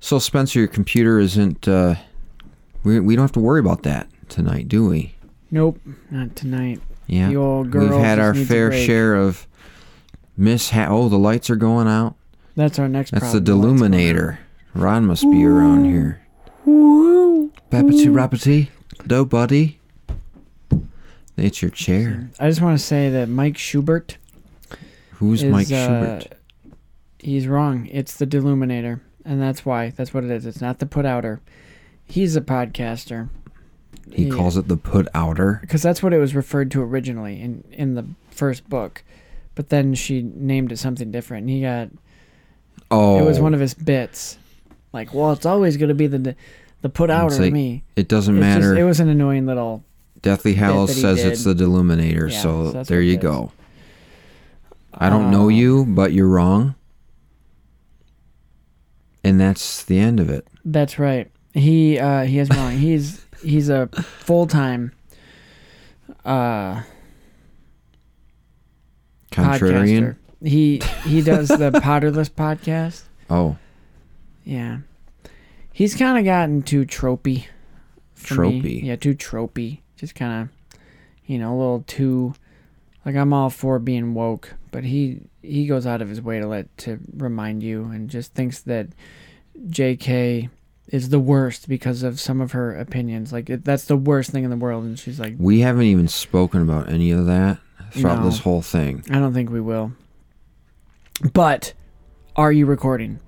So Spencer, your computer isn't. Uh, we we don't have to worry about that tonight, do we? Nope, not tonight. Yeah. The old girl. We've had just our needs a fair break. share of mishap. Oh, the lights are going out. That's our next. That's problem. the deluminator. Ron must be around here. Woo. Bappity rappity, do buddy. It's your chair. I just want to say that Mike Schubert Who's is, Mike uh, Schubert? He's wrong. It's the deluminator, and that's why. That's what it is. It's not the put outer. He's a podcaster. He calls it the put outer. because that's what it was referred to originally in in the first book, but then she named it something different. And he got Oh, it was one of his bits, like well, it's always gonna be the the put outer like, me. it doesn't It's just- matter. it was an annoying little Deathly Hallows that he says it's the did. deluminator, Yeah, so so that's there what you it go. I don't know Uh, you, but you're wrong. And that's the end of it. That's right. He uh he is wrong. He's he's a full time uh Contrarian. podcaster. He he does the Potterless podcast. Oh, Yeah. He's kinda gotten too tropey. for me. Tropey? Yeah, too tropey. Just kinda you know, a little too like I'm all for being woke, but he he goes out of his way to let to remind you and just thinks that JK is the worst because of some of her opinions. Like it, that's the worst thing in the world, and she's like, we haven't even spoken about any of that throughout No. this whole thing. I don't think we will. But are you recording?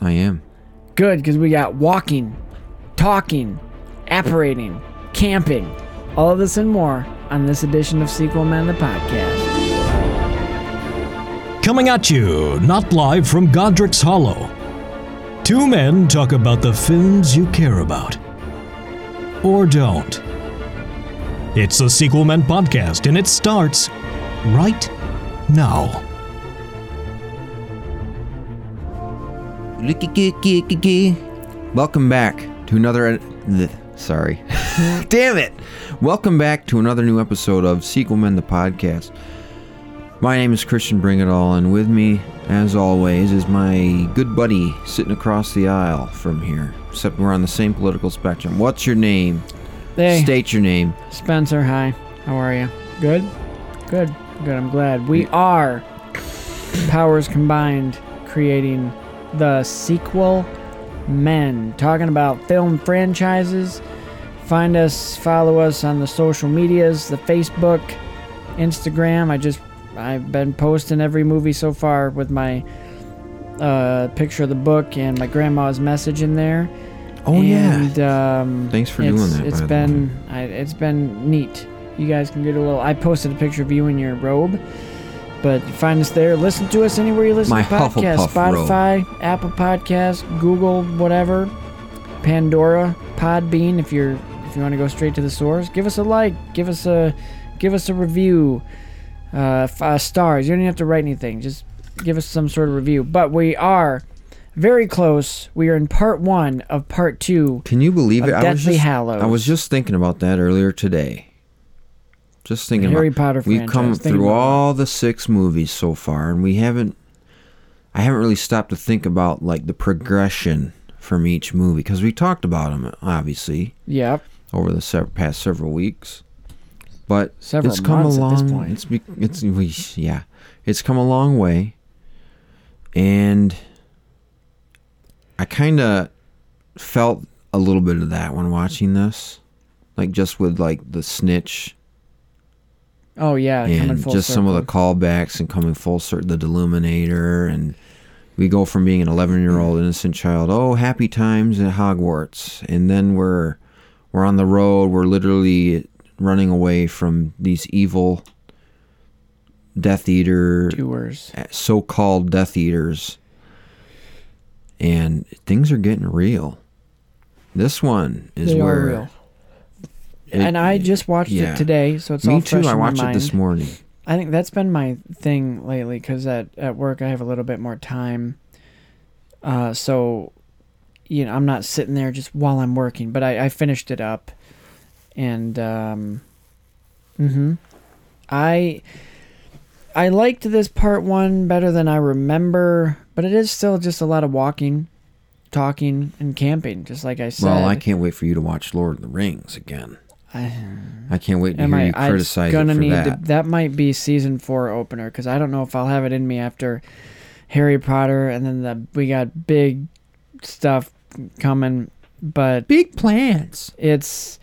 I am. Good, because we got walking, talking, apparating, camping, all of this and more on this edition of Sequel Man the podcast. Coming at you, not live from Godric's Hollow. Two men talk about the films you care about. Or don't. It's the Sequel Men podcast, and it starts right now. Welcome back to another. ed- bleh, Sorry. Damn it. Welcome back to another new episode of Sequel Men, the podcast. My name is Christian Bring It All, and with me, as always, is my good buddy sitting across the aisle from here, except we're on the same political spectrum. What's your name? Hey, State your name. Spencer, hi. How are you? Good? Good. Good. I'm glad. We are powers combined creating the sequel men talking about film franchises. Find us, follow us on the social medias, the Facebook, Instagram. I just I've been posting every movie so far with my uh, picture of the book and my grandma's message in there. Oh, yeah. And, um, Thanks for it's- doing that, It's by the been I, it's been neat. You guys can get a little. I posted a picture of you in your robe, but find us there. Listen to us anywhere you listen My to podcasts: Hufflepuff robe. Spotify, Apple Podcasts, Google, whatever, Pandora, Podbean. If you're if you want to go straight to the source, give us a like, give us a give us a review, uh, five stars. You don't even have to write anything. Just give us some sort of review. But we are very close. We are in part one of part two Can you believe of it? I was, Deathly just, Hallows. I was just thinking about that earlier today. Just thinking Harry about Potter We've come franchise. Think through about it. all the six movies so far, and we haven't. I haven't really stopped to think about like the progression from each movie because we talked about them obviously Yep. over the sev- past several weeks, but Several it's come months a at long. this point. It's be, it's we, yeah, it's come a long way, and I kind of felt a little bit of that when watching this, like just with like the snitch Oh yeah, coming and full just some of the circle. callbacks and coming full circle, the Deluminator, and we go from being an 11 year old innocent child, oh, happy times at Hogwarts, and then we're we're on the road, we're literally running away from these evil Death Eater, doers. so called Death Eaters, and things are getting real. This one is They where are real. and I just watched yeah. it today, so it's all me fresh too. I in my watched it mind. this morning. I think that's been my thing lately because at, at work I have a little bit more time. Uh, so, you know, I'm not sitting there just while I'm working, but I, I finished it up. And, um, hmm I, I liked this part one better than I remember, but it is still just a lot of walking. talking and camping, just like I said. Well, I can't wait for you to watch Lord of the Rings again. I- I can't wait to Am hear I you I'm criticize it gonna for need that. To, that might be season four opener because I don't know if I'll have it in me after Harry Potter and then the we got big stuff coming, but Big plans. it's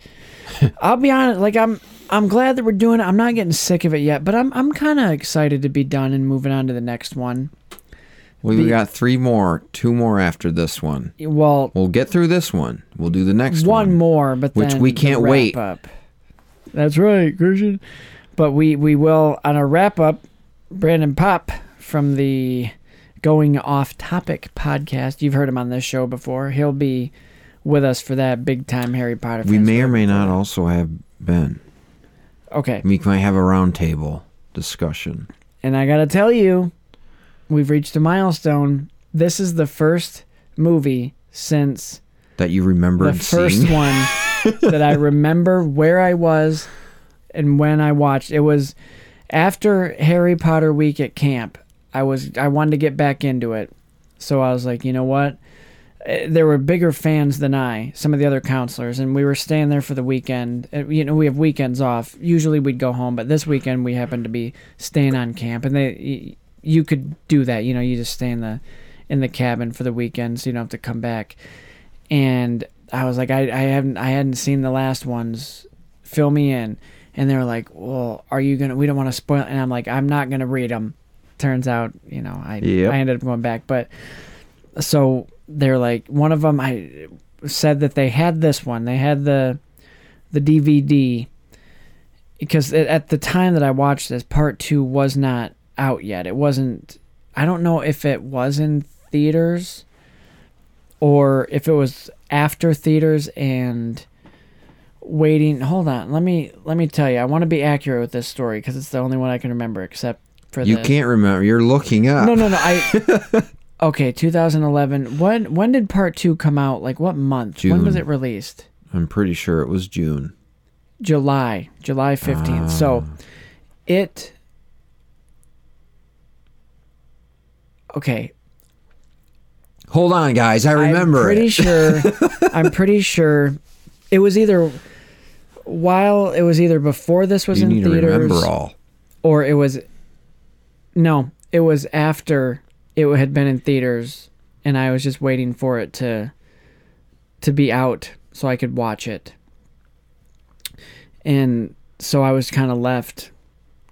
I'll be honest, like I'm I'm glad that we're doing it. I'm not getting sick of it yet, but I'm I'm kind of excited to be done and moving on to the next one. We Big- got three more, two more after this one. Well, We'll get through this one. We'll do the next one, one. more, but which then we the can't wrap wait. Up. That's right, Christian. But we we will on a wrap up. Brandon Pop from the Going Off Topic podcast. You've heard him on this show before. He'll be with us for that big time Harry Potter. We fans. may or may not also have Ben. Okay, We might have a roundtable discussion. and I gotta tell you, we've reached a milestone. This is the first movie since that you remembered the first seeing. one that I remember where I was and when I watched. It was after Harry Potter week at camp. I was I wanted to get back into it, so I was like, you know what? Eh, There were bigger fans than I. Some of the other counselors, and we were staying there for the weekend. Eh, You know, we have weekends off. Usually we'd go home, but this weekend we happened to be staying on camp, and they y- you could do that. You know, you just stay in the in the cabin for the weekend, so you don't have to come back and I was like, I, I haven't I hadn't seen the last ones. Fill me in. And they were like, Well, are you gonna? We don't want to spoil. And I'm like, I'm not gonna read them. Turns out, you know, I Yep. I ended up going back, but so they're like, one of them I said that they had this one. They had the the DVD because it, at the time that I watched this, part two was not out yet. It wasn't. I don't know if it was in theaters or if it was after theaters and waiting. Hold on, let me let me tell you. I want to be accurate with this story because it's the only one I can remember, except for You the- can't remember. You're looking up. No, no, no. I okay. 2011. When when did part two come out? Like what month? When was June. it released? I'm pretty sure it was June. July, July 15th. So Ah. it. Okay. Hold on, guys. I remember I'm pretty it. sure. I'm pretty sure it was either while it was either before this was you in need to theaters remember all. or it was no, it was after it had been in theaters and I was just waiting for it to to be out so I could watch it. And so I was kind of left,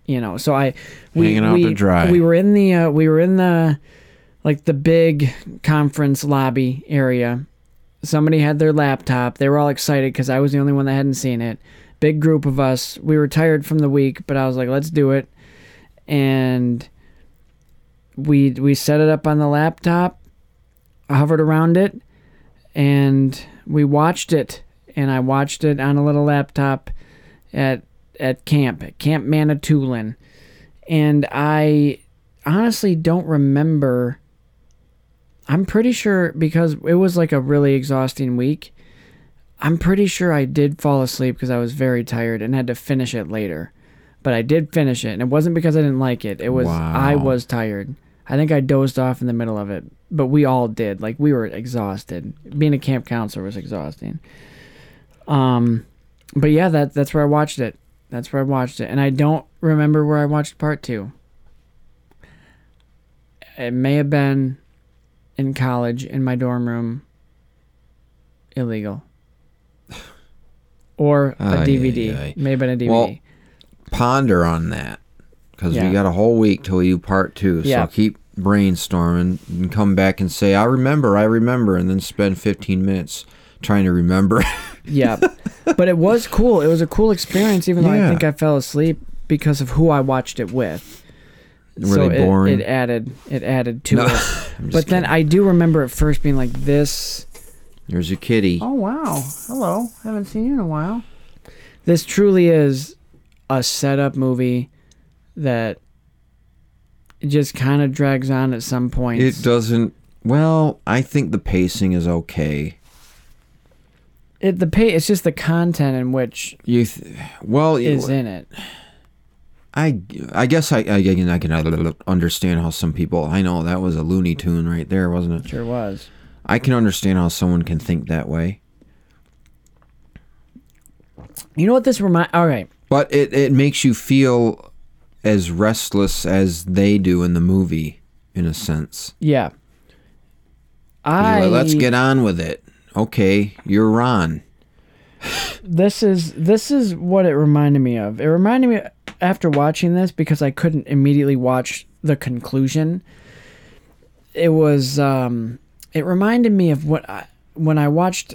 you know. So I Hanging out we, to dry. We were in the uh, we were in the like the big conference lobby area. Somebody had their laptop. They were all excited because I was the only one that hadn't seen it. Big group of us. We were tired from the week, but I was like, let's do it. And we we set it up on the laptop, hovered around it, and we watched it. And I watched it on a little laptop at at camp at Camp Manitoulin, and I honestly don't remember. I'm pretty sure because it was like a really exhausting week. I'm pretty sure I did fall asleep because I was very tired and had to finish it later. But I did finish it, and it wasn't because I didn't like it. It was I Wow. was tired. I think I dozed off in the middle of it, but we all did. Like we were exhausted. Being a camp counselor was exhausting. Um, but yeah, that that's where I watched it. That's where I watched it, and I don't remember where I watched part two. It may have been in college in my dorm room. Illegal. Or a Ay, DVD. ay, ay. May have been a DVD. Well, Ponder on that because Yeah. we got a whole week till you part two. Yeah. So keep brainstorming and come back and say, I remember, I remember, and then spend 15 minutes trying to remember. yeah. But it was cool. It was a cool experience, even though I Yeah. think I fell asleep because of who I watched it with. Were so they it- boring? It, added it added to No, it. I'm just But then kidding. I do remember at first being like this there's a kitty. Oh wow! Hello, haven't seen you in a while. This truly is a setup movie that just kind of drags on at some point. It doesn't. Well, I think the pacing is okay. It- the pay. It's just the content in which You, th- well, is in it. I, I guess I, I, again, I can understand how some people. I know that was a Looney Tune right there, wasn't it? Sure was. I can understand how someone can think that way, You know what this remind? All right, but it it makes you feel as restless as they do in the movie, in a sense. yeah. You're I like, Let's get on with it. Okay, you're Ron. this is this is what it reminded me of. It reminded me after watching this because I couldn't immediately watch the conclusion. It was um it reminded me of what I, when I watched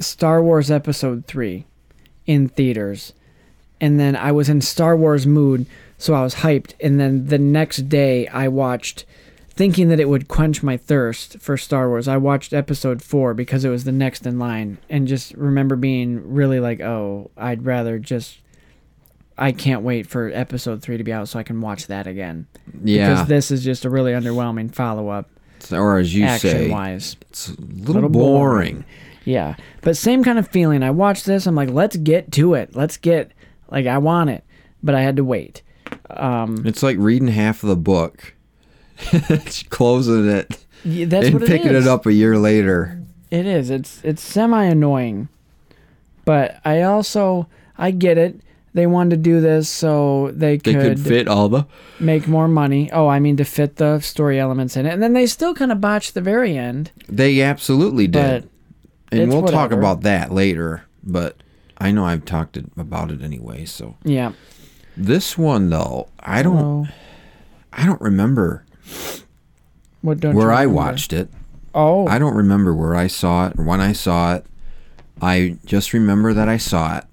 Star Wars episode 3 in theaters and then I was in Star Wars mood so I was hyped and then the next day I watched thinking that it would quench my thirst for Star Wars. I watched episode 4 because it was the next in line and just remember being really like, "Oh, I'd rather just I can't wait for episode 3 to be out so I can watch that again." Yeah, Because this is just a really underwhelming follow-up or as you say, action-wise. it's a little, Little boring. boring. Yeah. But same kind of feeling. I watched this. I'm like, let's get to it. Let's get, like, I want it. But I had to wait. Um, It's like reading half of the book, closing it, y- that's and what it picking is. it up a year later. It is. It's it's semi annoying, but I also I get it. They wanted to do this so they They could, could fit all the. make more money. Oh, I mean to fit the story elements in it, and then they still kind of botched the very end. They absolutely But did, and it's we'll talk whatever. about that later. But I know I've talked it- about it anyway. So yeah, this one though, I don't, Oh, I don't remember what don't where you I remember? watched it. Oh, I don't remember where I saw it or when I saw it. I just remember that I saw it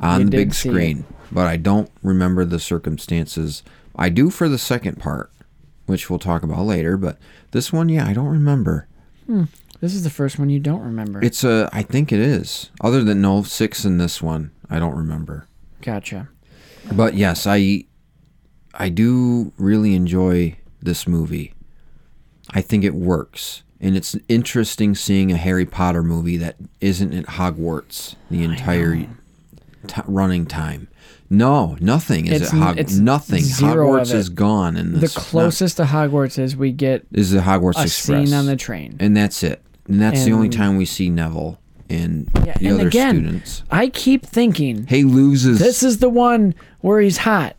on You the did big see it. screen, but I don't remember the circumstances. I do for the second part, which we'll talk about later, but this one, yeah, I don't remember. this is the first one you don't remember. It's a, I think it is. Other than no six in this one, I don't remember. gotcha. But yes, I, I do really enjoy this movie. I think it works. And it's interesting seeing a Harry Potter movie that isn't at Hogwarts the entire t- running time. No, nothing is at It's n- Hogwarts. it's Nothing. zero of Hogwarts is it. gone in The this. closest to Hogwarts is we get no, is the Hogwarts a Express. scene on the train. and that's it. And that's the only And- time we see Neville and the and other again, students. I keep thinking He loses. this is the one where he's hot,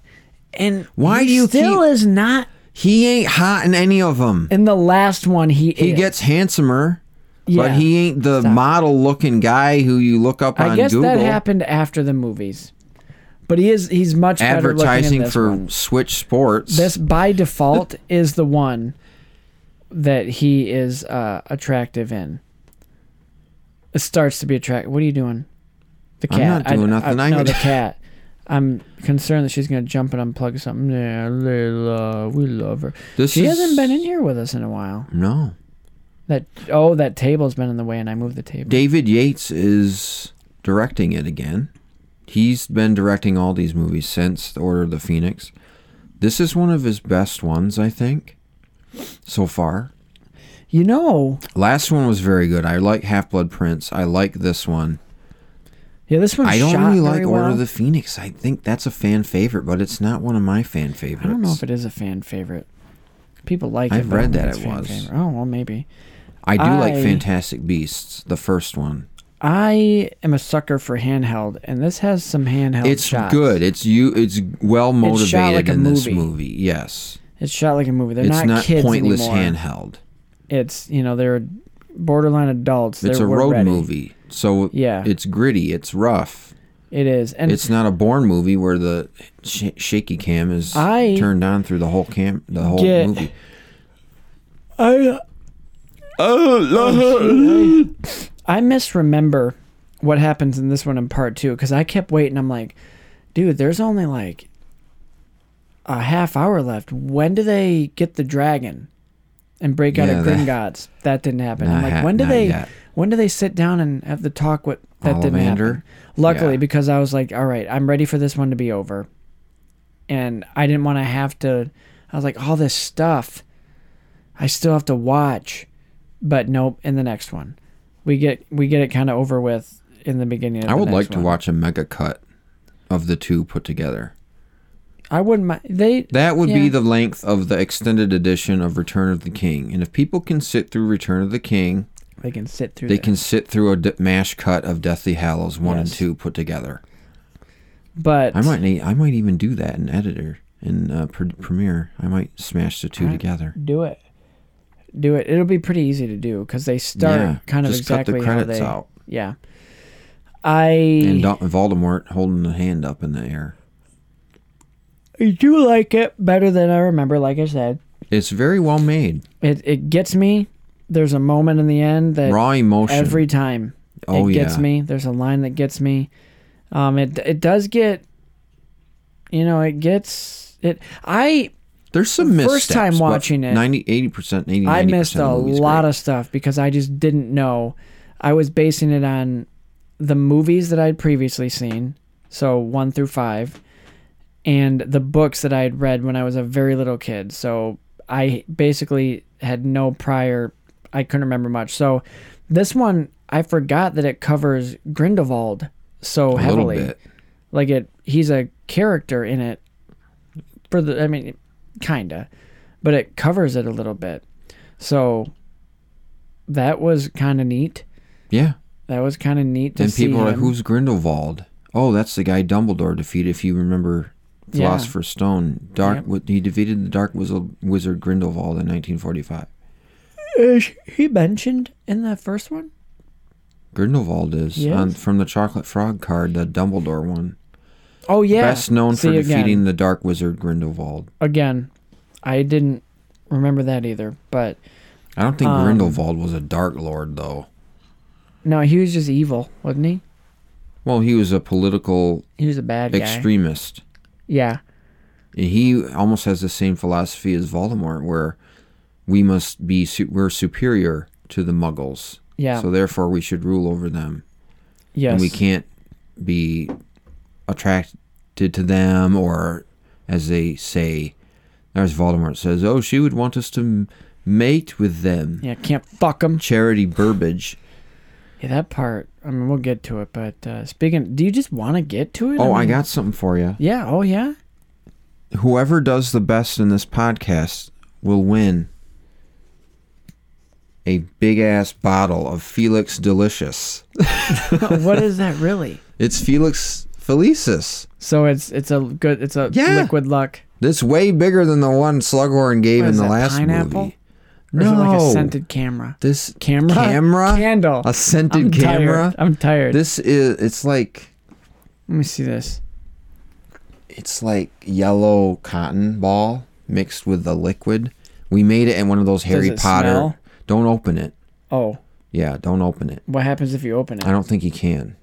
and Why he do you still keep- is not he ain't hot in any of them. In the last one, he He is. gets handsomer, but Yeah. he ain't the model-looking guy who you look up on I guess Google. that happened after the movies, but he is he's much better looking in advertising this for one. Switch Sports. this by default is the one that he is uh, attractive in. It starts to be attractive. What are you doing? The I'm cat. not doing nothing. I- no, the cat. I'm concerned that she's gonna jump and unplug something. Yeah, Layla, we love her. This She hasn't is- been in here with us in a while. No, That oh, that table's been in the way, and I moved the table. David Yates is directing it again. He's been directing all these movies since The Order of the Phoenix. This is one of his best ones, I think, so far. You know, Last one was very good. I like Half Blood Prince. I like this one. yeah, this one. I don't shot really very like Order well. of the Phoenix. I think that's a fan favorite, but it's not one of my fan favorites. I don't know if it is a fan favorite. People like it. I've but I read don't that think it's it fan was. favorite. Oh well, maybe. I do like I- Fantastic Beasts, the first one. I am a sucker for handheld, and this has some handheld It's shots. good. It's you. It's well motivated It's shot like a in this movie. movie. Yes, It's shot like a movie. They're it's not, not, kids pointless anymore. handheld. It's you know they're borderline adults. it's They're- a we're road ready. movie, so Yeah. it's gritty. It's rough. It is, and It's not a Bourne movie where the sh- shaky cam is I turned on through the whole cam, the whole get- movie. I Oh, I misremember what happens in this one in part two because I kept waiting. I'm like, dude, there's only like a half hour left. When do they get the dragon and break out Yeah, of that- Gringotts? That didn't happen. Not I'm like, hap- when do not they? yet. When do they sit down and have the talk? What that didn't happen. Ollivander? Luckily, Yeah. because I was like, all right, I'm ready for this one to be over, and I didn't want to have to. I was like, all this stuff, I still have to watch, but nope. In the next one, we get we get it kind of over with in the beginning. Of I the would next like to one. watch a mega cut of the two put together. I wouldn't mind. They That would be Yeah. the length of the extended edition of Return of the King. And if people can sit through Return of the King, they can sit through. they this. can sit through a d- mash cut of Deathly Hallows 1 and Yes. 2 put together. but I might need, I might even do that in editor in uh, pre- Premiere. I might smash the two I- together. do it. Do it. It'll be pretty easy to do because they start yeah, kind of just cut exactly the credits how they. out. Yeah. I And uh, Dol- Voldemort holding the hand up in the air. I do like it better than I remember. Like I said, It's very well made. it it gets me. There's a moment in the end that Raw emotion. every time oh it gets yeah. me. There's a line that gets me. Um, it it does get. You know, it gets it. I There's some missteps. First time but watching it, 90 80%, 80 I missed a lot great. of stuff because I just didn't know. I was basing it on the movies that I'd previously seen, so one through five, and the books that I had read when I was a very little kid. So I basically had no prior, I couldn't remember much. So this one, I forgot that it covers Grindelwald so a heavily little bit. like it he's a character in it for the i mean kinda but it covers it a little bit so that was kind of neat Yeah. that was kind of neat to and see people are like, him. "Who's Grindelwald?" Oh, that's the guy Dumbledore defeated. If you remember, Yeah. Philosopher's Stone, Dark. Yep. wi- He defeated the Dark Wizard, Wizard Grindelwald in 1945. is he mentioned in the first one Grindelwald is Yes. on, from the Chocolate Frog card, the Dumbledore one. oh yeah Best known for See, defeating again, the Dark Wizard Grindelwald. again i didn't remember that either but I don't think Um, Grindelwald was a Dark Lord though. no he was just evil wasn't he Well, he was a political he was a bad guy extremist. yeah And he almost has the same philosophy as Voldemort, where we must be su- we're superior to the Muggles. yeah So therefore, we should rule over them, yes and we can't be attracted to them, or as they say, as Voldemort says, "Oh, she would want us to m- mate with them." yeah can't fuck him Charity Burbage. Yeah, that part. I mean, we'll get to it. But uh, speaking, do you just want to get to it? Oh, I mean- got something for you. Yeah. Oh, yeah. Whoever does the best in this podcast will win a big ass bottle of Felix Delicious. what is that really? It's Felix Felicis. So it's it's a good it's a Yeah. liquid luck. That's way bigger than the one Slughorn gave What in is the that, last pineapple? movie. Or is it like No. a scented camera? This Camera. camera? Candle. a scented I'm camera. Tired. I'm tired. This is it's like Let me see this. it's like yellow cotton ball mixed with the liquid. We made it in one of those Harry it Potter. smell? Don't open it. Oh, Yeah, don't open it. what happens if you open I it? don't think you can.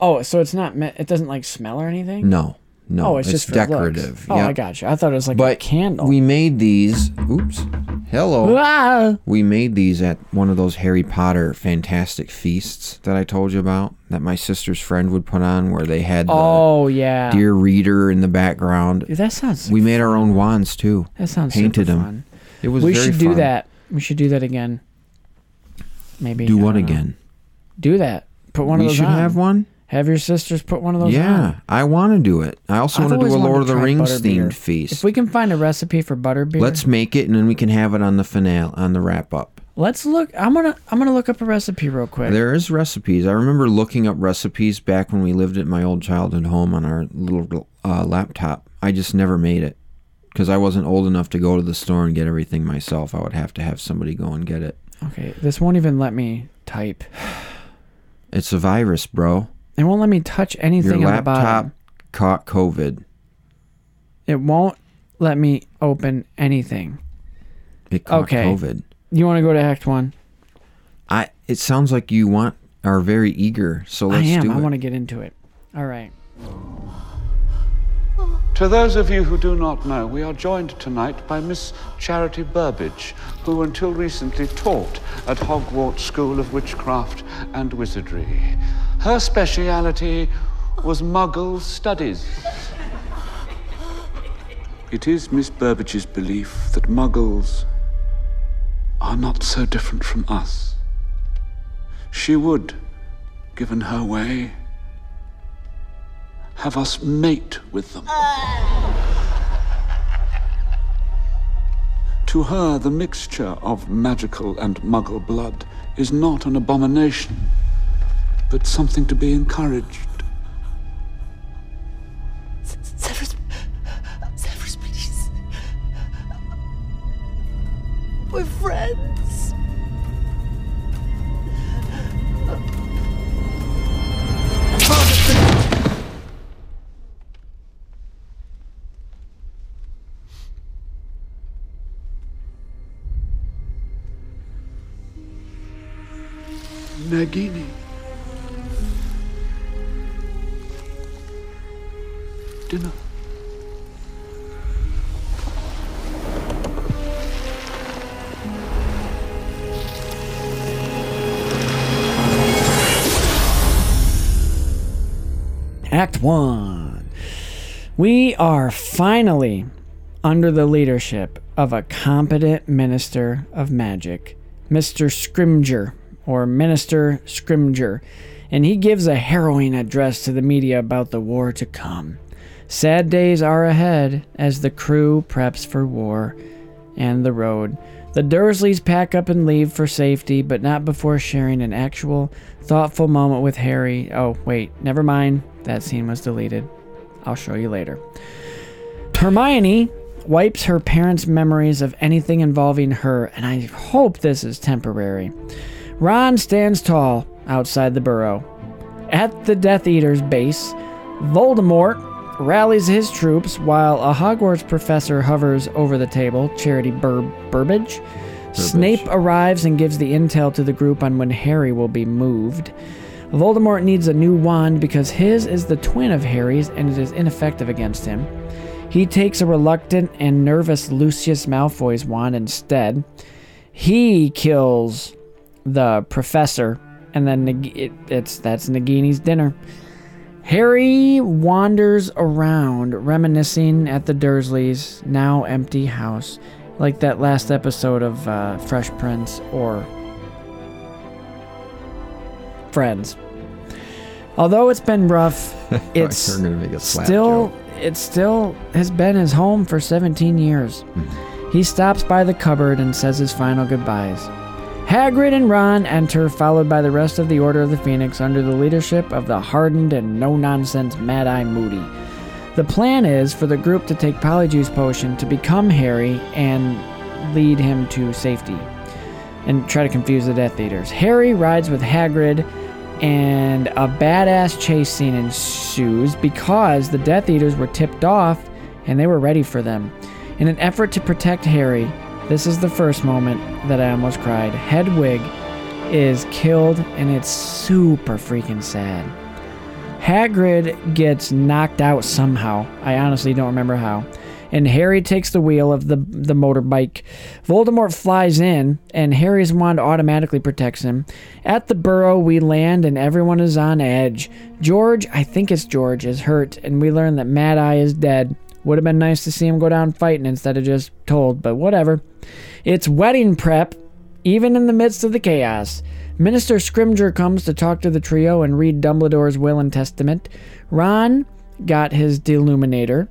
Oh, so it's not me- it doesn't like smell or anything. No, no. oh, it's, just for looks. decorative. Oh, yeah. I gotcha. I thought it was like a But candle. We made these. Oops. Hello. Ah! We made these at one of those Harry Potter fantastic feasts that I told you about that my sister's friend would put on, where they had the Oh yeah. dear reader in the background. Dude, that sounds. We made our own wands too. that sounds painted super 'em. Fun. It was we very should do fun. that. We should do that again. Maybe Do I what don't know. again? Do that. Put one we of those should on. have one. Have your sisters put one of those on. Yeah, I want to do it. I also I've want to do always a wanted Lord to of the try Rings butterbeer. themed feast. If we can find a recipe for butterbeer, Let's make it, and then we can have it on the finale, on the wrap up. let's look. I'm gonna I'm gonna look up a recipe real quick. There is recipes. I remember looking up recipes back when we lived at my old childhood home on our little uh, laptop. I just never made it because I wasn't old enough to go to the store and get everything myself. I would have to have somebody go and get it. Okay, this won't even let me type. It's a virus, bro. It won't let me touch Your anything on the laptop bottom. caught COVID. It won't let me open anything. It caught Okay. COVID. You want to go to Act One? I. It sounds like you want are very eager. So I let's am. do I it. want to get into it. All right. To those of you who do not know, we are joined tonight by Miss Charity Burbage, who until recently taught at Hogwarts School of Witchcraft and Wizardry. Her speciality was Muggle studies. It is Miss Burbage's belief that Muggles are not so different from us. She would, given her way, have us mate with them. To her, the mixture of magical and muggle blood is not an abomination, but something to be encouraged. Severus. Severus, please. We're friends. Nagini. Dinner. Act one. We are finally under the leadership of a competent minister of magic, Mr. Scrimger, or Minister Scrimger, and he gives a harrowing address to the media about the war to come. Sad days are ahead as the crew preps for war and the road. The Dursleys pack up and leave for safety, but not before sharing an actual, thoughtful moment with Harry. Oh, wait, never mind. That scene was deleted. I'll show you later. Hermione wipes her parents' memories of anything involving her, and I hope this is temporary. Ron stands tall outside the burrow. At the Death Eater's base, Voldemort rallies his troops while a Hogwarts professor hovers over the table, Charity Bur- Burbage. Snape arrives and gives the intel to the group on when Harry will be moved. Voldemort needs a new wand because his is the twin of Harry's and it is ineffective against him. He takes a reluctant and nervous Lucius Malfoy's wand instead. He kills the professor, and then Nag- it, it's that's Nagini's dinner. Harry wanders around, reminiscing at the Dursleys' now empty house, like that last episode of uh, Fresh Prince or Friends. Although it's been rough, it's I'm gonna make a slap still joke. it still has been his home for 17 years. Hmm. He stops by the cupboard and says his final goodbyes. Hagrid and Ron enter, followed by the rest of the Order of the Phoenix under the leadership of the hardened and no nonsense Mad Eye Moody. The plan is for the group to take Polyjuice Potion to become Harry and lead him to safety and try to confuse the Death Eaters. Harry rides with Hagrid, and a badass chase scene ensues because the Death Eaters were tipped off and they were ready for them. In an effort to protect Harry, this is the first moment that I almost cried. Hedwig is killed, and it's super freaking sad. Hagrid gets knocked out somehow. I honestly don't remember how. And Harry takes the wheel of the the motorbike. Voldemort flies in, and Harry's wand automatically protects him. At the burrow, we land, and everyone is on edge. George, I think it's George, is hurt, and we learn that Mad Eye is dead. Would have been nice to see him go down fighting instead of just told, but whatever. It's wedding prep, even in the midst of the chaos. Minister Scrimger comes to talk to the trio and read Dumbledore's will and testament. Ron got his deluminator.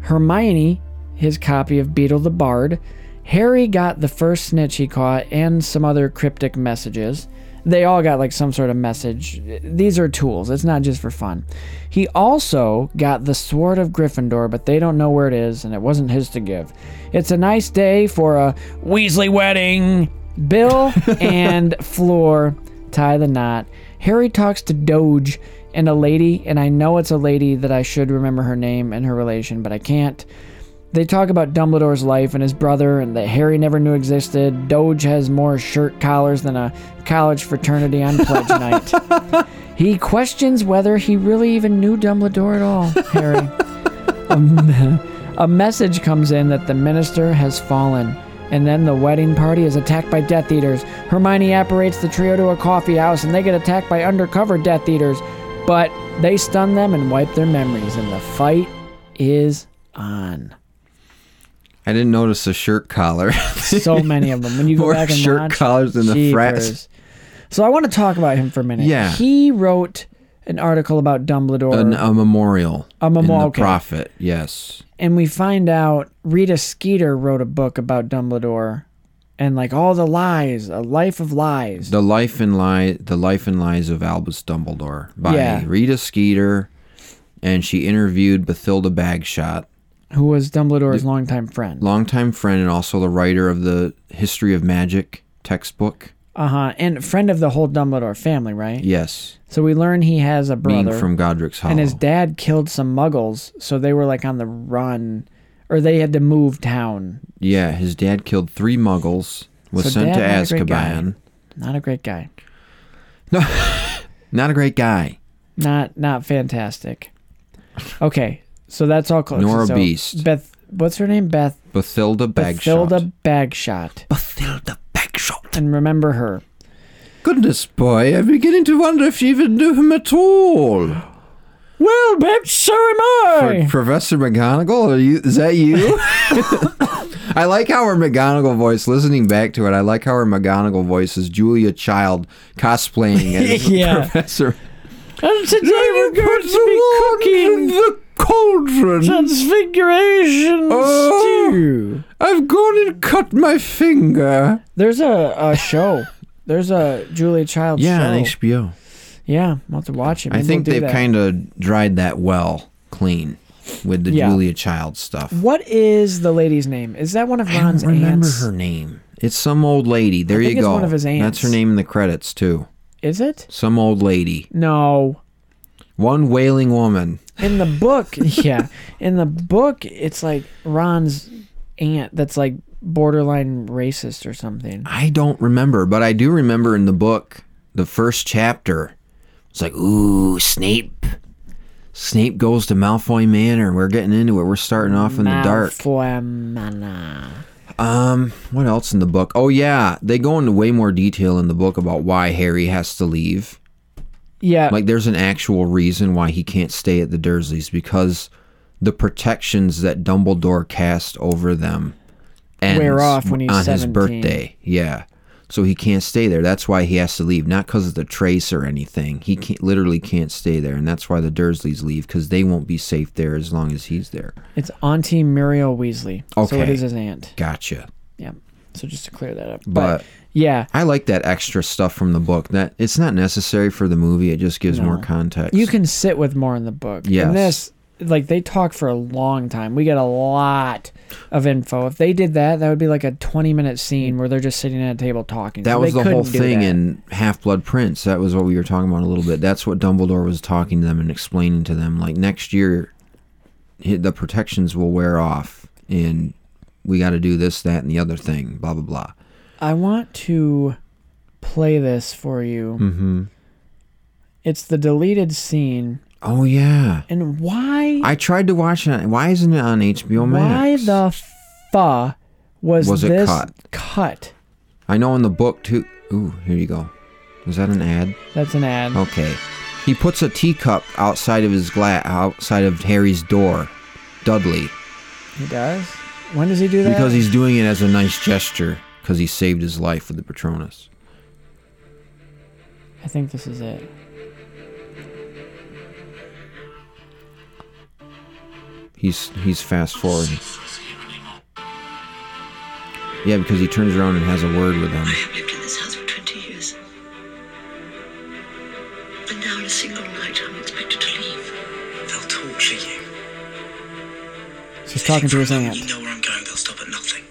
Hermione his copy of Beetle the Bard. Harry got the first snitch he caught and some other cryptic messages. They all got like some sort of message. These are tools, it's not just for fun. He also got the Sword of Gryffindor, but they don't know where it is and it wasn't his to give. It's a nice day for a Weasley wedding. Bill and Floor tie the knot. Harry talks to Doge and a lady, and I know it's a lady that I should remember her name and her relation, but I can't. They talk about Dumbledore's life and his brother, and that Harry never knew existed. Doge has more shirt collars than a college fraternity on pledge night. He questions whether he really even knew Dumbledore at all, Harry. Um, a message comes in that the minister has fallen, and then the wedding party is attacked by Death Eaters. Hermione apparates the trio to a coffee house, and they get attacked by undercover Death Eaters, but they stun them and wipe their memories, and the fight is on. I didn't notice the shirt collar. so many of them. When you go More back and shirt watch, collars than the frats. jeepers. So I want to talk about him for a minute. Yeah. he wrote an article about Dumbledore. An, a memorial. A memo- In the okay. prophet, yes. and we find out Rita Skeeter wrote a book about Dumbledore and like all the lies, a life of lies. The life and lie, the life and lies of Albus Dumbledore by Yeah. Rita Skeeter, and she interviewed Bathilda Bagshot, who was Dumbledore's longtime friend. longtime friend and also the writer of the History of Magic textbook. Uh huh. And friend of the whole Dumbledore family, right? Yes, So we learn he has a brother. being from Oh. Godric's Hollow. and his dad killed some muggles, so they were like on the run or they had to move town. yeah, his dad killed three Muggles, was So sent to dad not a great guy. Azkaban. Not a great guy. Not a great guy. Not not fantastic. Okay. So that's all close. Nor a So beast. Beth what's her name? Beth Bathilda Bagshot. Bathilda Bagshot. Bathilda Bagshot. and remember her. Goodness, boy, I'm beginning to wonder if she even knew him at all. Well, bitch, so am Pro- I. Professor McGonagall, are you, is that you? I like how her McGonagall voice, listening back to it, I like how her McGonagall voice is Julia Child cosplaying as Yeah. Professor. and today we're going to be cooking the cauldron. transfiguration Oh. stew. I've gone and cut my finger. There's a, a show. There's a Julia Child Yeah, on show. HBO. Yeah, I'll have to watch it. I Maybe think we'll do they've that. kind of dried that well clean with the Yeah. Julia Child stuff. What is the lady's name? Is that one of I don't Ron's remember aunts? her name. It's some old lady. There think you it's go. one of his That's her aunts. name in the credits too. Is it? Some old lady. No. One wailing woman. In the book, yeah. In the book, it's like Ron's aunt that's like borderline racist or something. I don't remember, but I do remember in the book, the first chapter. It's like, ooh, Snape. Snape goes to Malfoy Manor. We're getting into it. We're starting off in the dark. Malfoy-mana. Um, what else in the book? Oh yeah, they go into way more detail in the book about why Harry has to leave. Yeah. Like there's an actual reason why he can't stay at the Dursleys because the protections that Dumbledore cast over them ends Wear off when he's on his 17. birthday. Yeah. So he can't stay there. That's why he has to leave, not because of the trace or anything. He can't, literally can't stay there, and that's why the Dursleys leave because they won't be safe there as long as he's there. It's Auntie Muriel Weasley. So it Okay. is his aunt. Gotcha. Yeah. So just to clear that up. But, yeah, I like that extra stuff from the book. That it's not necessary for the movie. It just gives more context. you can sit with more in the book. Yes. And this, like, they talk for a long time. We get a lot of info. If they did that, that would be like a 20 minute scene where they're just sitting at a table talking. That So was they the whole couldn't do thing that. in Half Blood Prince. That was what we were talking about a little bit. That's what Dumbledore was talking to them and explaining to them. Like next year, hi- the protections will wear off, and we got to do this, that, and the other thing. Blah blah blah. I want to play this for you. Mm-hmm. It's the deleted scene. Oh yeah, And why? I tried to watch it. Why isn't it on HBO why Max? the fa was, Was it this cut? cut? I know in the book too. Ooh, here you go. Was that an ad? That's an ad. Okay. He puts a teacup outside of his glass, outside of Harry's door. Dudley. He does. When does he do that? Because he's doing it as a nice gesture, because he saved his life with the Patronus. I think this is it. He's he's fast Um, forwarding. Yeah, because he turns around and has a word with him. I have lived in this house for 20 years. And now, in a single night, I'm expected to leave. They'll torture you. She's talking to his You aunt. know where I'm going, they'll stop at nothing.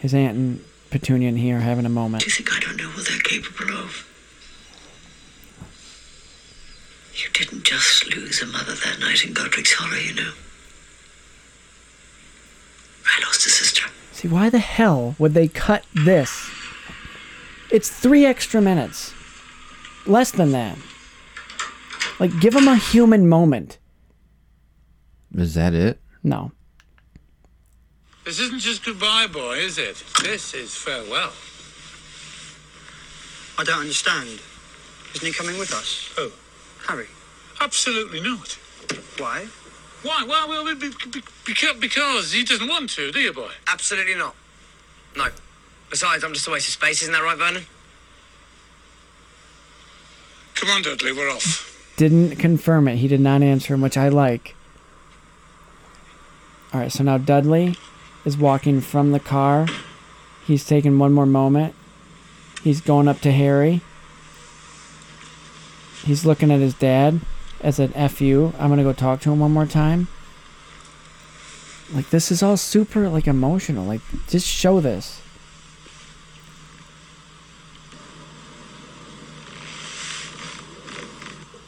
His aunt and Petunia and he are having a moment. Do you think I don't know what they're capable of? You didn't just lose a mother that night in Godric's Hollow, you know. I lost a sister. See, why the hell would they cut this? It's three extra minutes. Less than that. Like, give him a human moment. Is that it? No. This isn't just goodbye, boy, is it? This is farewell. I don't understand. Isn't he coming with us? Who? Harry. Absolutely not. Why? Why? Why? Well, be, be, beca- because he doesn't want to, do you, boy? Absolutely not. No. Besides, I'm just a waste of space, isn't that right, Vernon? Come on, Dudley, we're off. didn't confirm it. He did not answer him, which I like. All right, so now Dudley is walking from the car. He's taking one more moment. He's going up to Harry. He's looking at his dad as an FU. I'm going to go talk to him one more time. Like this is all super like emotional. Like just show this.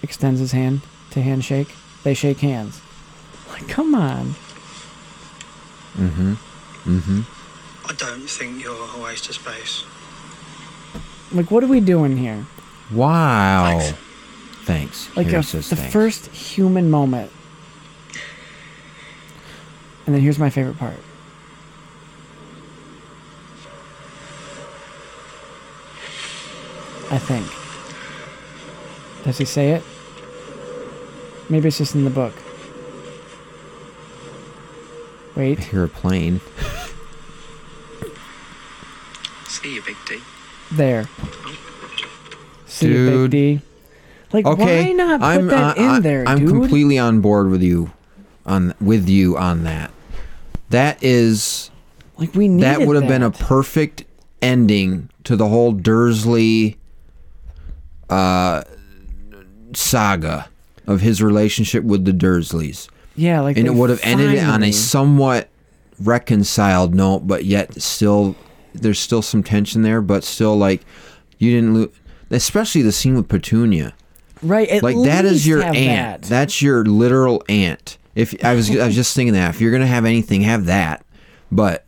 Extends his hand to handshake. They shake hands. Like come on. I don't think you're a waste of space. Like what are we doing here? Wow. Thanks. like Harry a, the says thanks. first human moment. And then here's my favorite part. I think. Does he say it? Maybe it's just in the book. I Wait, hear a plane. See you, Big D. there. See you, Dude. Big D. Like, Okay. why not put I'm, that uh, I- in there, I'm dude? completely on board with you on with you on that. That is like, we needed that would have been a that. perfect ending to the whole Dursley uh, saga of his relationship with the Dursleys. Yeah, like and they it would have ended on finally- a somewhat reconciled note, but yet still there's still some tension there, but still like you didn't lose. Especially the scene with Petunia, right. At like that is least your have aunt. that. That's your literal aunt. If I was, I was just thinking that if you're gonna have anything, have that. But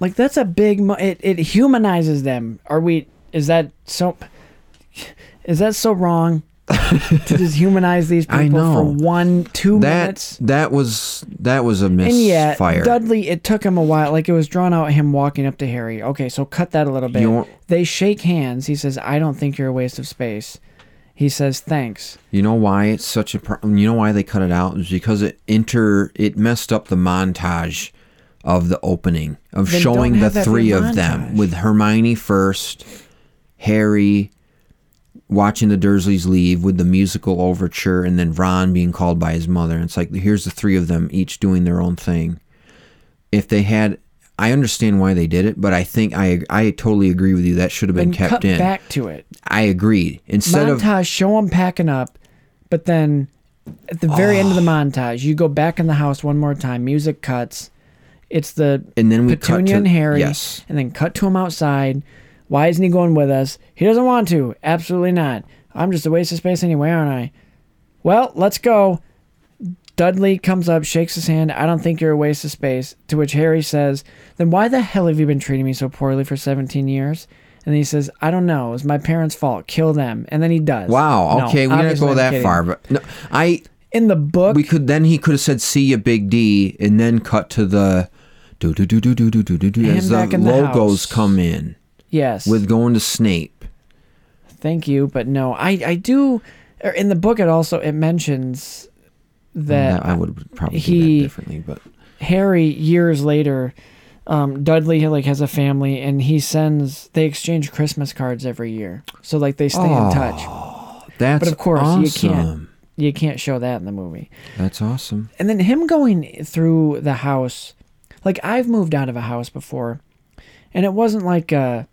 Like that's a big. Mo- it it humanizes them. Are we? Is that so? Is that so wrong? to just humanize these people I know. for one two that minutes. that was that was a And yeah, misfire. Dudley. It took him a while. Like it was drawn out. Him walking up to Harry. Okay, so cut that a little bit. You want- they shake hands. He says, "I don't think you're a waste of space." He says, "Thanks." You know why it's such a problem? You know why they cut it out? It's because it inter it messed up the montage of the opening of Then showing don't the have that three be a of them montage. with Hermione first, Harry watching the Dursleys leave with the musical overture, and then Ron being called by his mother. And it's like here's the three of them each doing their own thing. If they had, I understand why they did it, but I think I I totally agree with you. That should have been Then kept cut in. back to it. I agree. Instead of montage show them packing up but then at the very end of the montage you go back in the house one more time music cuts it's the And then we cut petunia to- and harry yes. and then cut to him outside why isn't he going with us he doesn't want to absolutely not i'm just a waste of space anyway aren't i well let's go Dudley comes up, shakes his hand. I don't think you're a waste of space. To which Harry says, Then why the hell have you been treating me so poorly for 17 years? And he says, I don't know. It was my parents' fault. Kill them. And then he does. Wow. No, Okay, we didn't obviously go I'm that kidding. far, but no, I In the book, we could then he could have said "See ya, Big D" and then cut to the do do do do do do do do do Him as the back in the logos house. come in yes. with going to Snape. thank you, but no. I, I do. Or in the book, it also it mentions that That- I would probably do he- that differently, but Harry years later, um, Dudley like has a family and he sends they exchange Christmas cards every year. So like they stay in touch. that's But of course awesome. you can't you can't show that in the movie. That's awesome. and then him going through the house like i've moved out of a house before and it wasn't like a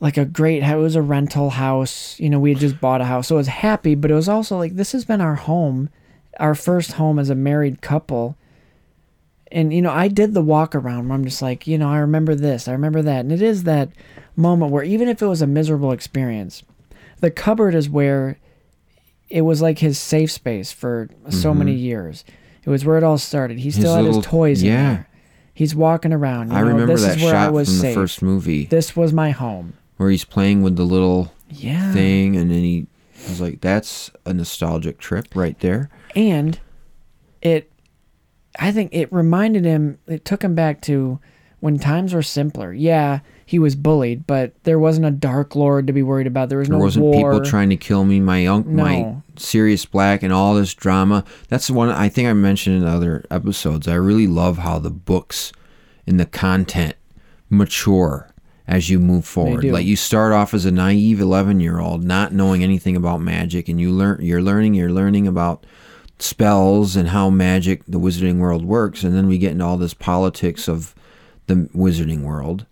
like a great house it was a rental house you know we had just bought a house so it was happy but it was also like this has been our home our first home as a married couple and you know i did the walk around where i'm just like you know i remember this i remember that and it is that moment where even if it was a miserable experience the cupboard is where it was like his safe space for so many years it was where it all started he still had Mm-hmm. little- his toys yeah. in there he's walking around you I know, remember this that is where shot i was from safe the first movie this was my home where he's playing with the little yeah thing, and then he I was like, "That's a nostalgic trip right there." and it i think it reminded him it took him back to when times were simpler yeah he was bullied but there wasn't a dark lord to be worried about there was There no wasn't war people trying to kill me. My uncle, my No. Sirius Black, and all this drama. That's the one I think I mentioned in other episodes. I really love how the books and the content mature as you move forward. do. Like you start off as a naive 11 year old, not knowing anything about magic, and you learn you're learning you're learning about spells and how magic the wizarding world works, and then we get into all this politics of the wizarding world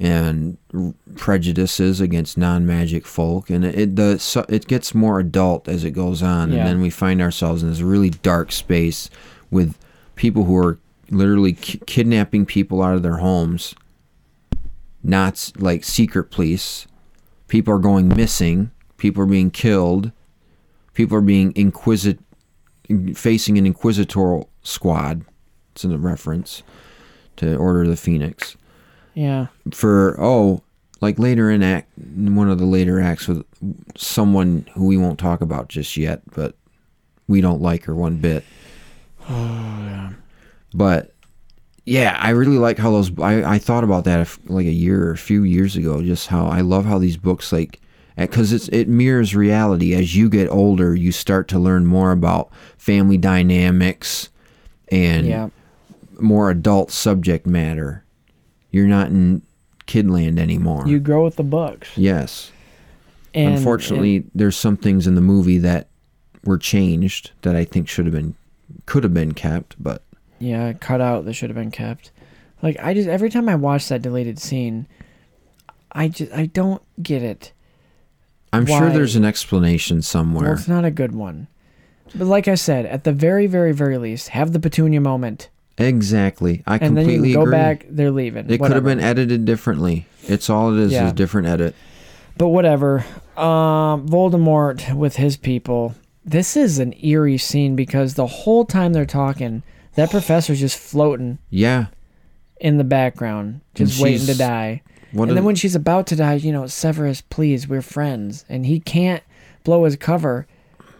and r- prejudices against non-magic folk and it the so- it gets more adult as it goes on Yeah. and then we find ourselves in this really dark space with people who are literally ki- kidnapping people out of their homes not s- like secret police people are going missing people are being killed people are being inquisit facing an inquisitorial squad it's in a reference to order of the phoenix Yeah. for oh like later in act in one of the later acts with someone who we won't talk about just yet but we don't like her one bit but yeah i really like how those i, I thought about that if, like a year or a few years ago just how i love how these books like because it's it mirrors reality as you get older you start to learn more about family dynamics and Yeah. more adult subject matter you're not in kidland anymore You grow with the books. yes And, unfortunately there's some things in the movie that were changed that i think should have been could have been kept but and- yeah, cut out that should have been kept. Like I just every time I watch that deleted scene, I just I don't get it. i'm sure Why? there's an explanation somewhere Well, it's not a good one. But like I said, at the very, very, very least, have the Petunia moment, exactly i and then you completely can go agree back. They're leaving. it could whatever. have been edited differently it's all it is Yeah. is different edit But whatever. Um, Voldemort with his people. This is an eerie scene because the whole time they're talking, that professor's just floating yeah in the background, just And waiting to she's- die. what and a- then when she's about to die, you know, Severus, please, we're friends. And he can't blow his cover.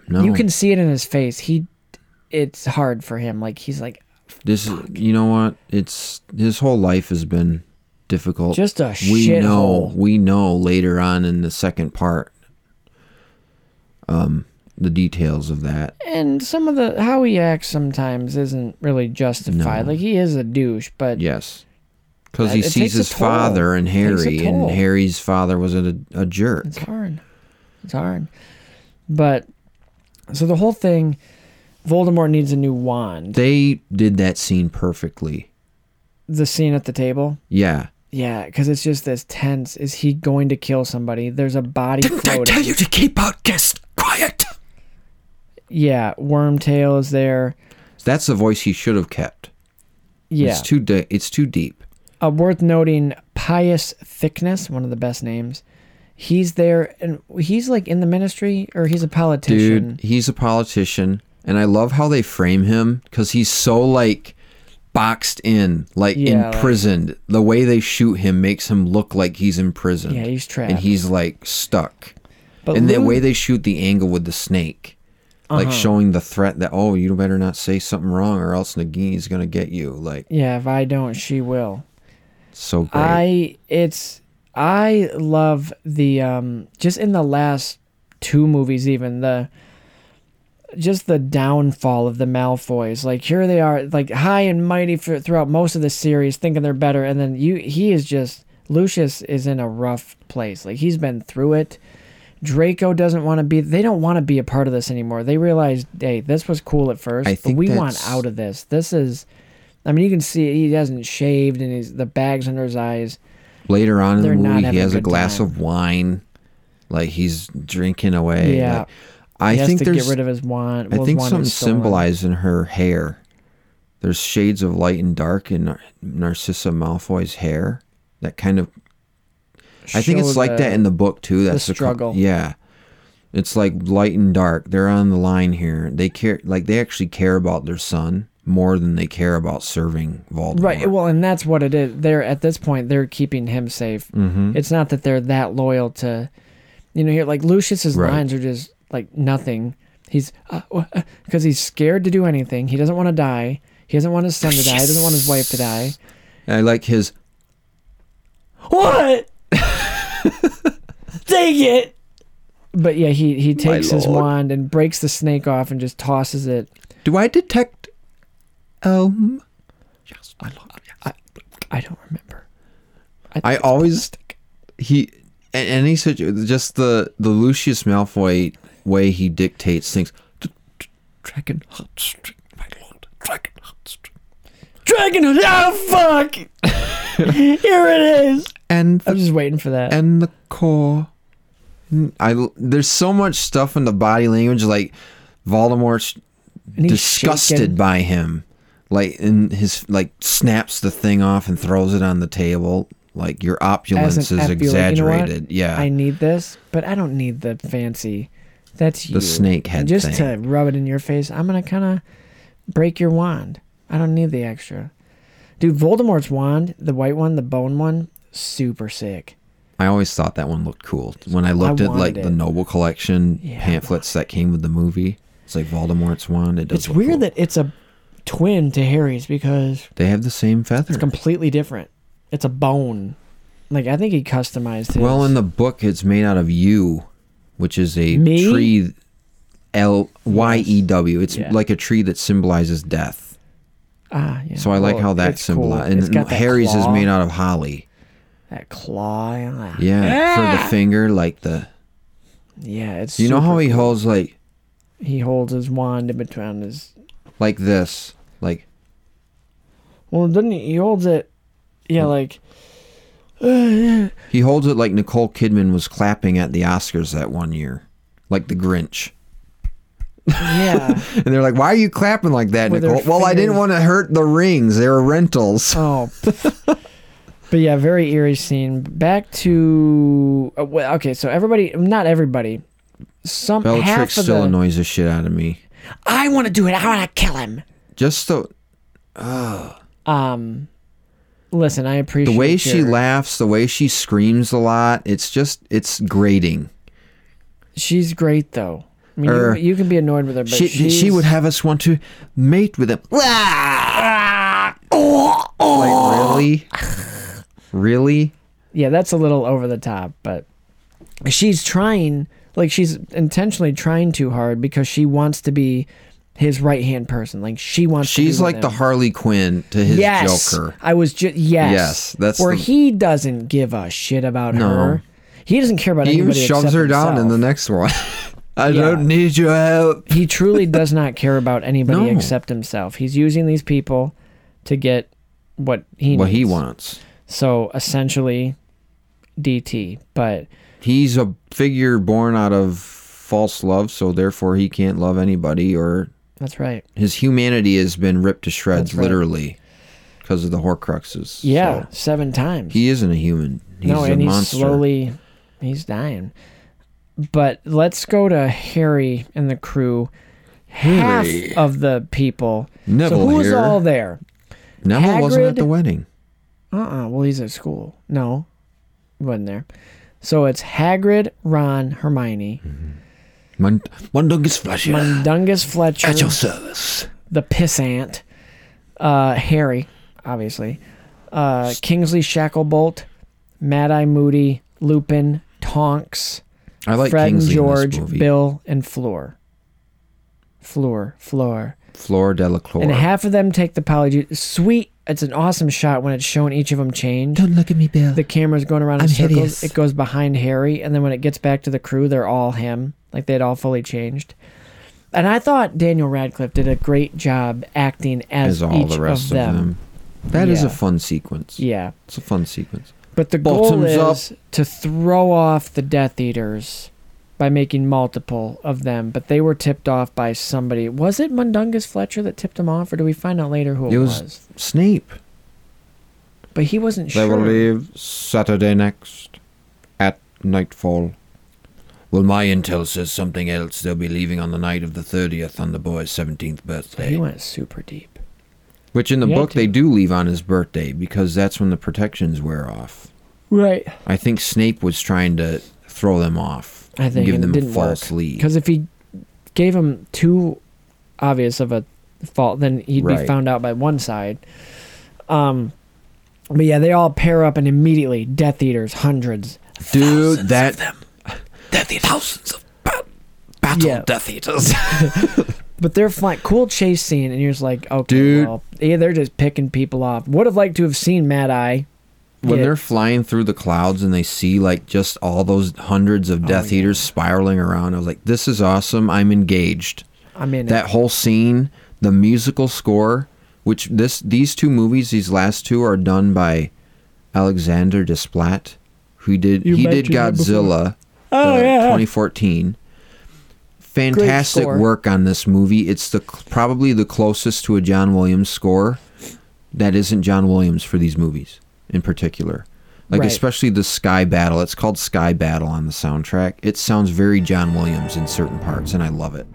no You can see it in his face. He, it's hard for him. Like he's like this is you know what it's his whole life has been difficult Just a we shithole. know we know later on in the second part um the details of that and some of the how he acts sometimes isn't really justified. Like he is a douche, but Yes. Because he It- it sees takes a his toll. father and It takes a Harry, and toll. Harry's father was a, a jerk. It's hard. It's hard. But so the whole thing, Voldemort needs a new wand. They did that scene perfectly. The scene at the table. Yeah. Yeah, because it's just this tense. Is he going to kill somebody? There's a body floating. to keep our guests quiet? Yeah, Wormtail is there. That's the voice he should have kept. Yeah. It's too de- It's too deep. uh, worth noting, Pious Thickness, one of the best names. He's there, and he's like in the ministry, or he's a politician. Dude, he's a politician, and I love how they frame him because he's so like boxed in, like Yeah, like- imprisoned. the way they shoot him makes him look like he's imprisoned. Yeah, he's And trapped. he's like stuck. But and the Lou- Uh-huh. way they shoot the angle with the snake, like showing the threat that oh, you better not say something wrong or else Nagini's gonna get you. Like yeah, if I don't, she will. so great. I it's I love the um just in the last two movies even the just the downfall of the Malfoys. Like here they are, like high and mighty for, throughout most of the series, thinking they're better, and then you he is just Lucius is in a rough place. Like he's been through it. Draco doesn't want to be. They don't want to be a part of this anymore. They realize, hey, this was cool at first, I but think we want that's- out of this. This is, I mean, you can see he hasn't shaved, and he's the bags under his eyes. Later on in the they're not movie, he having a has a good glass time. of wine, like he's drinking away. Yeah. like- I He has think to there's. get rid of his I wand. well, his think wand something is stolen. symbolized in her hair. There's shades of light and dark in Nar- Narcissa Malfoy's hair. That kind of. I think Show it's like that in the book too. That's co- struggle. yeah, it's like light and dark. They're on the line here. They care, like they actually care about their son more than they care about serving Voldemort. right. Well, and that's what it is. They're at this point they're keeping him safe. It's not that they're that loyal to, you know, here like Lucius's Right. lines are just like nothing. He's uh, because he's scared to do anything. He doesn't want to die. He doesn't want his son to die. He doesn't want his wife to die. I like his. What? Take it. But yeah, he he takes his lord. wand and breaks the snake off and just tosses it. Do I detect? Um, I don't remember. I always he a- any such just the the Lucius Malfoy way he dictates things. D- d- Dragon heartstring, my lord. Dragon heartstring. Dragon. Oh fuck! Here it is. And I the, was just waiting for that. and the core. N- I l- there's so much stuff in the body language like Voldemort's And he's disgusted shaken. by him. Like and his like snaps the thing off and throws it on the table. Like your As opulence an is F, be like, "You know what? exaggerated. yeah. I need this, but I don't need the fancy. That's you. snake head And Just thing. to rub it in your face, I'm gonna kind of break your wand. I don't need the extra. Dude, Voldemort's wand, the white one, the bone one, super sick. I always thought that one looked cool. When I looked at like wanted the it. Noble Collection Yeah, I pamphlets that came with the movie, it's like Voldemort's wand. It does It's look weird cool. that it's a twin to Harry's because they have the same feather. it's completely different. It's a bone. Like I think he customized his. Well, in the book, it's made out of yew, which is a Me? tree. L Y E W. It's Yeah. like a tree that symbolizes death. ah, yeah. So I like Well, how that it's cool. symbolizes. It's got And that Harry's is claw- made out of holly. that claw. Yeah, Yeah, for the finger, like the. yeah it's. You know how Ah! super he holds like he holds his wand in between his. like this, like Well, doesn't he? He holds it. Mm. Yeah, like He holds it like Nicole Kidman was clapping at the Oscars that one year, like the Grinch. yeah. And they're like, "Why are you clapping like that, With her Nicole?" Well, I didn't fingers- want to hurt the rings; they were rentals. oh. But yeah, very eerie scene. Back to uh, well, okay. So everybody, not everybody, some half Bellatrix of still the. annoys the shit out of me. I want to do it. I want to kill him. Just the Um, listen, I appreciate the way she your- laughs, the way she screams a lot. It's just it's grating. She's great though. I mean, Er, you, you can be annoyed with her, but She she she's- would have us want to mate with him. Like really, really. yeah, that's a little over the top, but she's trying, like she's intentionally trying too hard because she wants to be his right hand person. Like she wants. to be She's with like the him. Harley Quinn to his yes. Joker. I was just yes. Yes, that's where the- he doesn't give a shit about her. He doesn't care about He even anybody. shoves except her down in himself. the next one. I Yeah. don't need your help. he truly does not care about anybody No. except himself. He's using these people to get what he What he needs. wants. So essentially, DT. But He's a figure born out of false love, so therefore he can't love anybody, or that's right. his humanity has been ripped to shreds, That's right. literally, because of the Horcruxes. Yeah, So seven times. he isn't a human. He's no, a and he's monster. slowly he's dying. But let's go to Harry and the crew. Harry. Half of the people. Neville so who's here. all there? Neville wasn't at Hagrid- the wedding. Uh uh Well, he's at school. No, he wasn't there. So it's Hagrid, Ron, Hermione, Mund- Mundungus Flasher. Mundungus Fletcher, at your service. the pissant, uh, Harry, obviously, uh, Kingsley Shacklebolt, Mad Eye Moody, Lupin, Tonks, I like Fred Kingsley and in this George, movie. Bill, and Fleur. Fleur, Fleur. Flora Delacour. And half of them take the polyjuice. Sweet. It's an awesome shot when it's shown each of them change. don't look at me, Bill. The camera's going around in I'm circles. hideous. It goes behind Harry, and then when it gets back to the crew, they're all him. Like they'd all fully changed. And I thought Daniel Radcliffe did a great job acting as as, all each the rest of them. That is Yeah. a fun sequence. Yeah. It's a fun sequence. But the goal Bottoms up. is to throw off the Death Eaters by making multiple of them. But they were tipped off by somebody. Was it Mundungus Fletcher that tipped them off, or do we find out later who it, It was? was Snape. But he wasn't They will sure. leave Saturday next at nightfall. Well, my intel says something else. They'll be leaving on the night of the 30th on the boy's 17th He birthday. went super deep. Which in the He had book, to. they do leave on his birthday because that's when the protections wear off. Right. I think Snape was trying to throw them off. I think give and them it didn't a false lead. Because if he gave him too obvious of a fault, then he'd be Right. found out by one side. Um, but yeah, they all pair up and immediately Death Eaters, hundreds. Dude, that Thousands of ba- battle Yeah. Death Eaters. But they're flying. Cool chase scene, and you're just like, okay, Dude. well, yeah, they're just picking people off. Would have liked to have seen Mad Eye when Yeah. they're flying through the clouds and they see like just all those hundreds Oh, of Death Eaters spiraling around, I was like, "This is awesome! I'm engaged." I'm in that it. whole scene, the musical score, which this these two movies, these last two are done by Alexander Desplat, who did You he did mentioned him before. Godzilla, uh, Oh, yeah. 2014. Fantastic score. work on this movie. It's the probably the closest to a John Williams score that isn't John Williams for these movies in particular. Like Right. especially the Sky Battle. It's called Sky Battle on the soundtrack. It sounds very John Williams in certain parts and I love it.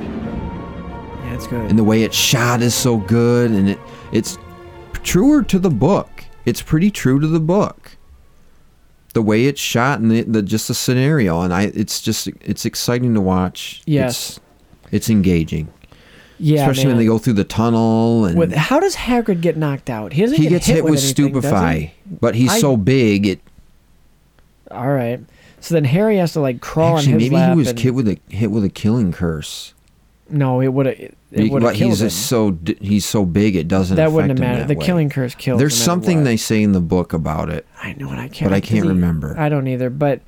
Yeah, it's good. and the way it's shot is so good and it it's truer to the book it's pretty true to the book the way it's shot and the, the just the scenario and i it's just it's exciting to watch Yes. it's, it's engaging yeah, especially when man. they go through the tunnel and With how does Hagrid get knocked out? He doesn't he get gets hit, with anything, does he? stupefy but he's I- so big it All right. So then Harry has to like crawl actually on his maybe lap he was and- hit with a hit with a killing curse No, it would have. It, Be- it would have but killed he's him. just so d- he's so big it doesn't that affect wouldn't have him that mattered. The way. killing curse killed. there's something they say in the book about it I know, and I can't. I can't the- remember. I don't either. But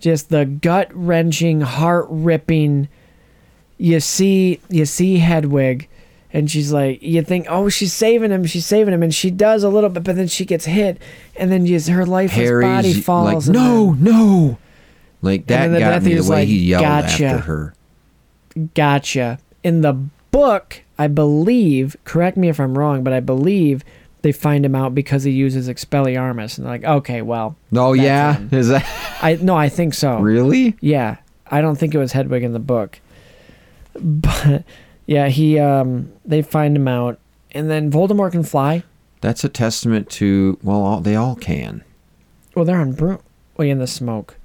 just the gut wrenching, heart ripping. You see, you see Hedwig, and she's like, you think, oh, she's saving him, she's saving him, and she does a little bit, but then she gets hit, and then just her lifeless Harry's body falls. like, and no, no. Like that then the got Death me the Eater's way like, he yelled "Gotcha." after her. then- gotcha. In the book, I believe. Correct me if I'm wrong, but I believe they find him out because he uses Expelliarmus, and they're like, okay, well, Oh That's yeah, him. is that I no, I think Oh. so. really? Yeah, I don't think it was Hedwig in the book, but yeah, he um they find him out, and then Voldemort can fly. That's a testament to well, all, they all can. Well, they're on broom. Well, in the smoke,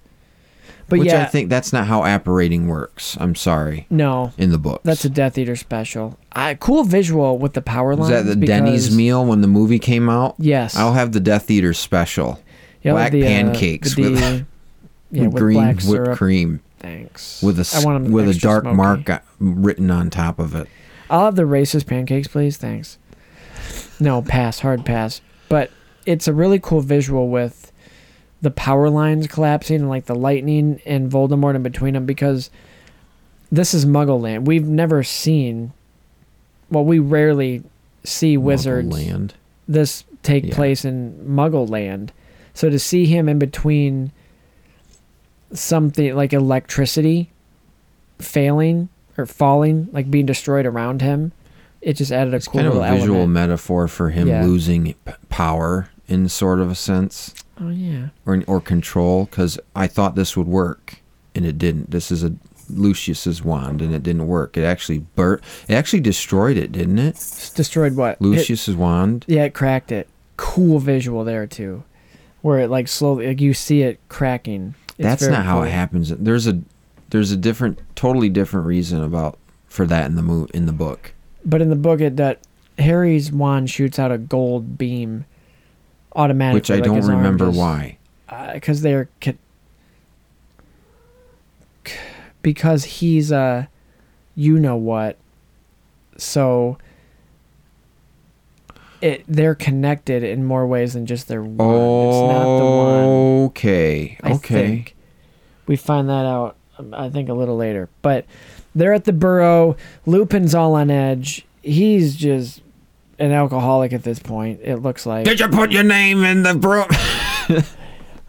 but Which yeah, I think that's not how apparating works. I'm sorry. no, In the books, that's a Death Eater special. I cool visual with the power was lines. that the Denny's because- meal when the movie came out? Yes. I'll have the Death Eater special. Yeah, black like the, uh, pancakes the- with, yeah, with with green black whipped syrup. cream Thanks. with a I s- want 'em with a extra dark smoky. mark uh, written on top of it. I'll have the racist pancakes, please. Thanks. No, pass, hard pass. But it's a really cool visual with the power lines collapsing and like the lightning and Voldemort in between them because this is Muggle land. We've never seen, well, we rarely see wizards land. this take Yeah. place in Muggle land. So to see him in between something like electricity failing or falling, like being destroyed around him, it just added a It's cool kind of little a visual element. metaphor for him Yeah. losing p- power in sort of a sense oh yeah, or or control because I thought this would work and it didn't. This is a Lucius's wand and it didn't work. It actually bur- It actually destroyed it, didn't it? It's destroyed what? It, Lucius's wand. yeah, it cracked it. Cool visual there too, where it like slowly, like you see it cracking. It's That's very not how cool. it happens. There's a there's a different, totally different reason about for that in the mo- in the book. But in the book, it that Harry's wand shoots out a gold beam automatically, Which I like don't his arm remember just- why. because uh, they're ca- c- because he's a you know what so it they're connected in more ways than just their one it's not the one Okay, I Oh, okay. think. we find that out um, i think a little later but they're at the burrow lupin's all on edge he's just an alcoholic at this point it looks like Did you put your name in the broom?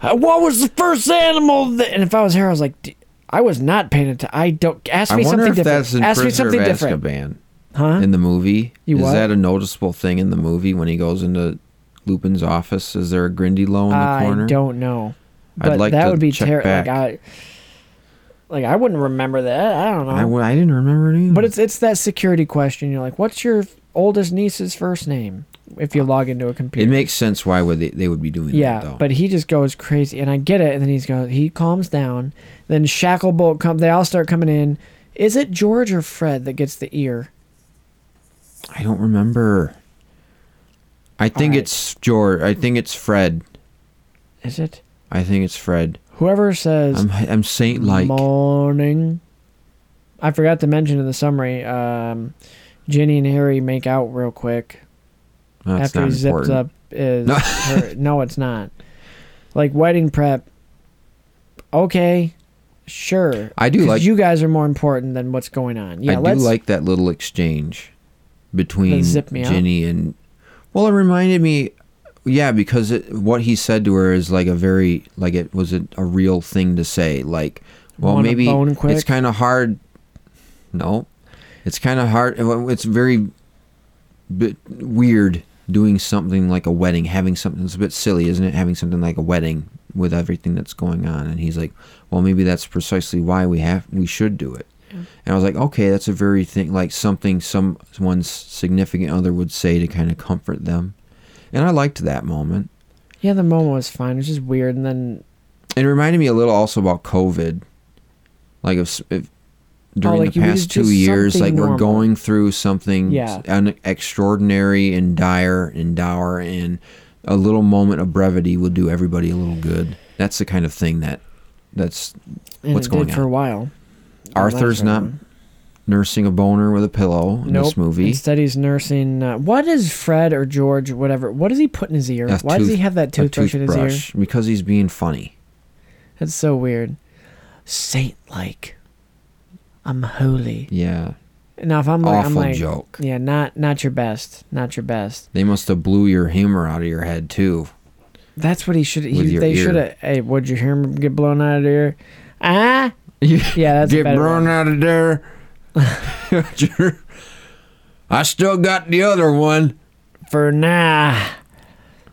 Uh, what was the first animal that and if i was here i was like D- i was not paying attention i don't ask I me wonder something if different that's in ask me Prisoner something of different Azkaban huh in the movie. You is what? that a noticeable thing in the movie when he goes into Lupin's office? Is there a Grindylow in the corner? i don't know I'd but like that to would be check terrible back. like i like i wouldn't remember that i don't know I, w- I didn't remember it either. but it's it's that security question you're like what's your oldest niece's first name if you log into a computer. It makes sense why would they, they would be doing Yeah, that though. but he just goes crazy, and I get it. And then he's going, he calms down. Then Shacklebolt come. They all start coming in. Is it George or Fred that gets the ear? I don't remember. I think Alright. it's George. I think it's Fred. Is it I think it's Fred. whoever says I'm I'm saint like. morning? I forgot to mention in the summary. Um, Ginny and Harry make out real quick That's after not he zips important. up. Is No. her, no, it's not. Like wedding prep. Okay, sure. I do 'Cause like- you guys are more important than what's going on. Yeah, I do let's like that little exchange between They zip me up. Ginny and. Well, it reminded me, yeah, because it, what he said to her is like a very like it was a, a real thing to say. Like, well, Wanna maybe bone it's quick? kind of hard. No, it's kind of hard. well, It's very bit weird doing something like a wedding, having something. It's a bit silly, isn't it? Having something like a wedding with everything that's going on. And he's like, well, maybe that's precisely why we have we should do it. And I was like, okay, that's a very thing like something some- someone's significant other would say to kind of comfort them. And I liked that moment. Yeah, the moment was fine. It was just weird, and then It reminded me a little also about COVID. Like if, if during Oh, like the you would past just two years, something like we're normal. going through something Yeah. un- extraordinary and dire and dour, and a little moment of brevity will do everybody a little good. That's the kind of thing that that's and What's it going did for on? a while. Arthur's right. not nursing a boner with a pillow in this movie. Instead, he's nursing. Uh, what is Fred or George, whatever? What does he put in his ear? A Why does he tooth- have that a toothbrush in his ear? toothbrush, Because he's being funny. That's so weird. Saint-like. I'm holy. Yeah. Now, if I'm like, I'm Awful like, joke. yeah, not not your best, not your best. They must have blew your humor out of your head too. That's what he should. With He, your they ear. should have. Hey, would you hear him get blown out of the ear? Ah, yeah, that's a Get better blown one. out of there. I still got the other one. for nah.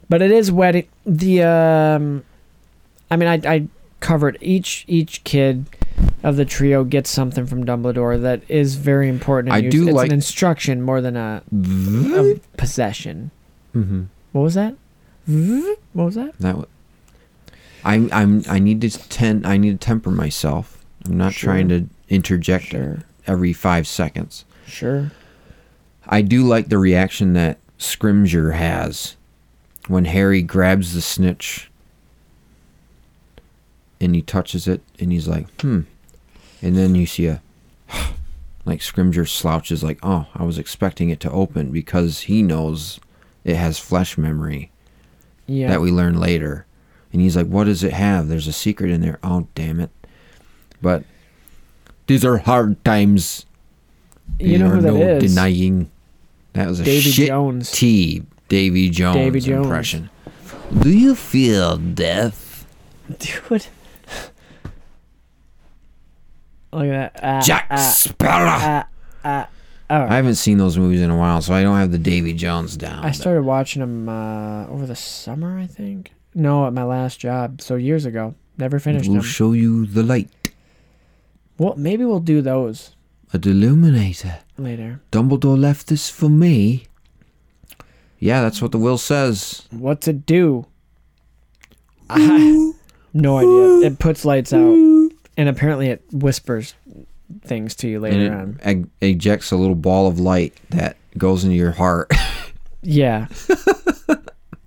But it is wedding. The um, I mean, I I covered each each kid of the trio gets something from Dumbledore that is very important. and I used- do it's like- an instruction more than a, a possession. What was that? What was that? That w- I'm I'm I need to ten I need to temper myself. I'm not Sure. trying to interject Sure. every five seconds. Sure. I do like the reaction that Scrimger has when Harry grabs the snitch and he touches it and he's like, hmm. And then you see a like Scrimger slouches like, oh, I was expecting it to open because he knows it has flesh memory Yeah. that we learn later. And he's like, What does it have? There's a secret in there. Oh damn it. But these are hard times you know there who are that no is? Denying that was a Davy shit Jones. T Davy Jones Davy Jones. impression. Do you feel death, Dude. Look at that. Ah, Jack ah. Sparrow? alright. I haven't seen those movies in a while, so I don't have the Davy Jones down. I but started watching them uh, over the summer, I think. No, at my last job, so years ago. Never finished We'll them. show you the light, well, maybe we'll do those a illuminator. later. Dumbledore left this for me. Yeah, that's what the will says. What's it do? I- no idea. It puts lights out, and apparently it whispers things to you later And on. it ej- ejects a little ball of light that goes into your heart. Yeah.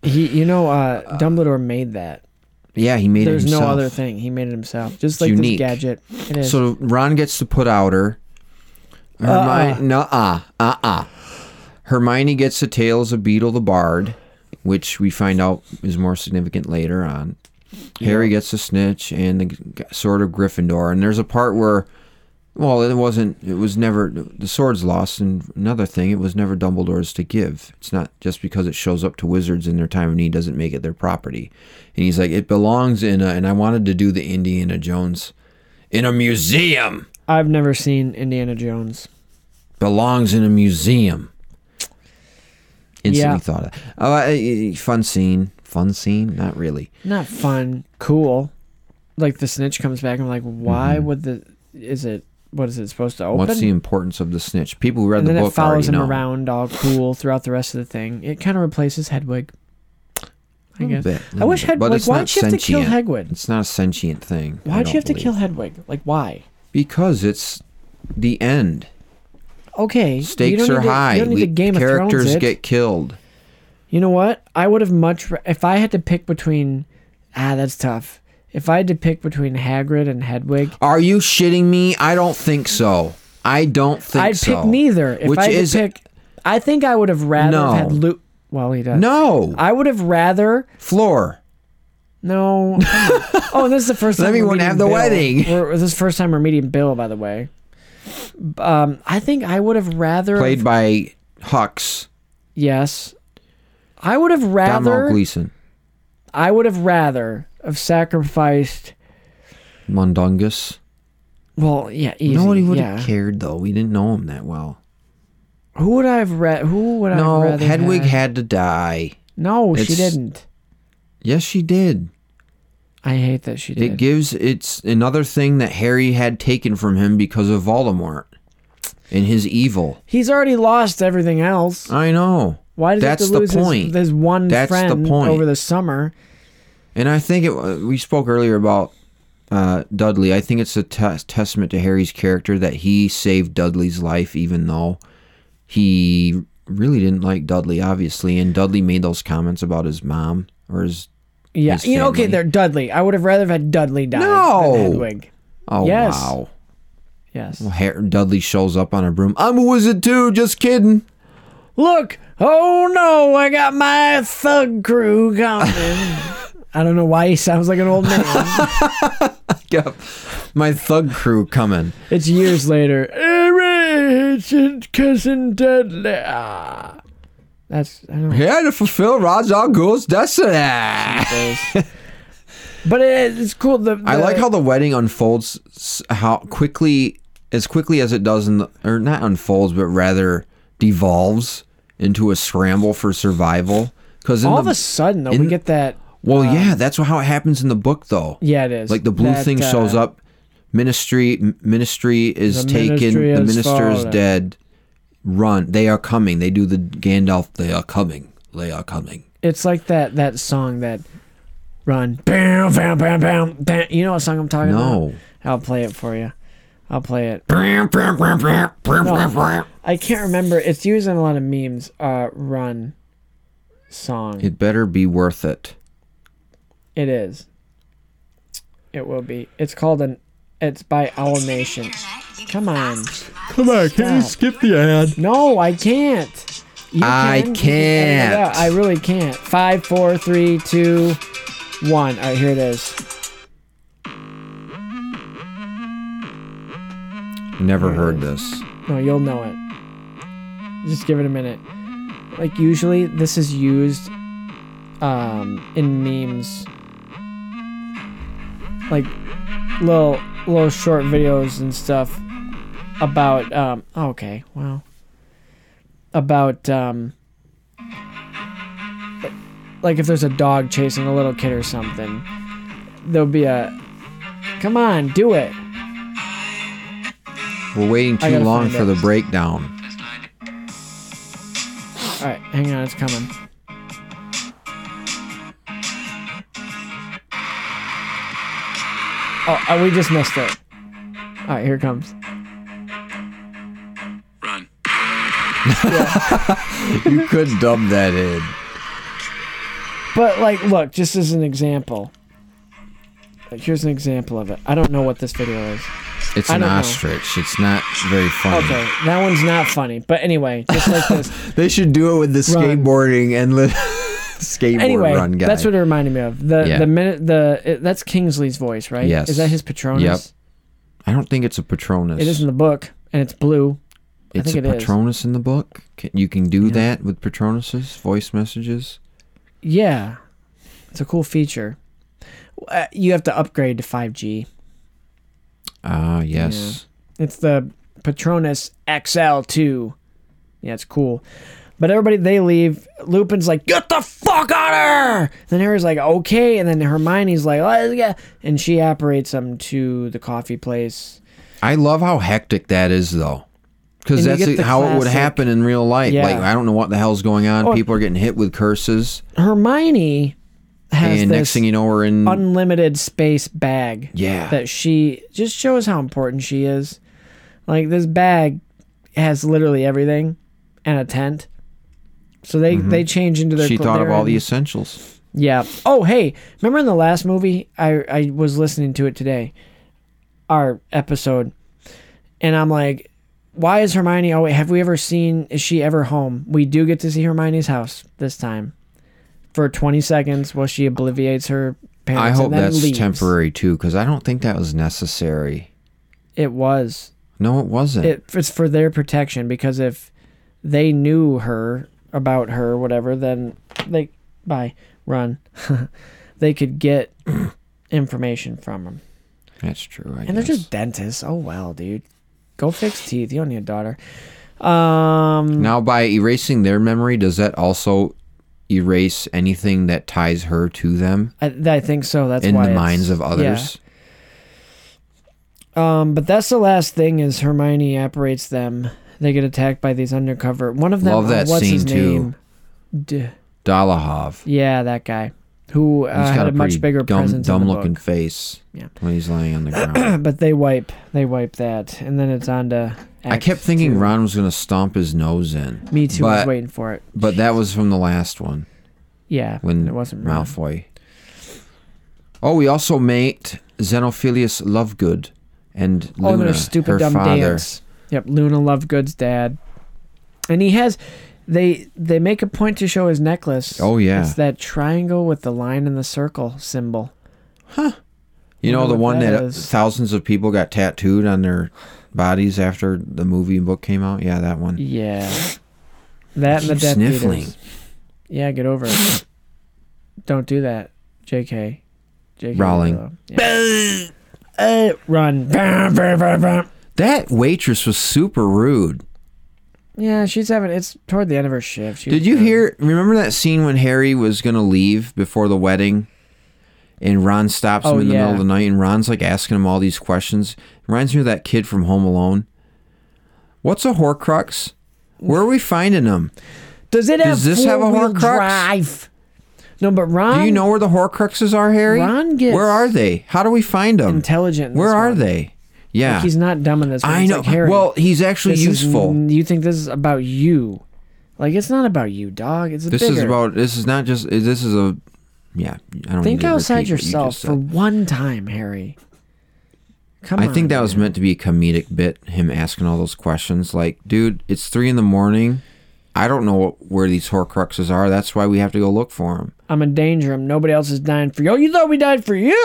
he, you know, uh, Dumbledore made that. yeah, he made There's it no himself. other thing. He made it himself. Just It's like unique. this gadget. It is. So Ron gets to put out her. Uh-uh. Hermione, no, uh, uh, uh. Hermione gets the tales of Beetle the Bard, which we find out is more significant later on. Harry gets the snitch and the g- sword of Gryffindor, and there's a part where, well, it wasn't. It was never the sword's lost, and another thing, it was never Dumbledore's to give. It's not just because it shows up to wizards in their time of need doesn't make it their property. And he's like, it belongs in a. And I wanted to do the Indiana Jones in a museum. I've never seen Indiana Jones. Belongs in a museum. Instantly Yeah. thought of that. Oh, I- I- fun scene. Fun scene? Not really. not fun, cool. Like the snitch comes back. I'm like, why would the? Is it what is it supposed to open? What's Mm-hmm. the importance of the snitch? People who read and the then book it follows already him know. around all cool throughout the rest of the thing. It kind of replaces Hedwig. I Little guess. bit, I little wish bit, Hedwig. but Like, it's why'd not she have to kill sentient. Hedwig? It's not a sentient thing. I Why'd don't you have to believe. kill Hedwig? Like, why? Because it's the end. Okay. you Stakes don't are need to- high. You don't need We- to Game of Thrones characters it. get killed. You know what? I would have much ra- if I had to pick between. Ah, that's tough. If I had to pick between Hagrid and Hedwig, Are you shitting me? I don't think so. I don't think I'd so. pick neither. If Which I had is to pick, I think I would have rather No. had Luke. Well, he does. no I would have rather floor. no. oh, and this is the first time. Let me we're wanna have meeting the Bill. wedding. We're, this is the first time we're meeting Bill, by the way. Um, I think I would have rather Played by Hux. Yes, I would have Domhnall rather. Gleeson. I would have rather have sacrificed. Mundungus. Well, yeah, easy. Nobody would yeah. have cared though. We didn't know him that well. Who would I have read? Who would I have No, rather Hedwig had? had to die. No, she It's- didn't. Yes, she did. I hate that she It did. gives it's another thing that Harry had taken from him because of Voldemort and his evil. He's already lost everything else. I know. Why did That's he have to lose the his- point. His, one That's the friend point. over the summer? And I think it. uh, We spoke earlier about uh, Dudley. I think it's a tes- testament to Harry's character that he saved Dudley's life, even though he really didn't like Dudley, obviously. And Dudley made those comments about his mom or his. Yeah, His you know, okay, family. there, Dudley. I would have rather have had Dudley die No! than Hedwig. Oh Yes. wow! Yes. Har Dudley shows up on a broom. I'm a wizard too. Just kidding. Look, oh no, I got my thug crew coming. I don't know why he sounds like an old man. Yep. My thug crew coming. it's years later. Erase it, cousin Dudley. Ah. That's I don't know. Here to fulfill Ra's al Ghul's destiny. But it, it's cool. The, I like the- how the wedding unfolds s- how quickly as quickly as it does in the, or not unfolds but rather devolves into a scramble for survival cuz all of a sudden though in- we get that. Well, yeah, that's how it happens in the book though. Yeah, it is Like the blue That, thing uh, shows up ministry m- ministry is The taken the ministry has minister is fallen. dead run they are coming they do the Gandalf they are coming they are coming It's like that that song that run bam bam bam bam. bam. You know what song I'm talking about? No. I'll play it for you. I'll play it. No, I can't remember. It's used in a lot of memes. Uh, run song. It better be worth it. it is. It will be. It's called an. It's by Owl Nation. Come on. Come on, can you skip the ad? No, I can't. You I can. You edit it out. can't. I really can't. Five, four, three, two, one. All right, here it is. Never heard this. No, you'll know it. Just give it a minute. Like usually this is used um in memes. Like little little short videos and stuff about um okay, wow. About um like if there's a dog chasing a little kid or something, there'll be a come on, do it. We're waiting too I gotta long find for it. the breakdown. All right, hang on, it's coming. Oh, uh, we just missed it. All right, here it comes. Run. you could dub that in. But like, look, just as an example. Like, here's an example of it. I don't know what this video is. It's I an don't know. ostrich. It's not very funny. Okay, that one's not funny. But anyway, just like this. They should do it with the Run. skateboarding and li- skateboard anyway, run guy. that's what it reminded me of. The Yeah. the minute the it, that's Kingsley's voice, right? Yes. Is that his Patronus? Yep. I don't think it's a Patronus. It is in the book, and it's blue. I It's think a it is. Patronus in the book. Can, you can do that with Patronuses, voice messages. Yeah, it's a cool feature. Uh, you have to upgrade to 5G. Ah, yes. It's the Patronus XL2. Yeah, it's cool. But everybody, they leave. Lupin's like, "Get the fuck out of here!" Then Harry's like, "Okay," and then Hermione's like, "Let's get," and she apparates them to the coffee place. I love how hectic that is, though. Because And you that's get the how it would classic- happen in real life. Yeah. Like, I don't know what the hell's going on. Oh. People are getting hit with curses. Hermione has And this next thing you know, we're in. unlimited space bag. Mm. Yeah. That she just shows how important she is. Like this bag has literally everything and a tent. So they they change into their Mm-hmm. she clo- thought of they're all in- the essentials. Yeah. Oh, hey, remember in the last movie I I was listening to it today. Our episode and I'm like why is Hermione oh wait, have we ever seen is she ever home? We do get to see Hermione's house this time. For 20 seconds while she obliviates her I parents hope and then that's leaves. temporary, too, because I don't think that was necessary. It was. No, it wasn't. It, it's for their protection because if they knew her about her, whatever, then they bye run. they could get information from them. that's true. I And they're guess. just dentists. Oh well, dude, go fix teeth. You don't need a daughter. Um, Now, by erasing their memory, does that also erase anything that ties her to them I, I think so. That's in why the it's- minds of yeah. others? Um, but that's the last thing is Hermione apparates them. They get attacked by these undercover. One of them. Love that oh, what's his scene, too. name? D- Dalahov. yeah, that guy who uh, He's had got a, a pretty much bigger dumb, presence. in dumb the looking book. face Yeah. when he's laying on the ground. but they wipe they wipe that and then it's on to I kept Act thinking two. Ron was going to stomp his nose in. me too was But, waiting for it but that was from the last one yeah when and it wasn't Ron. Malfoy. Oh, we also mate Xenophilius Lovegood and oh Luna, their stupid her dumb father. dance yep luna lovegood's dad and he has they they make a point to show his necklace Oh, yeah. it's that triangle with the line and the circle symbol You know Wonder the what one that that, is. thousands of people got tattooed on their bodies after the movie and book came out. Yeah, that one. yeah that and the Keep death sniffling. Eaters. yeah get over it don't do that jk jk Rowling. Rowling. Yeah. uh, run That waitress was super rude. Yeah, she's having. It's toward the end of her shift. She Did was you kinda- hear? Remember that scene when Harry was gonna leave before the wedding, and Ron stops him Oh, in the middle yeah. of the night, and Ron's like asking him all these questions. Reminds me of that kid from Home Alone. What's a Horcrux? Where are we finding them? Does it have? Does this have a four-wheel Horcrux? Drive? No, but Ron. Do you know where the Horcruxes are, Harry? Ron gets where are they? How do we find them? intelligent in Where this are one. they? Yeah, Like, he's not dumb in this. One. I He's know. Like, Harry, well, he's actually this is- useful. you think this is about you? Like it's not about you, dog. It's this is bigger. about. This is not just. This is a. Yeah, I don't need Think to repeat outside what you yourself just for said. one time, Harry. Come I on. think that was meant to be a comedic bit, him asking all those questions. Like, dude, it's three in the morning. I don't know what, where these Horcruxes are. That's why we have to go look for them. I'm in danger. I'm, nobody else is dying for you. Oh, you thought we died for you?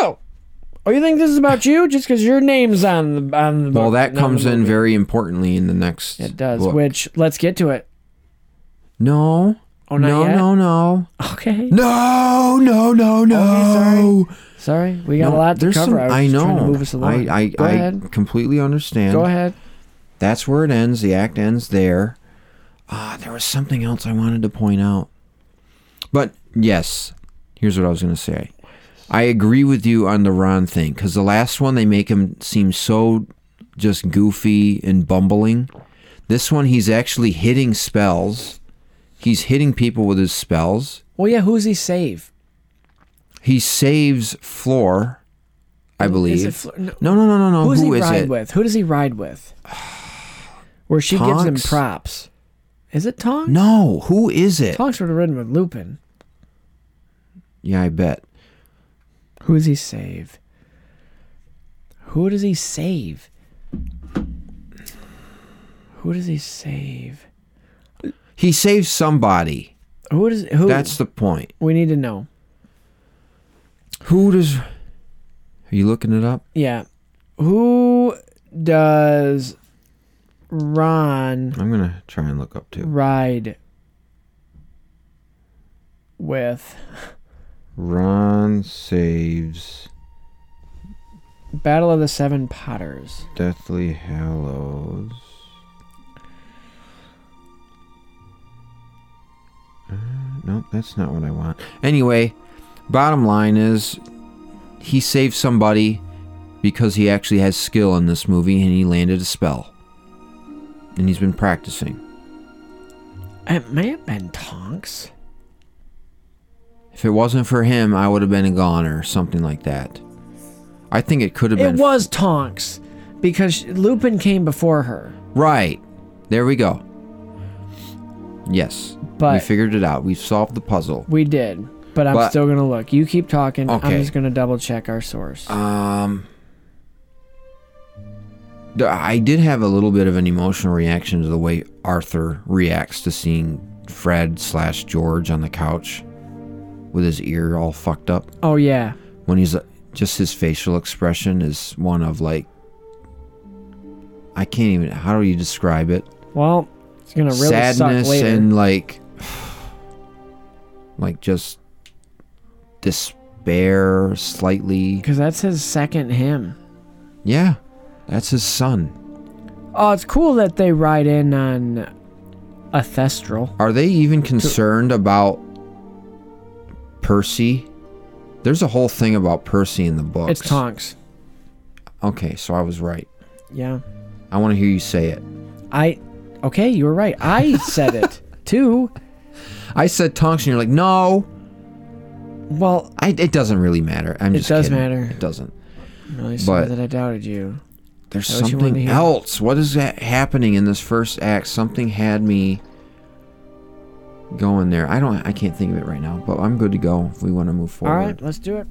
Oh, you think this is about you? Just because your name's on the on the. Well, book- that not on the comes in movie. very importantly in the next. It does. book. Which let's get to it. No. Oh, not no, yet? no, no, Okay. no, no, no, no. Oh, Sorry, we got No, a lot to there's cover. some- I, was I just know. Trying to move us along. I, I, Go I ahead. completely understand. Go ahead. That's where it ends. The act ends there. Ah, there was something else I wanted to point out. But yes, here's what I was going to say. I agree with you on the Ron thing because the last one they make him seem so just goofy and bumbling. This one he's actually hitting spells. He's hitting people with his spells. Well, yeah. Who's he save? He saves Floor, I believe. Is it Flo- no. no, no, no, no, no. Who's Oh, Who he is ride it? with? Who does he ride with? Where she gives him Tonks? props. Is it Tonks? No, who is it? Tonks would have ridden with Lupin. Yeah, I bet. Who does he save? Who does he save? Who does he save? He saves somebody. Who does who? That's the point. we need to know. Who does? Are you looking it up? Yeah. Who does Ron I'm gonna try and look up too. ride with? Ron saves Battle of the Seven Potters. Deathly Hallows. Uh, Nope, that's not what I want. Anyway, bottom line is he saves somebody because he actually has skill in this movie and he landed a spell. And he's been practicing. It may have been Tonks. If it wasn't for him, I would have been gone or something like that. I think it could have It been. was Tonks because Lupin came before her. Right. There we go. Yes. we But- figured it out. We solved the puzzle. We did, but I'm But- still gonna look. You keep talking. Okay. I'm just gonna double check our source. Um, th- I did have a little bit of an emotional reaction to the way Arthur reacts to seeing Fred slash George on the couch with his ear all fucked up. oh yeah, When he's uh, just his facial expression is one of like, I can't even, how do you describe it? Well, it's gonna really Sadness suck later. and like, like just despair slightly. Cause that's his second hymn. Yeah, that's his son. Oh, it's cool that they ride in on a thestral. Are they even concerned about Percy? There's a whole thing about Percy in the book. It's Tonks. Okay, so I was right. Yeah. I want to hear you say it. I. Okay, you were right. I said it too. I said Tonks, and you're like, no. Well, I, it doesn't really matter. I'm It just does kidding. matter. It doesn't. I'm really But- sorry that I doubted you. There's Is that what you wanted to something hear? else. What is that happening in this first act? Something had me going there. I don't. I can't think of it right now. But I'm good to go if we want to move All forward. right, let's do it.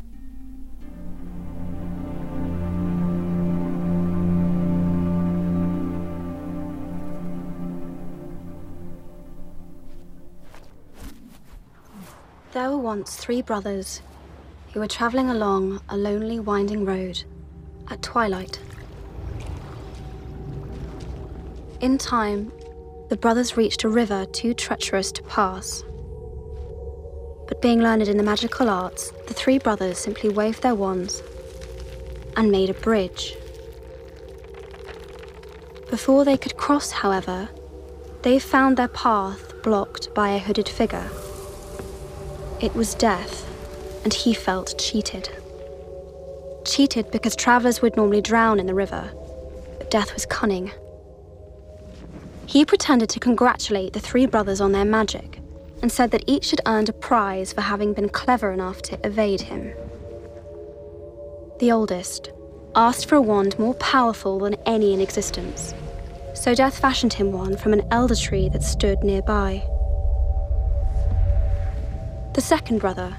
There were once three brothers who were traveling along a lonely winding road at twilight. In time, the brothers reached a river too treacherous to pass. But being learned in the magical arts, the three brothers simply waved their wands and made a bridge. Before they could cross, however, they found their path blocked by a hooded figure. It was death, and he felt cheated. Cheated because travelers would normally drown in the river, but death was cunning. He pretended to congratulate the three brothers on their magic and said that each had earned a prize for having been clever enough to evade him. The oldest asked for a wand more powerful than any in existence, so Death fashioned him one from an elder tree that stood nearby. The second brother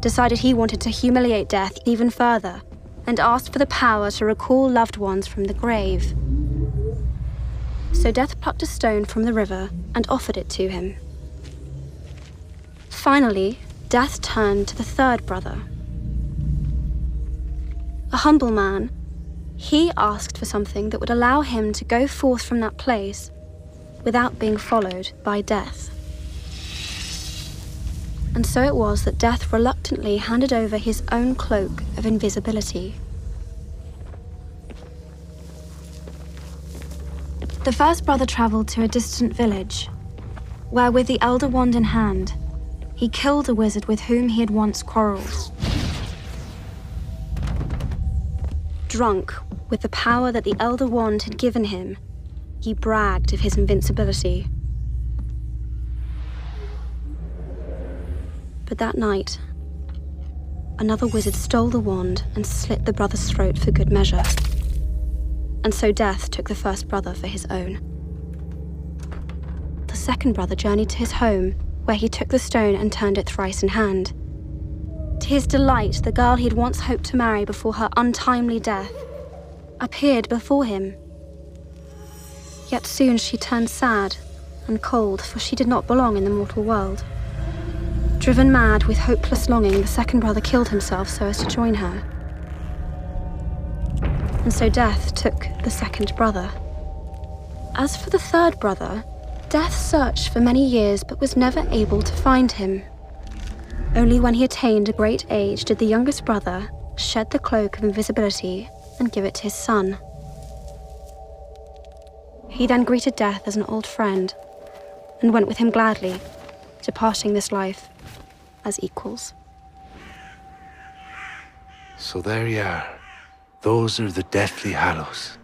decided he wanted to humiliate death even further and asked for the power to recall loved ones from the grave. So Death plucked a stone from the river and offered it to him. Finally, Death turned to the third brother. A humble man, he asked for something that would allow him to go forth from that place without being followed by death. And so it was that Death reluctantly handed over his own cloak of invisibility. The first brother travelled to a distant village, where, with the Elder Wand in hand, he killed a wizard with whom he had once quarrelled. Drunk with the power that the Elder Wand had given him, he bragged of his invincibility. But that night, another wizard stole the wand and slit the brother's throat for good measure. And so Death took the first brother for his own. The second brother journeyed to his home, where he took the stone and turned it thrice in hand. To his delight, the girl he'd once hoped to marry before her untimely death appeared before him. Yet soon she turned sad and cold, for she did not belong in the mortal world. Driven mad with hopeless longing, the second brother killed himself so as to join her. And so Death took the second brother. As for the third brother, Death searched for many years but was never able to find him. Only when he attained a great age did the youngest brother shed the cloak of invisibility and give it to his son. He then greeted Death as an old friend and went with him gladly departing this life as equals. So there you are. Those are the Deathly Hallows.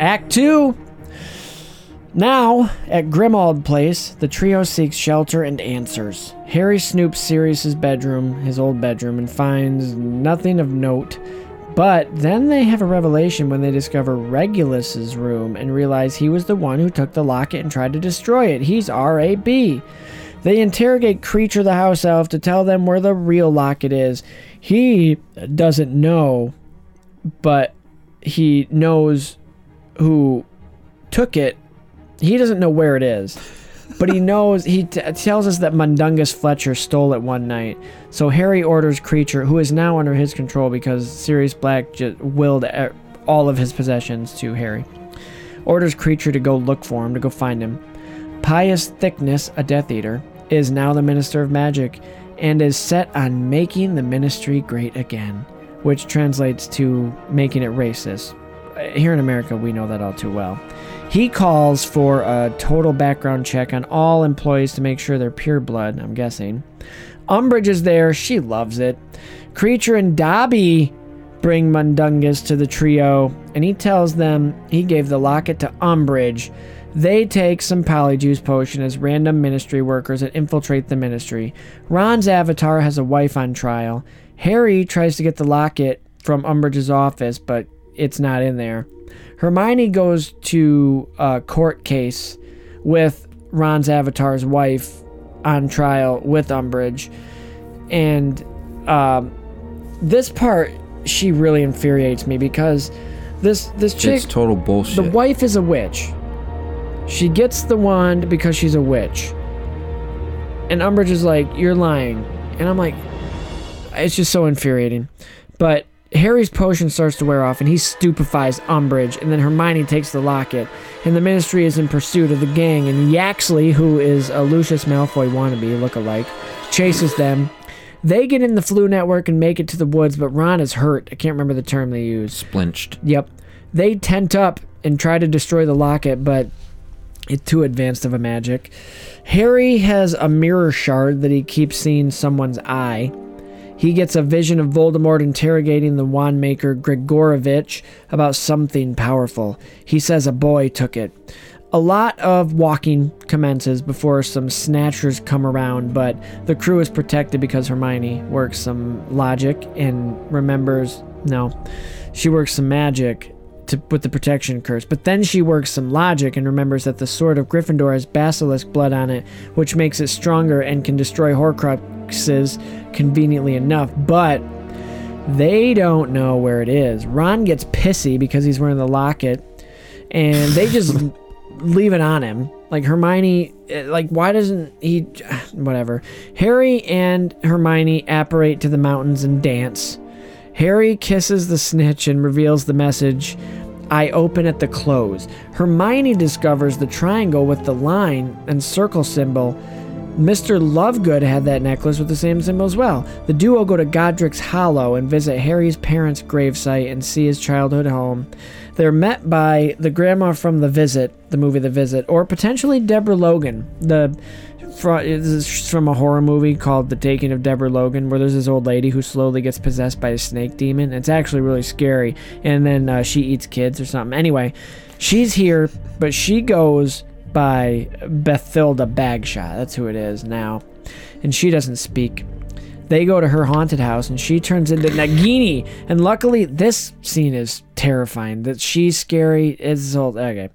Act 2. Now, at Grimald Place, the trio seeks shelter and answers. Harry snoops Sirius's bedroom, his old bedroom, and finds nothing of note. But then they have a revelation when they discover Regulus's room and realize he was the one who took the locket and tried to destroy it. He's RAB. They interrogate Creature the house elf to tell them where the real locket is. He doesn't know, but he knows who took it. He doesn't know where it is. But he knows, he t- tells us that Mundungus Fletcher stole it one night. So Harry orders Creature, who is now under his control because Sirius Black just willed er- all of his possessions to Harry, orders Creature to go look for him, to go find him. Pious Thickness, a Death Eater, is now the Minister of Magic and is set on making the ministry great again, which translates to making it racist. Here in America, we know that all too well. He calls for a total background check on all employees to make sure they're pure blood, I'm guessing. Umbridge is there, she loves it. Creature and Dobby bring Mundungus to the trio, and he tells them he gave the locket to Umbridge. They take some polyjuice potion as random ministry workers and infiltrate the ministry. Ron's avatar has a wife on trial. Harry tries to get the locket from Umbridge's office, but it's not in there. Hermione goes to a court case with Ron's avatar's wife on trial with Umbridge. And um, this part, she really infuriates me because this this chick, it's total bullshit. the wife is a witch. She gets the wand because she's a witch. And Umbridge is like, You're lying. And I'm like, It's just so infuriating. But Harry's potion starts to wear off and he stupefies Umbridge. And then Hermione takes the locket. And the ministry is in pursuit of the gang. And Yaxley, who is a Lucius Malfoy wannabe look-alike, chases them. They get in the flu network and make it to the woods, but Ron is hurt. I can't remember the term they use. splinched. Yep. They tent up and try to destroy the locket, but it's too advanced of a magic. Harry has a mirror shard that he keeps seeing someone's eye. He gets a vision of Voldemort interrogating the wand maker Grigorovich about something powerful. He says a boy took it. A lot of walking commences before some snatchers come around, but the crew is protected because Hermione works some logic and remembers no, she works some magic to with the protection curse, but then she works some logic and remembers that the sword of Gryffindor has basilisk blood on it, which makes it stronger and can destroy Horcruxes conveniently enough. But they don't know where it is. Ron gets pissy because he's wearing the locket, and they just leave it on him. Like Hermione, eh, like why doesn't he? Whatever. Harry and Hermione apparate to the mountains and dance. Harry kisses the snitch and reveals the message I open at the close. Hermione discovers the triangle with the line and circle symbol. Mr. Lovegood had that necklace with the same symbol as well. The duo go to Godric's Hollow and visit Harry's parents' gravesite and see his childhood home. They're met by the grandma from The Visit, the movie The Visit, or potentially Deborah Logan, the fro- this is from a horror movie called The Taking of Deborah Logan, where there's this old lady who slowly gets possessed by a snake demon. It's actually really scary. And then uh, she eats kids or something. Anyway, she's here, but she goes by Bethilda Bagshot. That's who it is now. And she doesn't speak. They go to her haunted house and she turns into Nagini. And luckily, this scene is terrifying. That she's scary. It's all okay.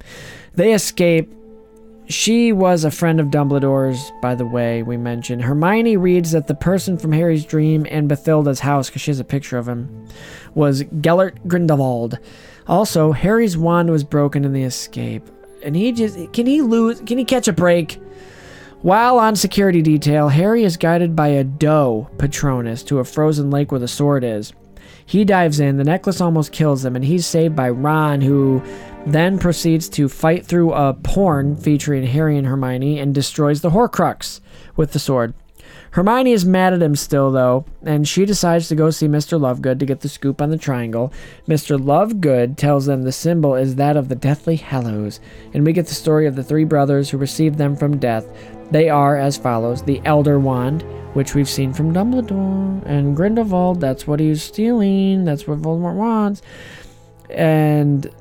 They escape she was a friend of Dumbledore's, by the way, we mentioned. Hermione reads that the person from Harry's dream and Bathilda's house, because she has a picture of him, was Gellert Grindelwald. Also, Harry's wand was broken in the escape. And he just. Can he lose? Can he catch a break? While on security detail, Harry is guided by a doe, Patronus, to a frozen lake where the sword is. He dives in, the necklace almost kills them, and he's saved by Ron, who then proceeds to fight through a porn featuring Harry and Hermione and destroys the Horcrux with the sword. Hermione is mad at him still, though, and she decides to go see Mr. Lovegood to get the scoop on the triangle. Mr. Lovegood tells them the symbol is that of the Deathly Hallows, and we get the story of the three brothers who received them from death. They are as follows the Elder Wand, which we've seen from Dumbledore, and Grindelwald, that's what he's stealing, that's what Voldemort wants, and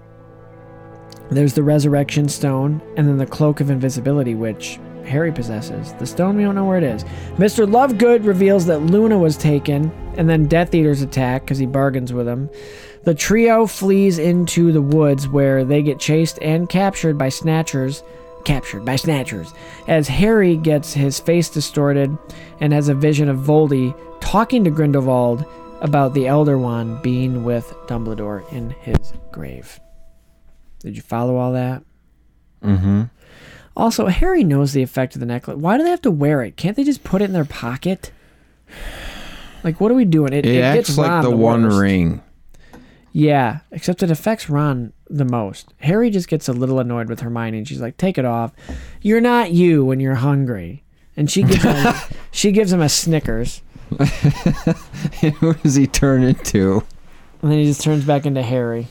there's the Resurrection Stone, and then the Cloak of Invisibility, which Harry possesses. The stone, we don't know where it is. Mr. Lovegood reveals that Luna was taken, and then Death Eaters attack because he bargains with them. The trio flees into the woods where they get chased and captured by snatchers. Captured by snatchers. As Harry gets his face distorted and has a vision of Voldy talking to Grindelwald about the Elder Wand being with Dumbledore in his grave. Did you follow all that? Mm hmm. Also, Harry knows the effect of the necklace. Why do they have to wear it? Can't they just put it in their pocket? Like, what are we doing? It, acts like Ron the, One worst. Ring. Yeah, except it affects Ron the most. Harry just gets a little annoyed with Hermione, and she's like, "Take it off. You're not you when you're hungry." And she gives him, she gives him a Snickers, Who does he turn into? and then he just turns back into Harry.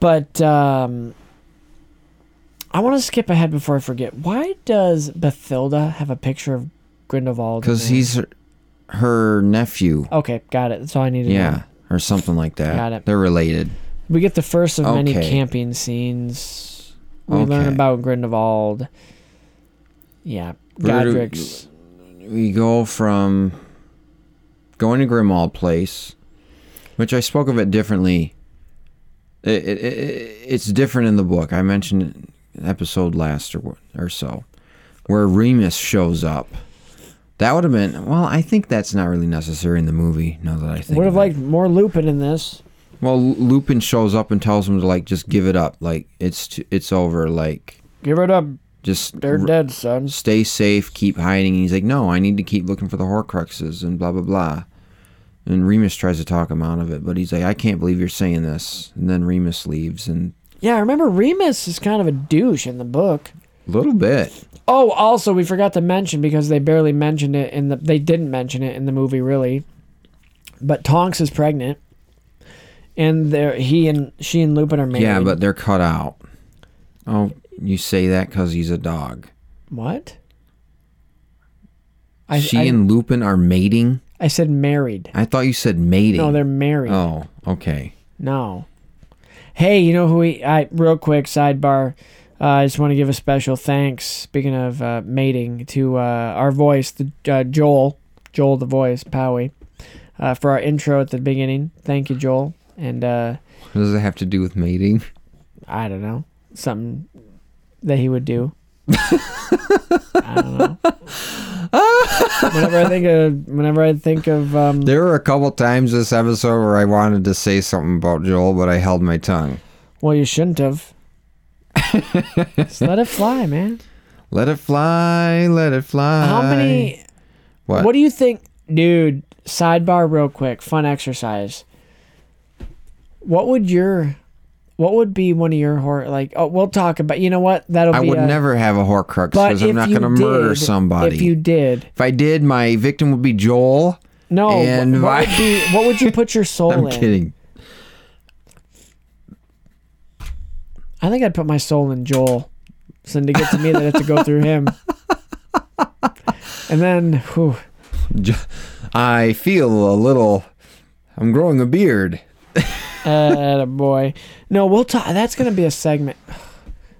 But um, I want to skip ahead before I forget. Why does Bathilda have a picture of Grindelwald? in Because her- he's her, her nephew. Okay, got it. That's all I needed. to know. Yeah, or something like that. Got it. They're related. We get the first of many Okay. camping scenes. We learn Okay. about Grindelwald. Yeah. Where do- Godric's. We go from going to Grimald Place, which I spoke of it differently. It, it, it, it's different in the book. I mentioned it in episode last or, or so, where Remus shows up. That would have been well. I think that's not really necessary in the movie. Now that I think, Would have of it. liked more Lupin in this. Well, Lu- Lupin shows up and tells him to like just give it up, like it's t- it's over, like Give it up. just They're r- dead, son. stay safe, keep hiding. And he's like, no, I need to keep looking for the Horcruxes and blah blah blah. And Remus tries to talk him out of it, but he's like, I can't believe you're saying this. And then Remus leaves, and Yeah, I remember Remus is kind of a douche in the book. a little bit, Oh, also we forgot to mention because they barely mentioned it in the they didn't mention it in the movie really. But Tonks is pregnant. And there he and she and Lupin are married. yeah, but they're cut out. Oh, you say that because he's a dog. what? I, she I, and Lupin are mating. I said married. I thought you said mating. No, they're married. Oh, okay. No. Hey, you know who we? I real quick sidebar. Uh, I just want to give a special thanks. Speaking of uh, mating, to uh, our voice, the uh, Joel, Joel the voice, Powie, uh, for our intro at the beginning. Thank you, Joel. And uh, What does it have to do with mating? I don't know something that he would do. I don't know. whenever I think of, whenever I think of, um, There were a couple times this episode where I wanted to say something about Joel, but I held my tongue. well, you shouldn't have. just let it fly, man. Let it fly, let it fly. How many? What? What do you think, dude? Sidebar, real quick, fun exercise. What would your, what would be one of your horror? Like, oh, we'll talk about. You know what? That'll I be. would a- never have a Horcrux But because if I'm not you going to murder did- somebody. If you did, If I did, my victim would be Joel. no. wh- And what my- would be? What would you put your soul I'm in? kidding. I think I'd put my soul in Joel. So then to get to me, they'd have to go through him. And then, whew, Jo- I feel a little. I'm growing a beard. uh, boy. No, we'll talk. That's gonna be a segment.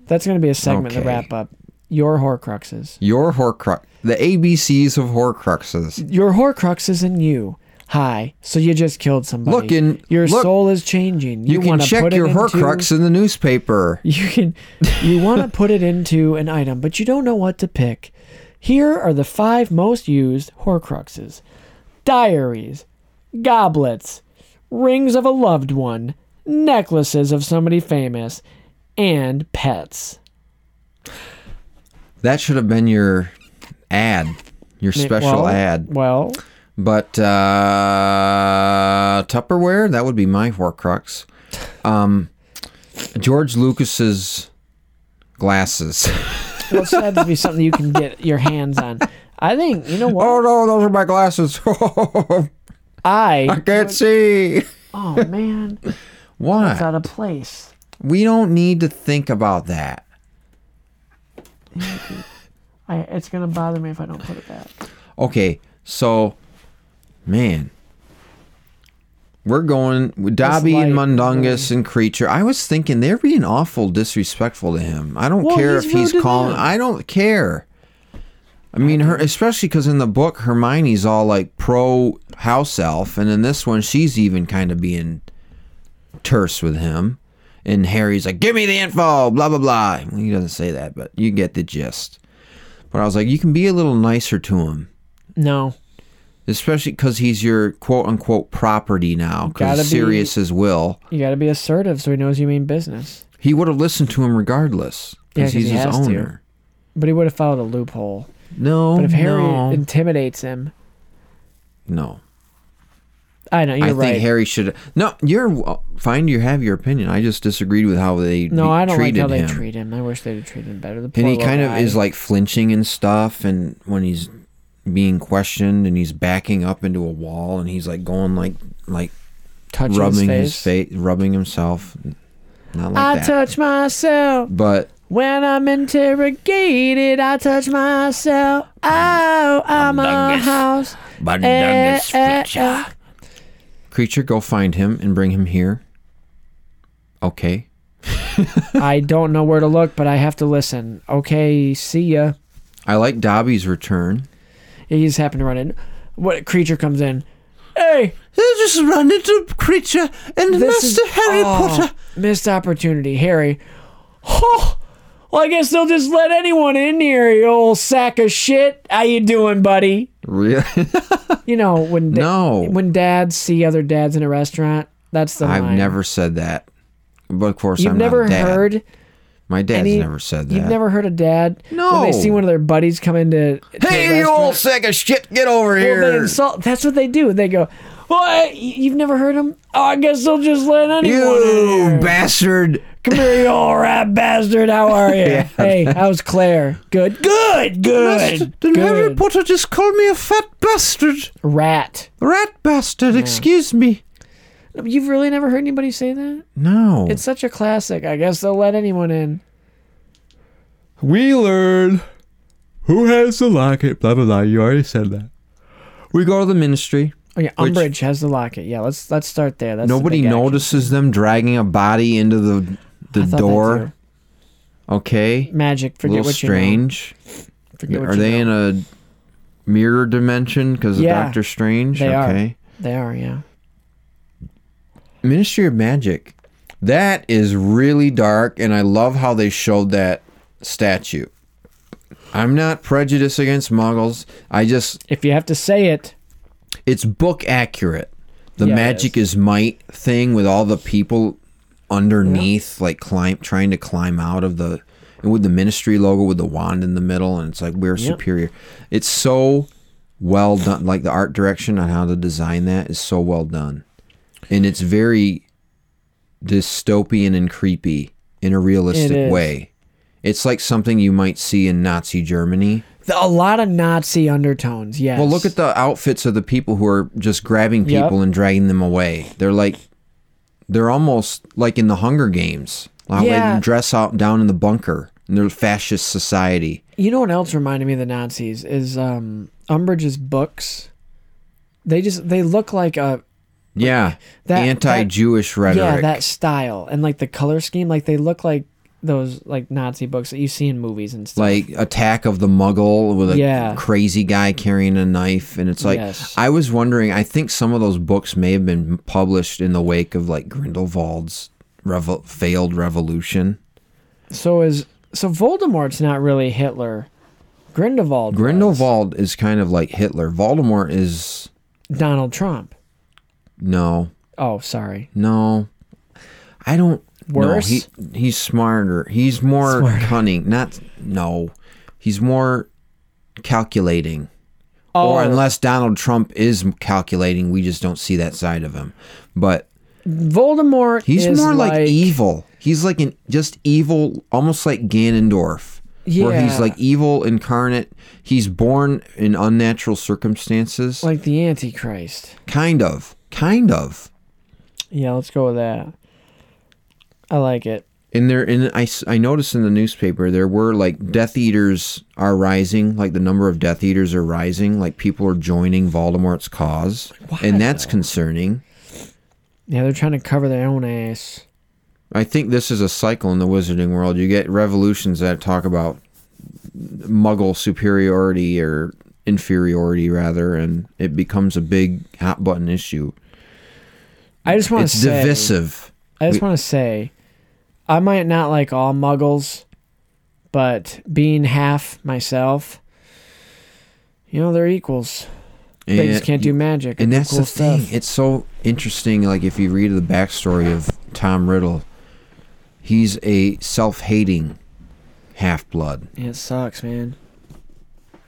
That's gonna be a segment Okay. to wrap up. Your Horcruxes. Your Horcrux. The ABCs of Horcruxes. Your Horcrux is in you. Hi. So you just killed somebody. Look in- your look. soul is changing. You, You, can want to check put your it into, Horcrux in the newspaper. You can. You want to put it into an item, but you don't know what to pick. Here are the five most used Horcruxes: diaries, goblets, rings of a loved one, necklaces of somebody famous, and pets. That should have been your ad, your special well, ad. Well, But uh, Tupperware, that would be my Horcrux. Um, George Lucas's glasses. well, it's had to be something you can get your hands on. I think you know what. Oh no, those are my glasses. I I can't see. Oh man, that's Why? out of place. We don't need to think about that. I, it's gonna bother me if I don't put it back. Okay, so, man, we're going with Dobby and light, Mundungus and Creature. I was thinking they're being awful disrespectful to him. I don't Well, care he's if rude he's to calling. them. I don't care. I mean, her especially because in the book Hermione's all like pro house elf, and in this one she's even kind of being terse with him. And Harry's like, "Give me the info," blah blah blah. He doesn't say that, but you get the gist. But I was like, you can be a little nicer to him No, especially because he's your quote unquote property now Gotta because be- Sirius is will. you gotta be assertive so he knows you mean business. He would have listened to him regardless Yeah, because 'cause he's he his has to. owner. But he would have followed a loophole. No, But if Harry Oh, no, intimidates him, no. I know you're I think right. Harry should. No, you're fine. You have your opinion. I just disagreed with how they no, be- I don't like treated how they him. treat him. I wish they'd have treated him better. The and poor he little kind of guy. is like flinching and stuff, and when he's being questioned, and he's backing up into a wall, and he's like going like like touching rubbing his face, rubbing himself. Not like I that. touch myself. but When I'm interrogated, I touch myself. Oh, I'm a house. Mundungus Eh, eh, Fletcher. uh. Creature, go find him and bring him here. Okay. eh. I don't know where to look, but I have to listen. Okay, see ya. I like Dobby's return. Yeah, he just happened to run in. What creature comes in? Hey, They just run into Creature and this is- Oh, Missed opportunity, Harry. Oh, well, I guess they'll just let anyone in here. You old sack of shit. How you doing, buddy? Really? You know when da- No. when dads see other dads in a restaurant. That's the I've line. never said that. But of course, You've I'm never not a dad. heard My dad's any- never said that. You've never heard a dad. No. When they see one of their buddies come into. to a Hey, you restaurant- old sack of shit, get over Well, here. they insult. That's what they do. They go, "Well, you've never heard him? Oh, I guess they'll just let anyone in you here. bastard. Come here, you old rat bastard. How are you? Hey, how's Claire? Good. Good. Good. good. Potter just called me a fat bastard? rat. Rat bastard, excuse me. You've really never heard anybody say that? No. It's such a classic. I guess they'll let anyone in. We learn who has the locket, blah, blah, blah. You already said that. we go to the ministry. Oh yeah, Which- Umbridge has the locket. Yeah, let's let's start there. That's the Nobody big action. notices them dragging a body into the the I thought that door. Okay, too. Magic. a Forget little what strange. you know. Forget what Are you they know. in a mirror dimension because of Yeah, Doctor Strange? They okay, are. They are. Yeah. Ministry of Magic. That is really dark, and I love how they showed that statue. I'm not prejudiced against Muggles. I just If you have to say it, it's book accurate. The Yeah, it magic is. might thing with all the people underneath, like climb trying to climb out of the and with the ministry logo with the wand in the middle, and it's like we're Yep. superior. It's so well done. Like the art direction on how to design that is so well done, and it's very dystopian and creepy in a realistic is. way. It's like something you might see in Nazi Germany. a lot of Nazi undertones. Yes. Well, look at the outfits of the people who are just grabbing Yep. people and dragging them away. They're like, they're almost like in the Hunger Games, how Yeah. they dress out down in the bunker in their fascist society. You know what else reminded me of the Nazis is um Umbridge's books. They just they look like a Yeah, That- anti-Jewish rhetoric. yeah that style and like the color scheme like they look like those like Nazi books that you see in movies and stuff. like attack of the muggle with a Yeah. crazy guy carrying a knife and it's like Yes. i was wondering i think some of those books may have been published in the wake of like grindelwald's revo- failed revolution so is so Voldemort's not really Hitler. Grindelwald, was. grindelwald is kind of like hitler voldemort is Donald Trump. No, Oh, sorry. no. I don't. Worse? No, he he's smarter. He's more Smarter. cunning. Not no. He's more calculating. Oh. Or unless Donald Trump is calculating, we just don't see that side of him. But Voldemort he's is more like, like evil. He's like an just evil, almost like Ganondorf. Where he's Yeah. like evil incarnate. He's born in unnatural circumstances. Like the Antichrist. kind of. Kind of. Yeah, let's go with that. I like it. And there, and I, s- I noticed in the newspaper there were like Death Eaters are rising, like the number of Death Eaters are rising, like people are joining Voldemort's cause, and that's concerning. Yeah, they're trying to cover their own ass. I think this is a cycle in the wizarding world. You get revolutions that talk about muggle superiority or inferiority rather and it becomes a big hot button issue. I just want it's to say divisive. I just We- want to say, I might not like all muggles, but being half myself, you know, they're equals. they just And- can't do magic. And do that's cool the thing. stuff. It's so interesting. Like if you read the backstory of Tom Riddle, he's a self-hating half-blood. Yeah, it sucks, And man.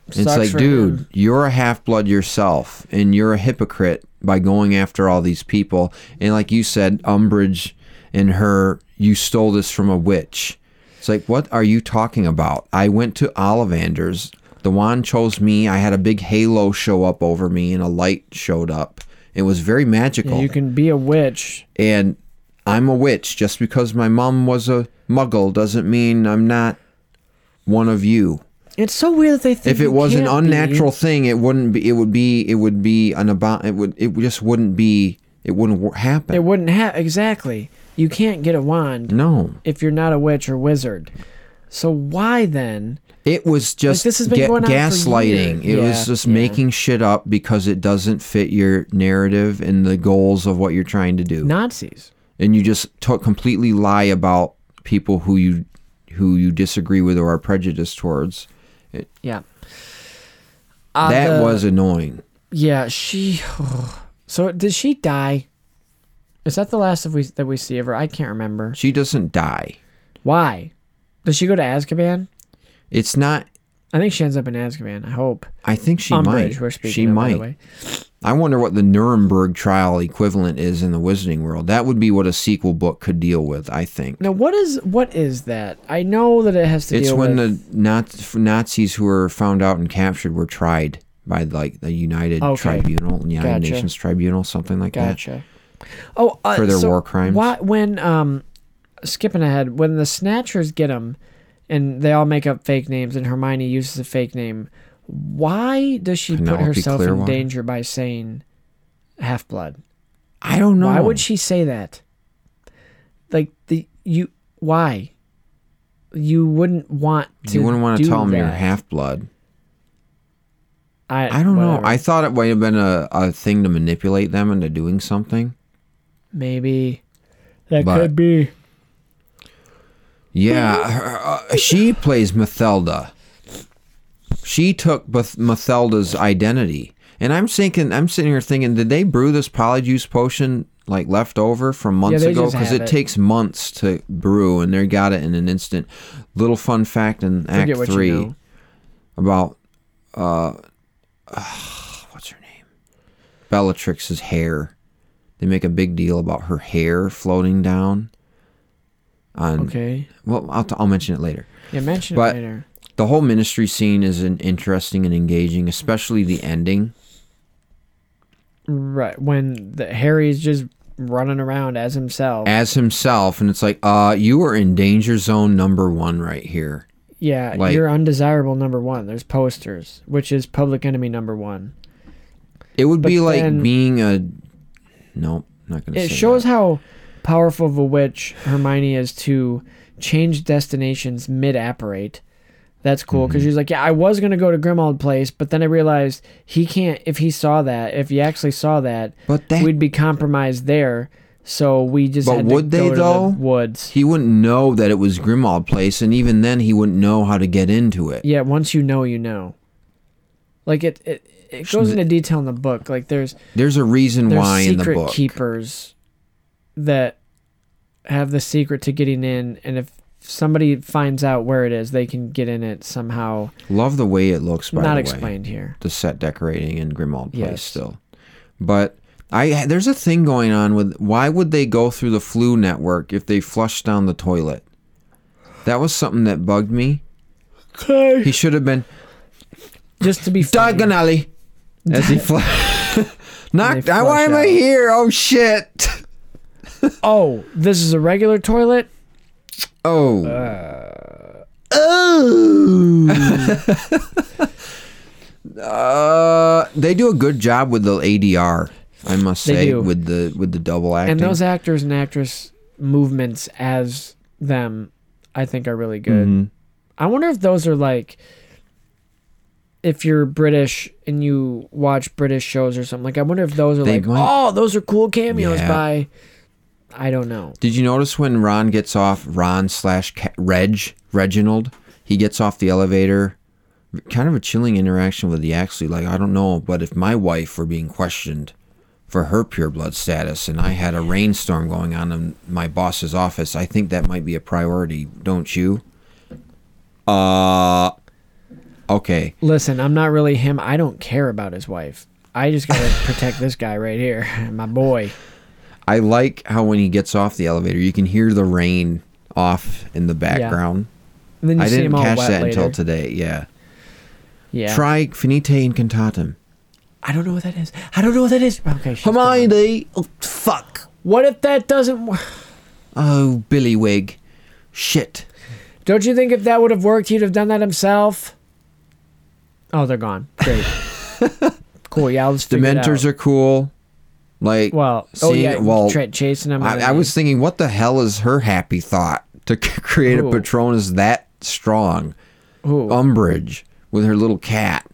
it's like, for dude, him. you're a half-blood yourself, and you're a hypocrite by going after all these people. And like you said, Umbridge and her, you stole this from a witch. It's like, what are you talking about? I went to Ollivander's. The wand chose me. I had a big halo show up over me, and a light showed up. It was very magical Yeah, you can be a witch. and I'm a witch. Just because my mom was a muggle doesn't mean I'm not one of you. It's so weird that they think If it you was an can't unnatural be. thing, it wouldn't be. It would be. It would be an about. It would. It just wouldn't be. It wouldn't wo- happen. it wouldn't have exactly. You can't get a wand no. if you're not a witch or wizard. So why then? It was just this has been ga- going on for gaslighting. years. It Yeah, was just yeah. making shit up because it doesn't fit your narrative and the goals of what you're trying to do. Nazis. and you just to completely lie about people who you who you disagree with or are prejudiced towards. Yeah. Uh, that the- was annoying. Yeah, she. So did she die? Is that the last of we that we see of her? I can't remember. She doesn't die. Why? Does she go to Azkaban? It's not. I think she ends up in Azkaban. I hope. I think she Umbridge, might. we're speaking she of, by might. the way. I wonder what the Nuremberg trial equivalent is in the Wizarding world. That would be what a sequel book could deal with. I think. Now, what is what is that? I know that it has to. it's deal when with, the Naz- Nazis who were found out and captured were tried by like the United Okay. Tribunal, United Gotcha. Nations Tribunal, something like that. Gotcha. Oh, uh, For their so war crimes. Why, when um, skipping ahead, when the Snatchers get them, and they all make up fake names, and Hermione uses a fake name. Why does she put Penelope herself in Clearwater. danger by saying half blood? I don't know. Why would she say that? Like the you why? You wouldn't want to. You wouldn't want to do tell them you're that. half blood. I, I don't know. whatever. I thought it might have been a, a thing to manipulate them into doing something. maybe that But- could be. Yeah, her- uh, she plays Mathelda. She took Beth- Mathelda's identity, and I'm thinking, I'm sitting here thinking, did they brew this polyjuice potion like left over from months they ago? just Because have it, it. takes months to brew, and they got it in an instant. Little fun fact in Act Forget what you Three know. about uh, what's her name? Bellatrix's hair. They make a big deal about her hair floating down. On Okay. well, I'll, t- I'll mention it later. Yeah, mention But- it later. The whole ministry scene is an interesting and engaging, especially the ending. Right when the Harry's just running around as himself. As himself, and it's like, uh, you are in danger zone number one right here. yeah, like- you're undesirable number one. There's posters, which is public enemy number one. It would be But like then- being a. Nope, not gonna. It say shows that. how powerful of a witch Hermione is to change destinations mid apparate. That's cool Mm-hmm. because she's like, yeah, I was gonna go to Grimald Place, but then I realized he can't. If he saw that, if he actually saw that, But that- we'd be compromised there. So we just. But had would to they go though? To the woods. He wouldn't know that it was Grimald Place, and even then, he wouldn't know how to get into it. yeah once you know you know like it it, it goes into detail in the book like there's There's a reason there's why in the secret book. keepers that have the secret to getting in and if somebody finds out where it is they can get in it somehow Love the way it looks. By the not way. explained here the set decorating in Grimald Place Yes. still. But I there's a thing going on with why would they go through the flu network if they flushed down the toilet? That was something that bugged me. Hey. He should have been just to be funny. Doug and Alley as he fl- knocked. I, why am out. I here? Oh shit! Oh, this is a regular toilet. Oh. Uh. Oh. Uh, they do a good job with the ADR, I must They say, do. with the with the double acting. and those actors and actress movements as them, I think are really good. Mhm. I wonder if those are like if you're British and you watch British shows or something. Like I wonder if those are They like, might- oh, those are cool cameos Yeah. by I don't know. Did you notice when Ron gets off, Ron slash Ca- Reg, Reginald, he gets off the elevator? Kind of a chilling interaction with the Axley. Like, I don't know, but if my wife were being questioned for her pure blood status and I had a rainstorm going on in my boss's office, I think that might be a priority, don't you? Uh, okay. Listen, I'm not really him. I don't care about his wife. I just gotta protect this guy right here, my boy. I like how when he gets off the elevator, you can hear the rain off in the background. And then you I see didn't him all catch wet that later. until today. Yeah. yeah. Try finite incantatum. I don't know what that is. I don't know what that is. Okay. she's gone. Hermione! Oh, fuck. What if that doesn't work? Oh, Billywig. Shit. Don't you think if that would have worked, he'd have done that himself? Oh, they're gone. Great. cool. Yeah, let's figure Dementors it out. are cool. Like, well. Oh seeing- yeah. well, tra- chasing him. I, I was thinking, what the hell is her happy thought to c- create Ooh. a Patronus that strong? Ooh. um, Umbridge with her little cat.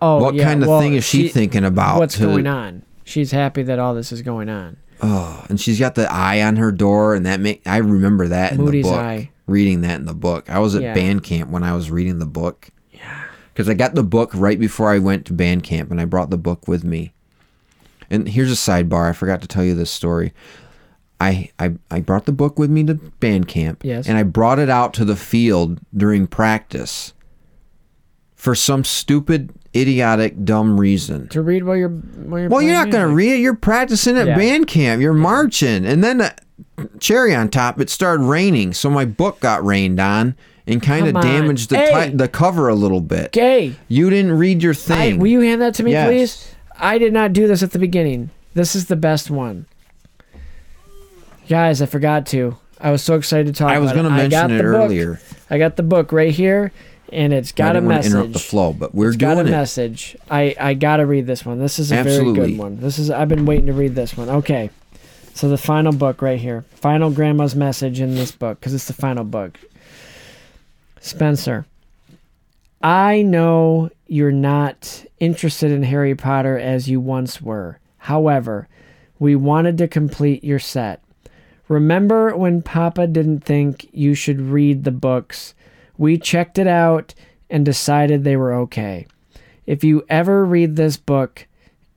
oh, what yeah, kind of well, thing is she, thinking about? What's to- going on? She's happy that all this is going on. Oh, and she's got the eye on her door, and that make I remember that in Moody's the book. eye. Reading that in the book, I was at Yeah. band camp when I was reading the book. Yeah, because I got the book right before I went to band camp, and I brought the book with me. And here's a sidebar: I forgot to tell you this story. I I, I brought the book with me to band camp. Yes. and I brought it out to the field during practice. For some stupid, idiotic, dumb reason. To read while you're while you're. Well, you're not playing going to music. read it. You're practicing at Yeah. band camp. You're marching. And then, uh, cherry on top, it started raining. So my book got rained on and kind of Come on. damaged the, Hey! ti- the cover a little bit. Okay. You didn't read your I, thing. will you hand that to me, Yes. please? I did not do this at the beginning. This is the best one. Guys, I forgot to. I was so excited to talk I was going to mention it earlier. I got the book right here, and it's I got a didn't want to message. interrupt the flow, but we're It's got a doing it. message. I, I got to read this one. This is a very Absolutely. good one. This is I've been waiting to read this one. Okay. So the final book right here. Final grandma's message in this book cuz it's the final book. Spencer. I know you're not interested in Harry Potter as you once were. However, we wanted to complete your set. Remember when Papa didn't think you should read the books? We checked it out and decided they were okay. If you ever read this book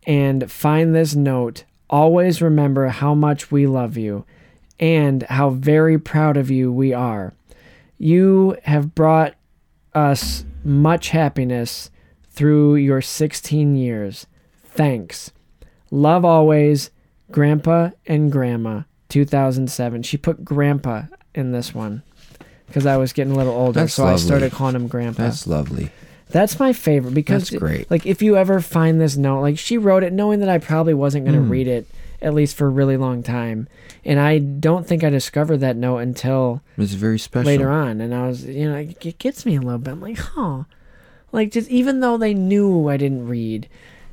and find this note, always remember how much we love you and how very proud of you we are. You have brought us much happiness through your 16 years. Thanks. Love always, Grandpa and Grandma, 2007. She put Grandpa in this one because I was getting a little older, That's so I lovely. started calling him Grandpa. That's lovely. That's my favorite because That's great. Like if you ever find this note, like she wrote it knowing that I probably wasn't Hmm. going to read it at least for a really long time, and I don't think I discovered that note until It's very special. later on, and I was you know it it gets me a little bit. I'm like, oh, like just even though they knew I didn't read,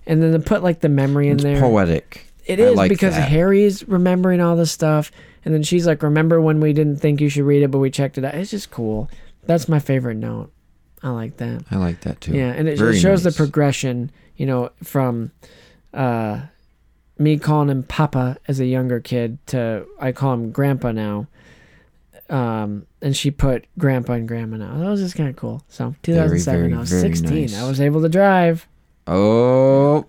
and then to put like the memory in It's there, poetic. it I is like because that. Harry's remembering all this stuff, and then she's like, "Remember when we didn't think you should read it, but we checked it out." It's just cool. That's my favorite note. I like that. I like that too. Yeah, and it, it Very shows the nice. progression, you know, from uh, me calling him Papa as a younger kid to I call him Grandpa now. Um, and she put Grandpa and Grandma now. That was just kind of cool. So 2007, very, I was very 16. nice. I was able to drive. Oh,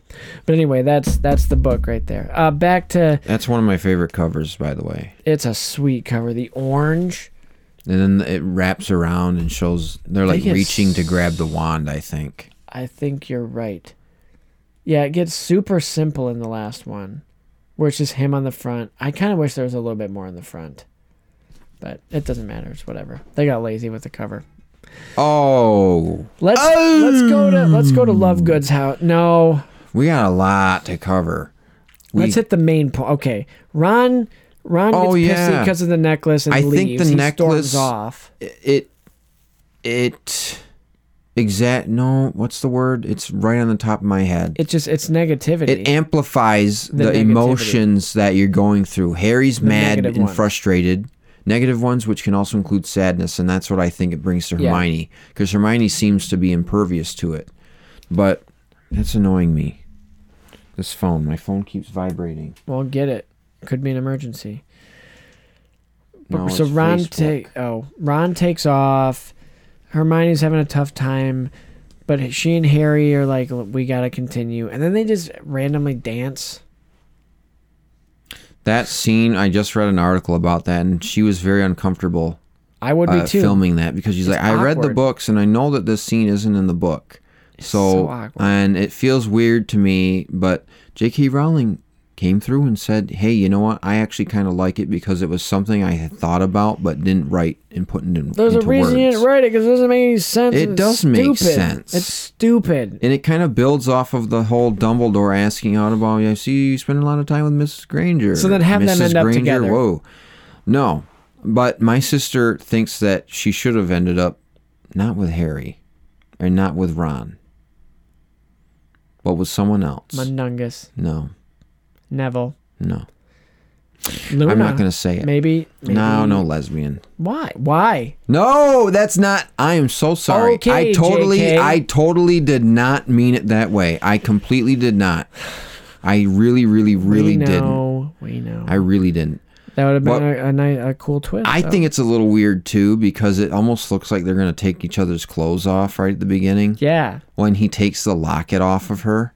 But anyway, that's that's the book right there. Uh, back to that's one of my favorite covers, by the way. it's a sweet cover. The orange. And then it wraps around and shows they're like think it's- reaching to grab the wand, I think. I think you're right. Yeah, it gets super simple in the last one, where it's just him on the front. I kind of wish there was a little bit more in the front, but it doesn't matter. It's whatever. They got lazy with the cover. Oh. Let's oh. let's go to let's go to Lovegood's house. No, We got a lot to cover. We, let's hit the main point. Okay, Ron. Ron gets Oh, pissy yeah. because of the necklace and I leaves. think the he necklace storms off. It it exact no, what's the word? It's right on the top of my head. It just it's negativity. It amplifies the, negativity. emotions that you're going through. Harry's mad negative and one. frustrated. Negative ones, which can also include sadness, and that's what I think it brings to Yeah. Hermione, because Hermione seems to be impervious to it. But that's annoying me. This phone, my phone keeps vibrating. well, get it. Could be an emergency. No, so it's Ron Facebook. take oh Ron takes off. Hermione's having a tough time, but she and Harry are like, "Look, we gotta continue, and then they just randomly dance. that scene. I just read an article about that, and she was very uncomfortable I would be uh, too. filming that because she's It's like, I read the awkward. books and I know that this scene isn't in the book. So, so awkward. and it feels weird to me, but J.K. Rowling came through and said, Hey, you know what? I actually kind of like it because it was something I had thought about but didn't write and put it in, There's a into reason you words. didn't write it because it doesn't make any sense. It and it's does make stupid. sense. It's stupid. And it kind of builds off of the whole Dumbledore asking Audubon, I see you spend a lot of time with Mrs. Granger. So then have Mrs. them end up Granger, together. Whoa. No. But my sister thinks that she should have ended up not with Harry or not with Ron, but with someone else. Mundungus. no, Neville. no. Luna. I'm not going to say it. Maybe, maybe. No, no lesbian. Why? Why? No, that's not. I am so sorry. I Okay, totally, JK. I totally did not mean it that way. I completely did not. I really, really, really we didn't. know. We know. I really didn't. that would have been what- a, a, ni- a cool twist. I though. think it's a little weird too because it almost looks like they're gonna take each other's clothes off right at the beginning Yeah. when he takes the locket off of her,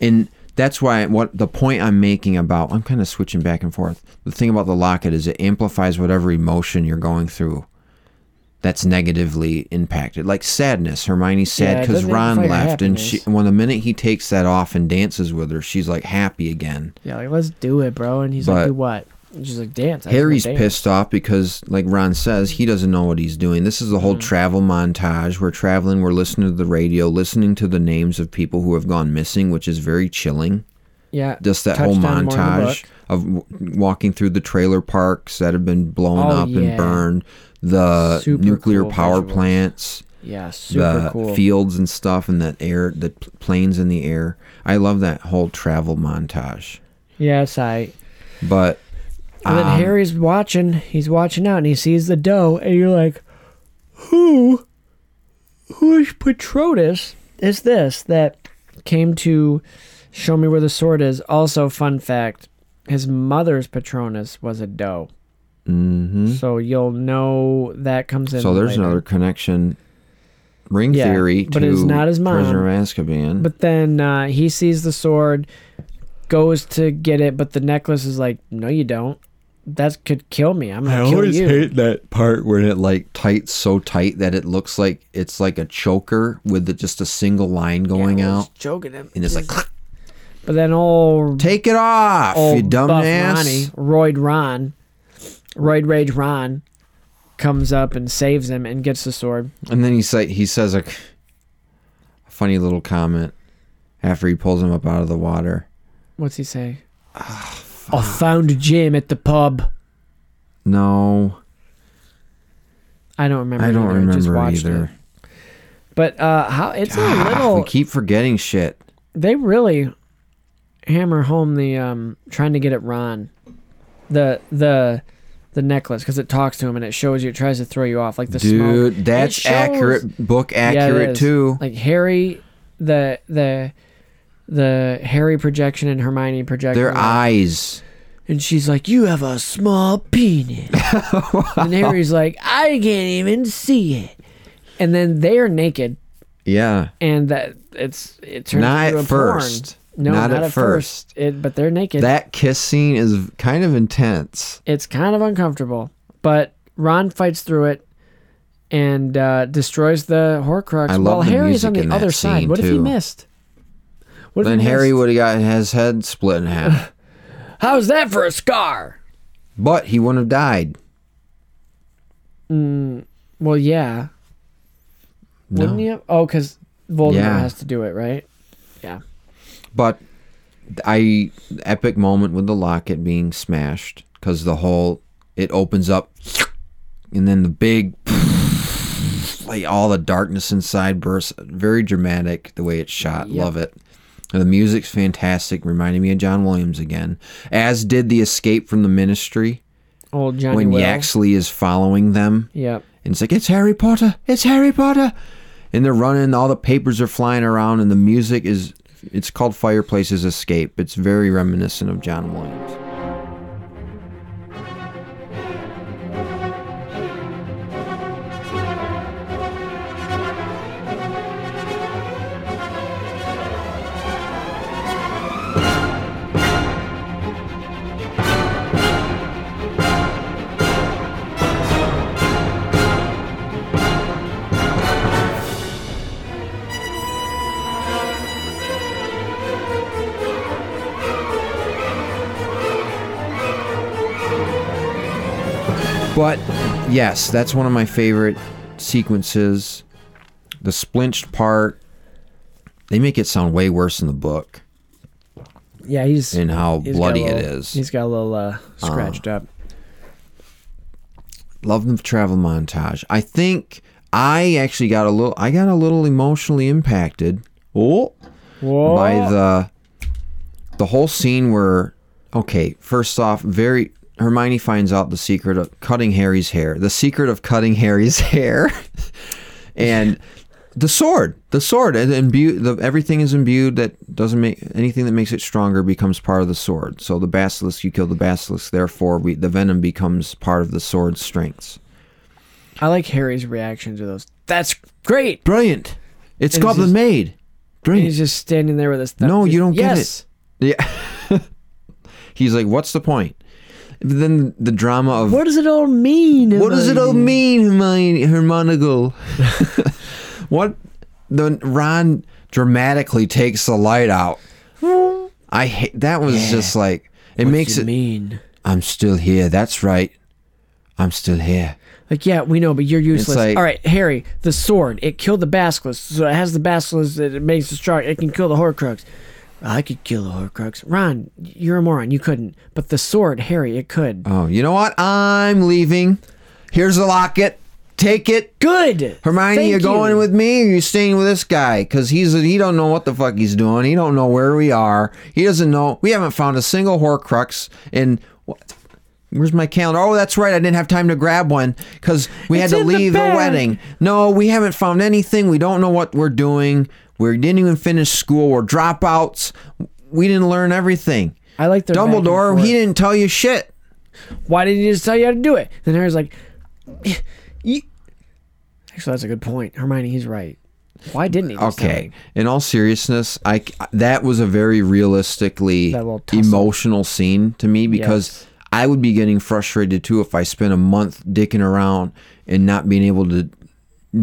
and that's why what the point I'm making about I'm kind of switching back and forth. The thing about the locket is it amplifies whatever emotion you're going through. That's negatively impacted, like sadness. Hermione's sad Yeah, it because doesn't Ron amplify your left, and she, happiness. when the minute he takes that off and dances with her, she's like happy again. Yeah, like let's do it, bro. And he's But- like, do what? And she's like, dance. I just wanna Harry's dance." pissed off because, like Ron says, he doesn't know what he's doing. This is the Mm-hmm. whole travel montage. We're traveling, we're listening to the radio, listening to the names of people who have gone missing, which is very chilling. Yeah. Just that touched whole on more in the montage book. of w- walking through the trailer parks that have been blown Oh, up yeah. and burned, the Super nuclear cool power visuals. plants, Yeah, super the cool. fields and stuff, and that air, the pl- planes in the air. I love that whole travel montage. yes, I. But And then um, Harry's watching. He's watching out, and he sees the doe, and you're like, "Who? Who is Petrotus? Is this that came to show me where the sword is?" Also, fun fact: his mother's Patronus was a doe, mhm. so you'll know that comes in. So there's later. another connection. Ring Yeah, theory but to it's not his mom. Prisoner of Azkaban. But then uh, he sees the sword, goes to get it, but the necklace is like, "No, you don't. That could kill me. I'm I gonna kill always you." hate that part where where it like tight so tight that it looks like it's like a choker with the, just a single line going Yeah, well, out, it's choking him. and it's like, Just- But then old take it off, old you dumbass. Ronnie, Royd Ron, Royd Rage Ron, comes up and saves him and gets the sword. And then he say he says a, c- a funny little comment after he pulls him up out of the water. What's he say? Ah, I found Jim at the pub. No, I don't remember. I don't either. just remember watched either. Ah, It. But uh, how it's a We little. keep forgetting shit. They really hammer home the um trying to get at Ron, the the the necklace because it talks to him and it shows you. It tries to throw you off like the smoke. Dude, It that's shows- accurate. Book Yeah, it accurate is. too. Like Harry, the the the Harry projection and Hermione projection. Their eyes. And she's like, "You have a small penis." and Harry's like, "I can't even see it." And then they are naked, Yeah. and that it's it turns Not into at a porn. first. No, Not not, at at, first. It, but they're naked. that kiss scene is kind of intense. it's kind of uncomfortable, but Ron fights through it and uh, destroys the Horcrux. I love while the Harry's on music the in that other side. scene, What if he too. missed? What if Then he Harry missed? would have gotten his head split in half, How's that for a scar? but he wouldn't have died. Well, yeah, Wouldn't No. you? Oh, because Voldemort Yeah. has to do it, right? Yeah. But I epic moment with the locket being smashed because the whole it opens up, and then the big like all the darkness inside bursts. Very dramatic the way it's shot. Yep. Love it. And the music's fantastic, reminding me of John Williams again. As did the escape from the ministry Old Johnny when Will. Yaxley is following them. Yep. And it's like, it's Harry Potter. It's Harry Potter. And they're running, all the papers are flying around, and the music is, it's called Fireplaces Escape. It's very reminiscent of John Williams. But yes, that's one of my favorite sequences. The splinched part, they make it sound way worse in the book Yeah, he's. and how he's got a bloody it little- is. Uh-huh. He's got a little uh, scratched up. Love the travel montage. I think I actually got a little, I got a little emotionally impacted. Oh, Whoa. by the the whole scene where okay first off very hermione finds out the secret of cutting harry's hair the secret of cutting harry's hair and the sword the sword and imbu- the, everything is imbued that doesn't make anything that makes it stronger becomes part of the sword so the basilisk you kill the basilisk therefore we, the venom becomes part of the sword's strengths I like Harry's reaction to those. That's great. brilliant it's And it's goblin just- made And brilliant he's just standing there with his. thumb- Mm. No, you don't get Yes. it. Yeah. He's like, what's the point? But then the drama of What does it all mean? what does it all Hermione? mean, Hermione, Hermonigal? what? The Ron dramatically takes the light out. Hmm. I hate that was just like it makes you it. mean. I'm still here. That's right. I'm still here. Like, yeah, we know, but you're useless. like- All right, Harry, the sword. It killed the basilisk, so it has the basilisk that it makes the strong. It can kill the Horcrux. I could kill the Horcrux. Ron, you're a moron. You couldn't. But the sword, Harry, it could. Oh, you know what? I'm leaving. Here's the locket. Take it. Good. Hermione, Thank you going you. with me or you staying with this guy? Because he's he don't know what the fuck he's doing. He don't know where we are. He doesn't know. We haven't found a single Horcrux. And what? Where's my calendar? Oh, that's right. I didn't have time to grab one because we It's had to in the leave a bag. wedding. No, we haven't found anything. We don't know what we're doing. We didn't even finish school. We're dropouts. We didn't learn everything. I like their back and Dumbledore. forth. He didn't tell you shit. Why didn't he just tell you how to do it? Then Harry's like, you. Actually, that's a good point. Hermione, he's right. Why didn't he? just tell okay me? in all seriousness i c- that was a very realistically That little tussle. emotional scene to me because i would be getting frustrated too if i spent a month dicking around and not being able to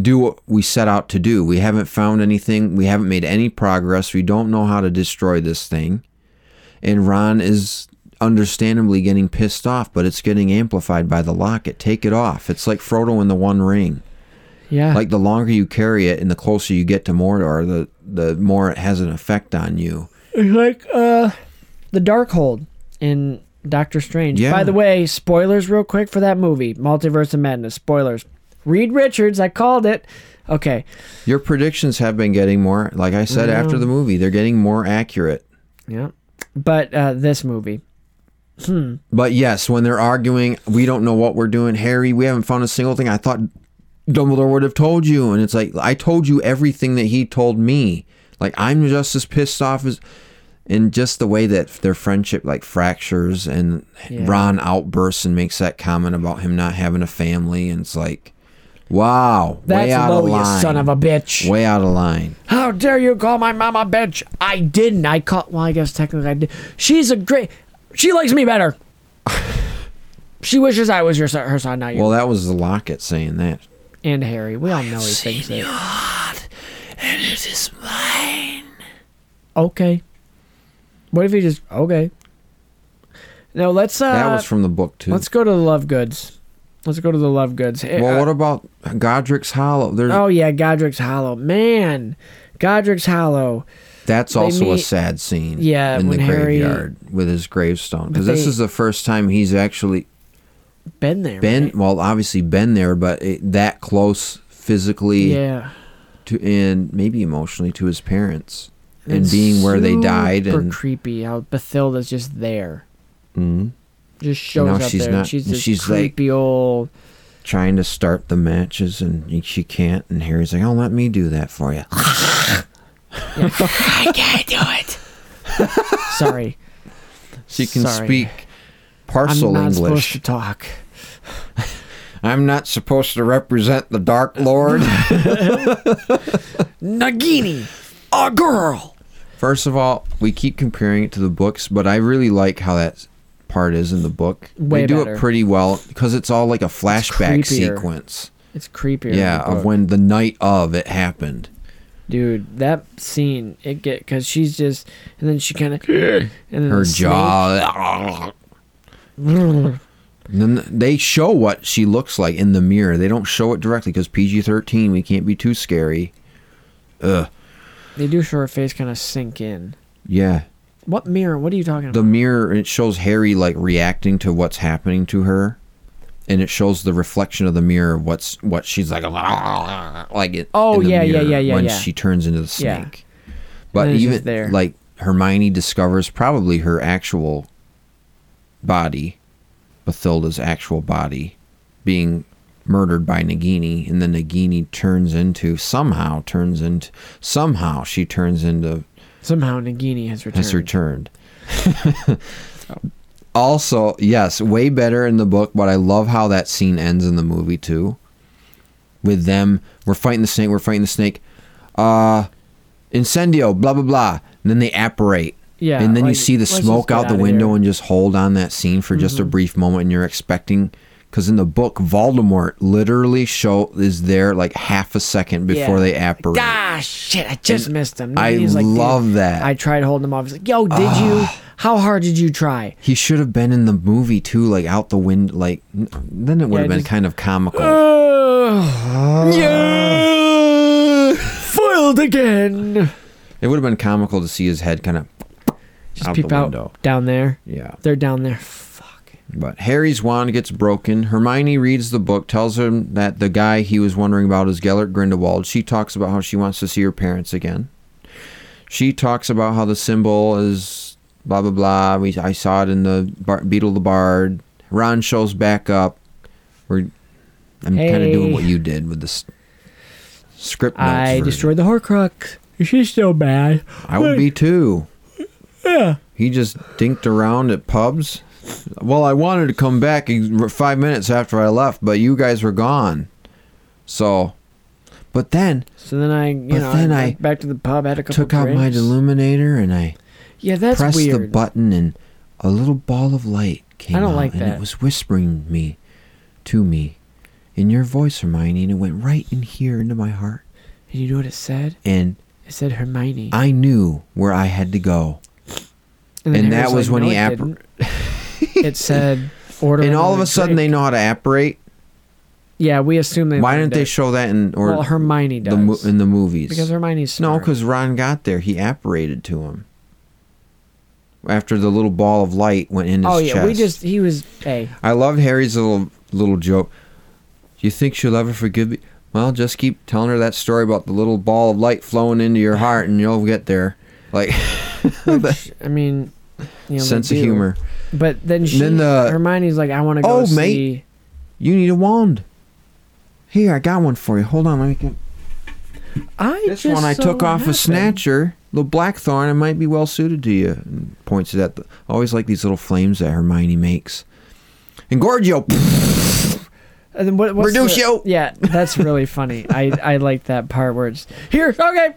do what we set out to do we haven't found anything we haven't made any progress we don't know how to destroy this thing and ron is understandably getting pissed off but it's getting amplified by the locket take it off it's like frodo in the one ring Yeah. like the longer you carry it and the closer you get to Mordor, the the more it has an effect on you. like uh the Darkhold in Doctor Strange. Yeah. By the way, spoilers real quick for that movie, Multiverse of Madness. Spoilers. Reed Richards, I called it. Okay. Your predictions have been getting more, like I said after the movie, they're getting more accurate. Yeah. But uh this movie. But yes, when they're arguing, we don't know what we're doing, Harry. We haven't found a single thing. I thought Dumbledore would have told you, and it's like I told you everything that he told me. Like I'm just as pissed off as, and just the way that their friendship like fractures, and Yeah. Ron outbursts and makes that comment about him not having a family, and it's like, wow, That's way out low, of you line, son of a bitch. way out of line. How dare you call my mom a bitch? I didn't. I caught well, I guess technically I did. She's a great she likes me better. she wishes I was your son, her son, not you. Well, that was the locket saying that. and Harry. We all know he thinks it. It is mine. Okay. What if he just okay? No, uh, let's uh That was from the book too. Let's go to the Love Goods. Let's go to the Love Goods. Eh, Well, uh, what about Godric's Hollow? There's oh yeah, Godric's Hollow. Man, Godric's Hollow. that's they also a meet- sad scene. Yeah, in the when Harry- graveyard with his gravestone because But this they- is the first time he's actually Been there. been right? well, obviously been there, but it, that close physically Yeah. to and maybe emotionally to his parents and It's being where they died super and creepy how Bathilda's just there. Mhm. Just shows now up she's there. and not- she's and this she's like- creepy old trying to start the matches and she can't and Harry's like, "Oh, let me do that for you." I can't do it. Sorry. She can Sorry. speak I'm parcel not supposed English. to talk. I'm not supposed to represent the Dark Lord. Nagini, a girl. First of all, we keep comparing it to the books, but I really like how that part is in the book. Way they do better. it pretty well because it's all like a flashback creepier. sequence. It's creepier. in Yeah, the of book. when the night of it happened. dude, that scene it get because she's just and then she kind of and then Her the snake- jaw. And then they show what she looks like in the mirror. They don't show it directly because PG 13, we can't be too scary. Ugh. They do show her face kind of sink in. Yeah. What mirror? What are you talking the about? mirror it shows harry like reacting to what's happening to her and it shows the reflection of the mirror of what's what she's like like it Oh, in the yeah, yeah, mirror yeah, yeah, when yeah. she turns into the Yeah. snake but then it's just even there. like hermione discovers probably her actual body bathilda's actual body being murdered by nagini and then nagini turns into somehow turns into somehow she turns into Somehow Nagini has returned. has returned. also, yes, way better in the book, but I love how that scene ends in the movie too. With them, we're fighting the snake, we're fighting the snake. Uh incendio, blah blah blah. And then they apparate. Yeah, And then you like, see the let's just smoke get out the outta window here. Mm-hmm. and just hold on that scene for just a brief moment and you're expecting because in the book Voldemort literally show is there like half a second before Yeah. they apparate. Ah, shit! I just missed him. I Nagini's like, dude, love that. Ah. I tried holding him off. He's like, "Yo, did you? How hard did you try?" He should have been in the movie too, like out the wind, like n- then it would Yeah, have been just- Uh. kind of comical. Ah. yeah, foiled again. it would have been comical to see his head kind of Just out peep the out window. down there. Yeah, They're down there. Fuck. but Harry's wand gets broken. Hermione reads the book, tells him that the guy he was wondering about is Gellert Grindelwald. She talks about how she wants to see her parents again. She talks about how the symbol is blah blah blah. We I saw it in the bar, Beetle the Bard. Ron shows back up. We're I'm kind of doing Hey. what you did with the s- script notes. I version. destroyed the Horcrux. She's so bad. I would be too. Yeah. He just dinked around at pubs. Well, I wanted to come back ex- five minutes after I left, but you guys were gone. So, but then So then I, you But know, then I I went back to the pub, had a couple took out my drinks. illuminator and I Yeah, that's pressed weird. the button, and a little ball of light came I don't out, like and that. it was whispering me, to me, in your voice, Hermione, and it went right in here into my heart, And you know what it said? and It said Hermione. I knew where I had to go. and then Harry that was when no, he it app- didn't. It said order. And all of another a sudden, they drink. know how to apparate. Yeah, we assume they. Why learned didn't they it. show that in or well, Hermione does. the mo- in the movies? because Hermione's no, smart. because Ron got there. He apparated to him after the little ball of light went in his Oh yeah, we chest. just he was hey. I love Harry's little little joke. You think she'll ever forgive me? Well, just keep telling her that story about the little ball of light flowing into your heart, and you'll get there. Like Which, I mean, you know, they sense of do. humor. But then she, Then the- Hermione's like, I want to go Oh, see. mate. You need a wand. Here, I got one for you. Hold on, let me get. I This just one I saw took what off a happened." snatcher, little blackthorn. It might be well suited to you. And points it at the. I always like these little flames that Hermione makes. And Gorgio, And then what, what's Reducio. The, yeah, that's really funny. I I like that part where it's here okay,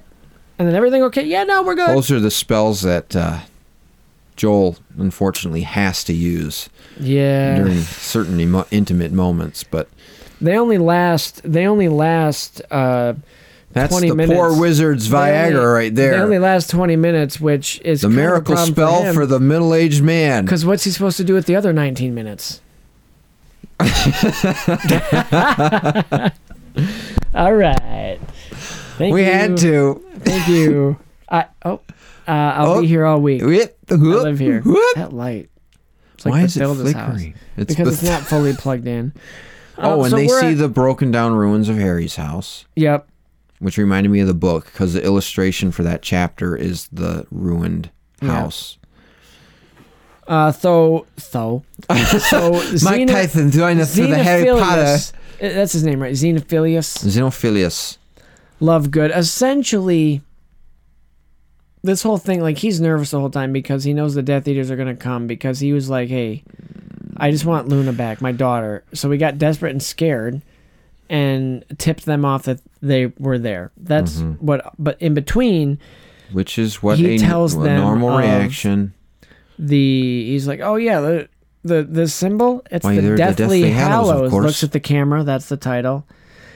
and then everything okay. Yeah, no, we're good. those are the spells that uh, Joel unfortunately has to use yeah, during certain emo- intimate moments. But they only last. They only last. uh that's 20 the minutes. poor wizard's they Viagra only- right They there. only last twenty minutes, which is The miracle spell for, the middle-aged man. Because what's he supposed to do with the other nineteen minutes? All right. Thank we you. had to. Thank you. I oh, uh, I'll Oh. be here all week. Whoop, I whoop, live here. whoop. That light. It's Why the is it builder's flickering? House. It's because the- it's not fully plugged in. Oh, Um, and so they we're see at- the broken down ruins of Harry's house, Yep. which reminded me of the book because the illustration for that chapter is the ruined house. Uh, so so so Mike xeno- Tyson joined us through the Harry Potter. xenophilius- Uh, That's his name, right? Xenophilius Xenophilius. Lovegood. Essentially, this whole thing, like he's nervous the whole time because he knows the Death Eaters are gonna come because he was like, "Hey, I just want Luna back, my daughter." So we got desperate and scared and tipped them off that they were there. That's Mm-hmm. what. But in between, Which is what He a, tells a them normal of- reaction. the he's like, "Oh yeah, the the the symbol. It's Why, the they're Deathly, the Deathly Hallows, Hallows." of course. Looks at the camera. That's the title.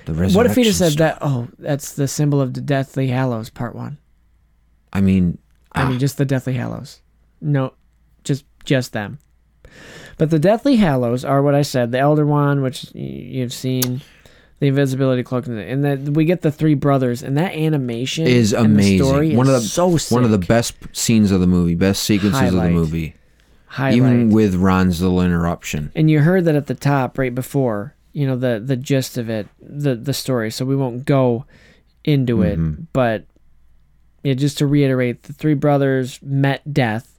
The What if he just said resurrection that? Oh, that's the symbol of the Deathly Hallows, Part One. stuff. I mean, ah, I mean, just the Deathly Hallows. No, just just them. But the Deathly Hallows are what I said: the Elder Wand, which y- you've seen, the Invisibility Cloak, and the- and then we get the three brothers. And that animation is and the amazing. story one is of the so sick. one of the best scenes of the movie, best sequences of the Highlight. movie, highlight. even with Ron's little interruption. and you heard that at the top right before you know the the gist of it the the story so we won't go into it Mm-hmm. but yeah just to reiterate the three brothers met death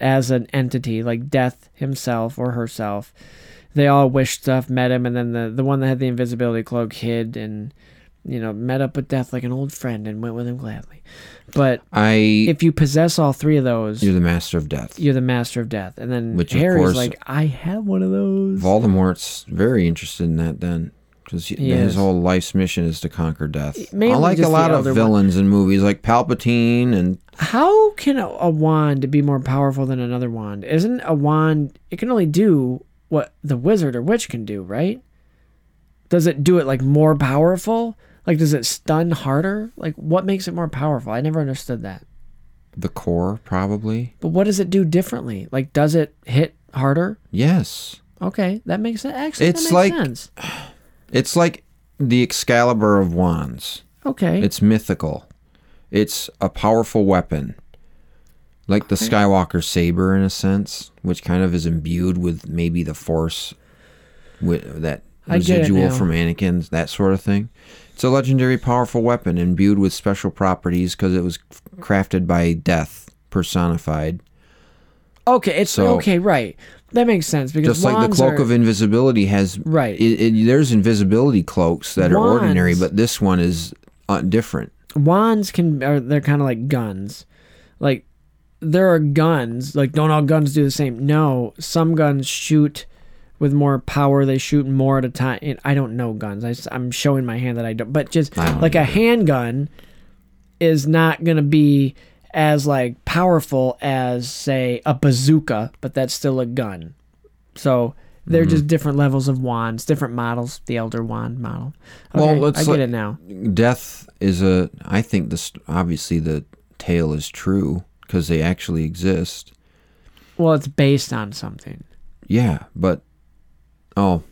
as an entity like death himself or herself they all wished stuff met him and then the the one that had the invisibility cloak hid and you know met up with death like an old friend and went with him gladly but I if you possess all three of those you're the master of death. you're the master of death and then Which, of harry's course- like i have one of those Voldemort's very interested in that then. Because He his is. whole life's mission is to conquer death. Mainly I like a just the lot of Elder Wand. villains in movies, like Palpatine and How can a, a wand be more powerful than another wand? Isn't a wand it can only do what the wizard or witch can do, right? Does it do it like more powerful? Like does it stun harder? Like what makes it more powerful? I never understood that. the Core, probably. But what does it do differently? Like does it hit harder? Yes, Okay, that makes sense. Actually, It's that makes like- sense. it's like the Excalibur of wands. Okay. It's mythical. It's a powerful weapon, like the Skywalker saber in a sense, which kind of is imbued with maybe the Force, with that I get it residual now. from Anakin's, that sort of thing. It's a legendary, powerful weapon imbued with special properties because it was crafted by Death personified, okay, it's So- okay, right. That makes sense because just like the wands cloak are- of invisibility has. Right. It, it, there's invisibility cloaks that are ordinary, Wands. but this one is uh, different. wands can are they're kind of like guns like there are guns like don't all guns do the same no some guns shoot with more power they shoot more at a time and i don't know guns I, am showing my hand that i don't but just I don't like a handgun is not going to be as like powerful as say a bazooka but that's still a gun so Mm-hmm. they're just different levels of wands different models the elder wand model Well, okay, let's i get let- it now death is a i think this obviously the tale is true because they actually exist well it's based on something yeah but oh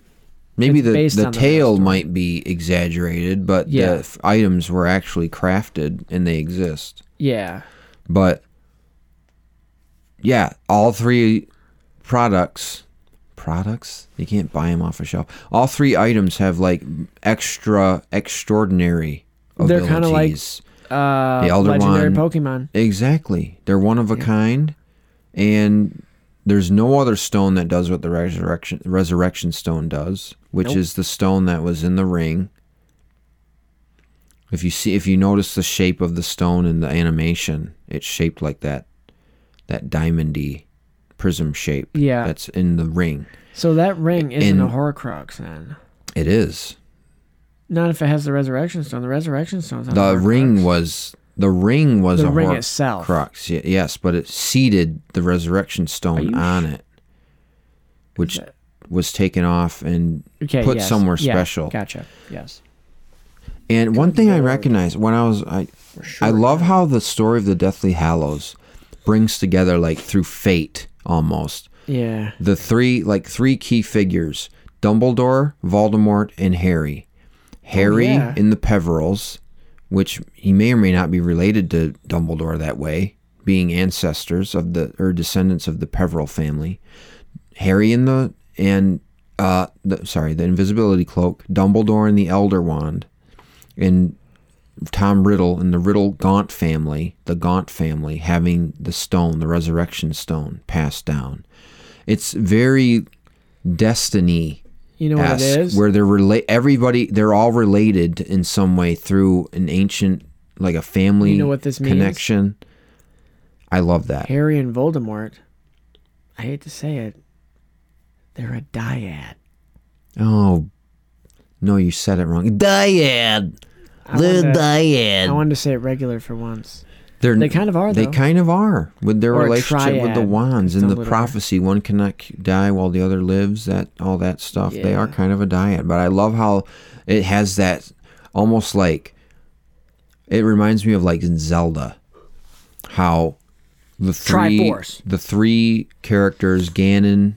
maybe It's the based the on the tale real story. might be exaggerated but Yeah. the f- items were actually crafted and they exist Yeah. but yeah all three products products you can't buy them off a shelf all three items have like extra extraordinary They're kinda like, abilities. Uh, The Elder legendary Wand. Pokemon. Exactly. They're one of a kind, and there's no other stone that does what the resurrection resurrection stone does, which Nope. is the stone that was in the ring. If you see, if you notice the shape of the stone in the animation, it's shaped like that, that diamondy prism shape. Yeah. That's in the ring. So that ring isn't a In- Horcrux then. It is. Not if it has the Resurrection Stone. The Resurrection Stone's not a The Horcrux. ring was the ring was The a ring hor- itself. crux. y- Yes, but it seated the resurrection you stone on it, which was taken off and Okay, put yes. somewhere Yeah, special. Gotcha. Yes. And one thing I recognize when I was I I love how the story of the Deathly Hallows brings together like through fate almost Yeah. the three like three key figures Dumbledore, Voldemort, and Harry. Harry yeah. in the Peverils, which he may or may not be related to Dumbledore that way, being ancestors of the or descendants of the Peveril family. Harry in the and uh, the, sorry, the invisibility cloak, Dumbledore in the Elder Wand, and Tom Riddle in the Riddle Gaunt family, the Gaunt family having the stone, the resurrection stone, passed down. It's very destiny. You know what it is? Where they're relate everybody they're all related in some way through an ancient like a family You know what this means? connection. I love that. Harry and Voldemort. I hate to say it. They're a dyad. Oh no, you said it wrong. Dyad. I Little wanted to- dyad. I wanted to say it regular for once. They're, They kind of are, They though. kind of are with their Or a relationship with the triad, wands 'cause and the the little- prophecy. One cannot c- die while the other lives. That all that stuff. They are Yeah. kind of a dyad, but I love how it has that almost like it reminds me of like Zelda, how the three Triforce. the three characters Ganon,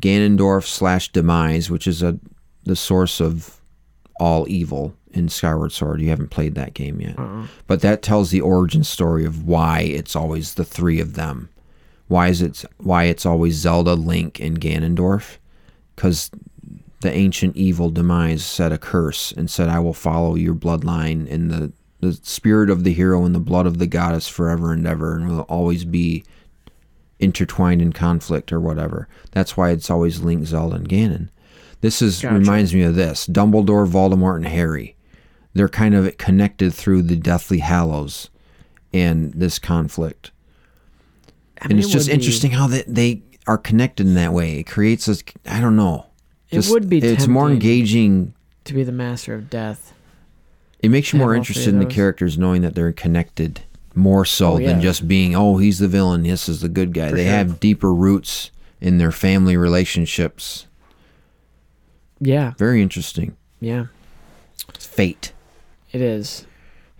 Ganondorf slash demise, which is a the source of all evil in Skyward Sword. You haven't played that game yet. Uh-uh. But that tells the origin story of why it's always the three of them. Why is it why it's always Zelda, Link, and Ganondorf? Cuz the ancient evil demise said a curse and said I will follow your bloodline in the the spirit of the hero and the blood of the goddess forever and ever and will always be intertwined in conflict or whatever. That's why it's always Link, Zelda, and Ganon. This is reminds me of this Dumbledore, Voldemort, and Harry. They're kind of connected through the Deathly Hallows and this conflict. I mean, and it's it just would be- interesting how that they are connected in that way. It creates this. I don't know. It would be It's more tempting. engaging. to be the master of death. It makes you Have more all three interested of in the those. characters knowing that they're connected more so Oh, yeah. than just being oh he's the villain this is the good guy they have deeper roots in their family relationships Yeah, very interesting yeah, it's fate it is.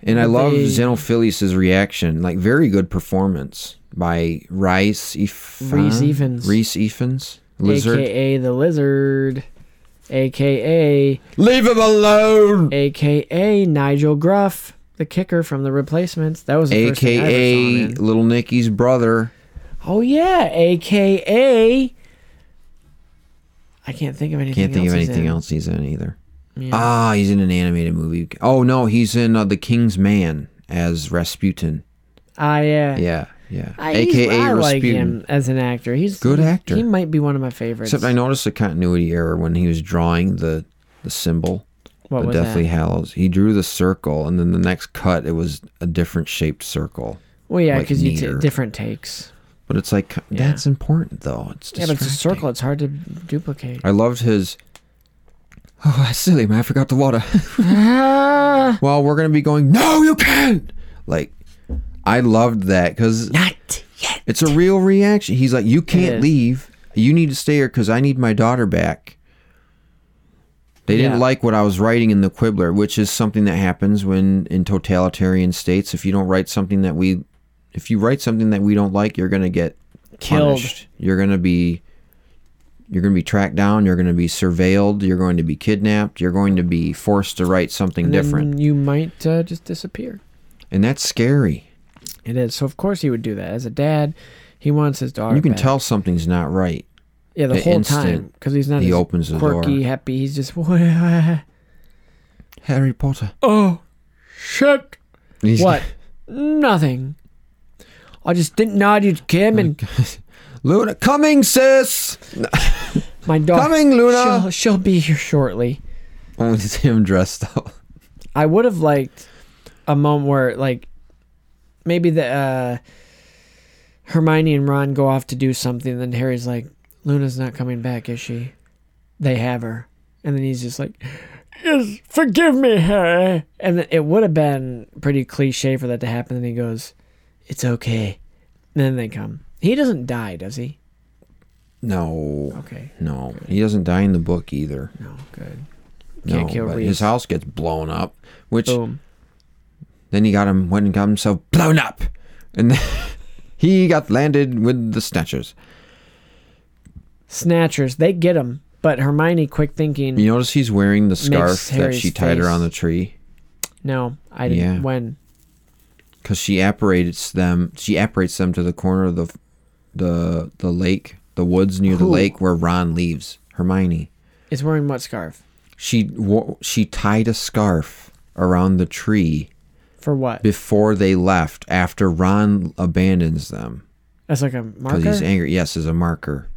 And I Well, love they- Xenophilius' reaction. Like, very good performance by Rice Ephens. Rhys Ifans. Reese Ephens. Lizard. AKA the lizard. AKA Leave him alone! AKA Nigel Gruff, the kicker from the replacements. That was the first thing I ever saw AKA him in. Little Nicky's brother. Oh yeah, AKA. I can't think of anything. Can't think else of he's anything in. else he's in either. Yeah. Ah, he's in an animated movie. Oh, no, he's in uh, The King's Man as Rasputin. Ah yeah. Yeah, yeah. I, AKA I like Rasputin. him as an actor. He's Good he's- actor. He might be one of my favorites. Except I noticed a continuity error when he was drawing the, the symbol. what the was Deathly that? Hallows. He drew the circle, and then the next cut, it was a different shaped circle. Well, yeah, like, because you neater. take different takes. But it's like that's important, though. It's Yeah, but it's a distracting. circle. It's hard to duplicate. I loved his. Oh, silly man! I forgot the water. Ah, well, we're gonna be going. No, you can't. Like, I loved that because Not yet. it's a real reaction. He's like, you can't is. leave. You need to stay here because I need my daughter back. They didn't Yeah. like what I was writing in the Quibbler, which is something that happens when in totalitarian states, if you don't write something that we, if you write something that we don't like, you're gonna get Killed. punished. You're gonna be, you're gonna be tracked down. You're gonna be surveilled. You're going to be kidnapped. You're going to be forced to write something And then different, You might uh, just disappear. and that's scary. It is. So of course he would do that. As a dad, he wants his daughter. you can back. tell something's not right. Yeah, the, the whole instant time because he's not. he as opens the door. quirky, happy. He's just. oh Harry Potter. shit! He's- What? Nothing. I just didn't know you'd come and Luna, coming, sis. my daughter. Coming, Luna! She'll, she'll be here shortly. Only to see him dressed up. I would have liked a moment where like maybe the uh Hermione and Ron go off to do something then Harry's like Luna's not coming back is she they have her and then he's just like yes forgive me Harry and then it would have been pretty cliche for that to happen and he goes it's okay and then they come he doesn't die does he No, okay no, he doesn't die in the book either. no good No, Can't kill but Reese. his house gets blown up, which boom then he got him went and got himself blown up, and then he got landed with the snatchers. snatchers they get him But Hermione, quick thinking. You notice he's wearing the scarf that Harry's she tied face- around the tree No, I didn't. Yeah. When because she apparates them. She apparates them to the corner of the the the lake, the woods near the Who? lake where Ron leaves Hermione. is wearing what scarf? She wo- she tied a scarf around the tree For what? before they left. After Ron abandons them That's like a because marker. he's angry. Yes, as a marker,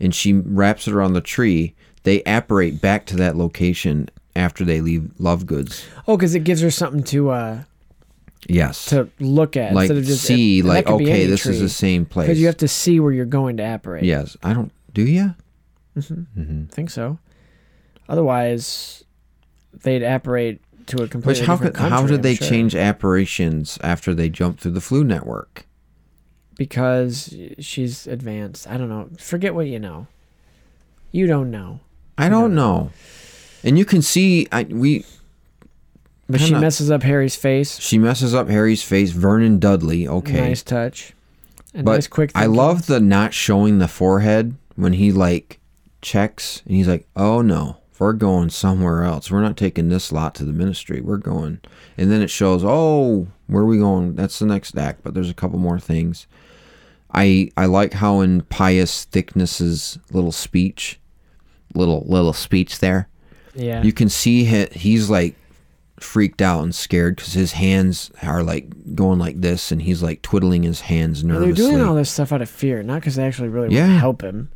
and she wraps it around the tree. They apparate back to that location after they leave Love Goods. oh, because it gives her something to uh Yes, to look at like instead of just see, and that like could be okay, any this is tree. the same place. Because you have to see where you're going to apparate. Yes, I don't. Do you? I think so. Otherwise, they'd apparate to a Which completely how different could, how country, did I'm they sure. change apparitions after they jumped through the flu network? Because she's advanced. I don't know. Forget what you know. You don't know. I don't know. And you can see I we But she Kinda- messes up Harry's face. she messes up Harry's face. Vernon Dudley, okay, Nice touch. A but nice quick. I thinking. love the not showing the forehead when he like checks and he's like, oh no. We're going somewhere else. We're not taking this lot to the ministry. We're going, and then it shows. Oh, where are we going? That's the next act. But there's a couple more things. I I like how in Pious Thickness's little speech, little little speech there, Yeah. you can see he, he's like freaked out and scared because his hands are like going like this, and he's like twiddling his hands And they're nervously. doing all this stuff out of fear, not because they actually really want Yeah. to help him.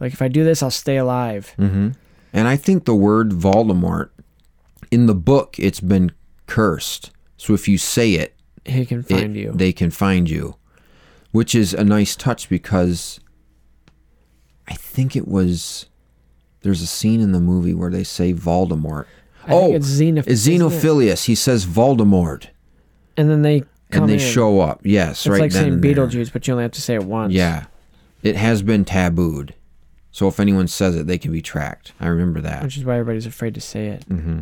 Like if I do this, I'll stay alive. hmm And I think the word Voldemort in the book it's been cursed. So if you say it, He can it- find you. they can find you, which is a nice touch because I think it was there's a scene in the movie where they say Voldemort. Oh, I think it's Xenoph- isn't it? Xenophilius. He says Voldemort, and then they come and they in. show up. Yes, It's right like then saying and there. Beetlejuice, but you only have to say it once. Yeah, it has been tabooed. So if anyone says it, they can be tracked. I remember that. which is why everybody's afraid to say it. Mm-hmm.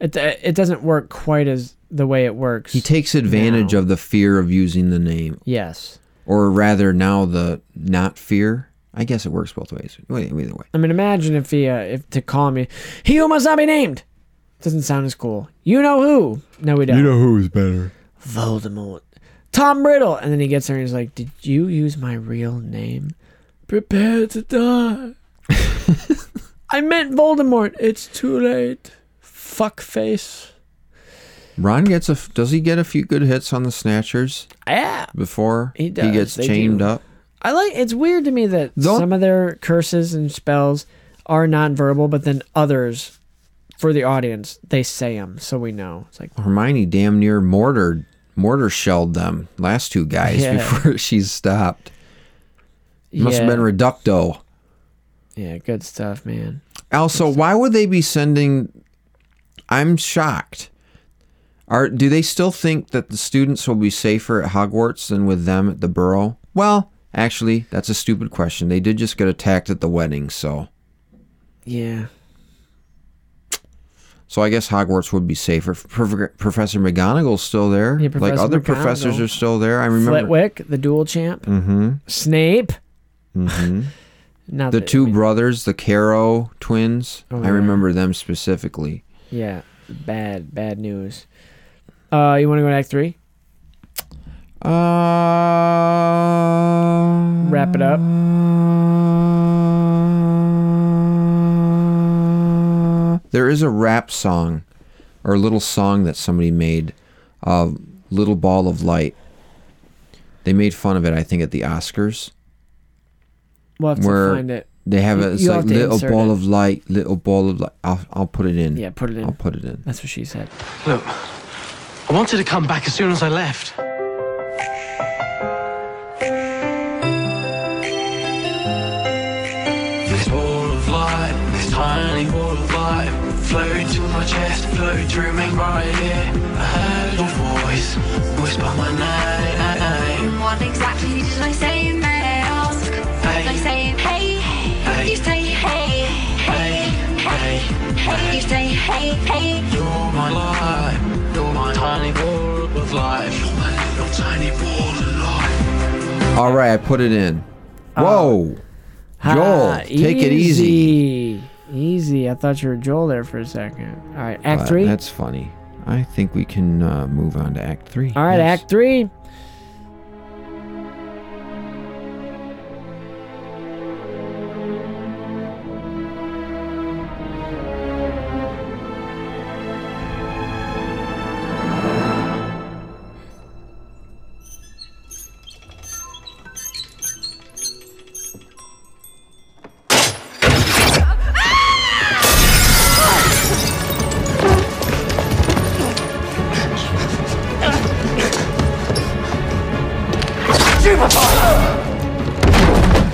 It it doesn't work quite as the way it works. He takes advantage now. of the fear of using the name, yes. or rather, now the not fear. I guess it works both ways. Wait, Either way. I mean, imagine if he uh, if to call me, he who must not be named. Doesn't sound as cool. You know who? No, we don't. You know who's better. Voldemort. Tom Riddle. And then he gets there and he's like, Did you use my real name? Prepare to die. I meant Voldemort. It's too late. Fuckface. Ron gets a. f- Does he get a few good hits on the snatchers Yeah. before He does, gets they chained do. up? I like it's weird to me that Don't- some of their curses and spells are nonverbal, but then others for the audience, they say them so we know. It's like Hermione damn near mortared, mortar shelled them last two guys Yeah. before she's stopped. Must yeah, have been reducto. yeah, good stuff, man. Also, why would they be sending? I'm shocked. Are do they still think that the students will be safer at Hogwarts than with them at the Burrow? Well, actually, that's a stupid question. They did just get attacked at the wedding, so Yeah. so I guess Hogwarts would be safer. Prof- Professor McGonagall's still there. Yeah, like Professor other professors McGonagall. are still there. I remember. Flitwick, the dual champ. Mm-hmm. Snape. Mm-hmm. Not the that- I two mean- brothers, the Caro twins. Oh, I yeah. remember them specifically. Yeah, bad, bad news. Uh, you want to go to Act Three? Uh, Wrap it up. There is a rap song or a little song that somebody made of Little Ball of Light. They made fun of it, I think, at the Oscars. We'll have Where- to find it. They have You- a, it's you'll like have to Little insert Ball it. of Light, Little Ball of Light. I'll, I'll put it in. Yeah, put it in. I'll put it in. That's what she said. Look, I wanted to come back as soon as I left. This ball of light, this tiny ball of light, flowed through my chest, flowed through my right ear. I heard your voice whisper my name. What exactly did I say? May I ask? I Hey, say hey, Hey. you say hey, hey, hey, hey, you say hey, hey. you're my light, you're my tiny ball of life, my little tiny ball of light. Uh, All right, I put it in. Whoa. Joel, Ah, take it easy. Easy. I thought you were Joel there for a second. All right, Act Wow, Three. That's funny. I think we can uh, move on to Act Three. All right, Yes. Act Three.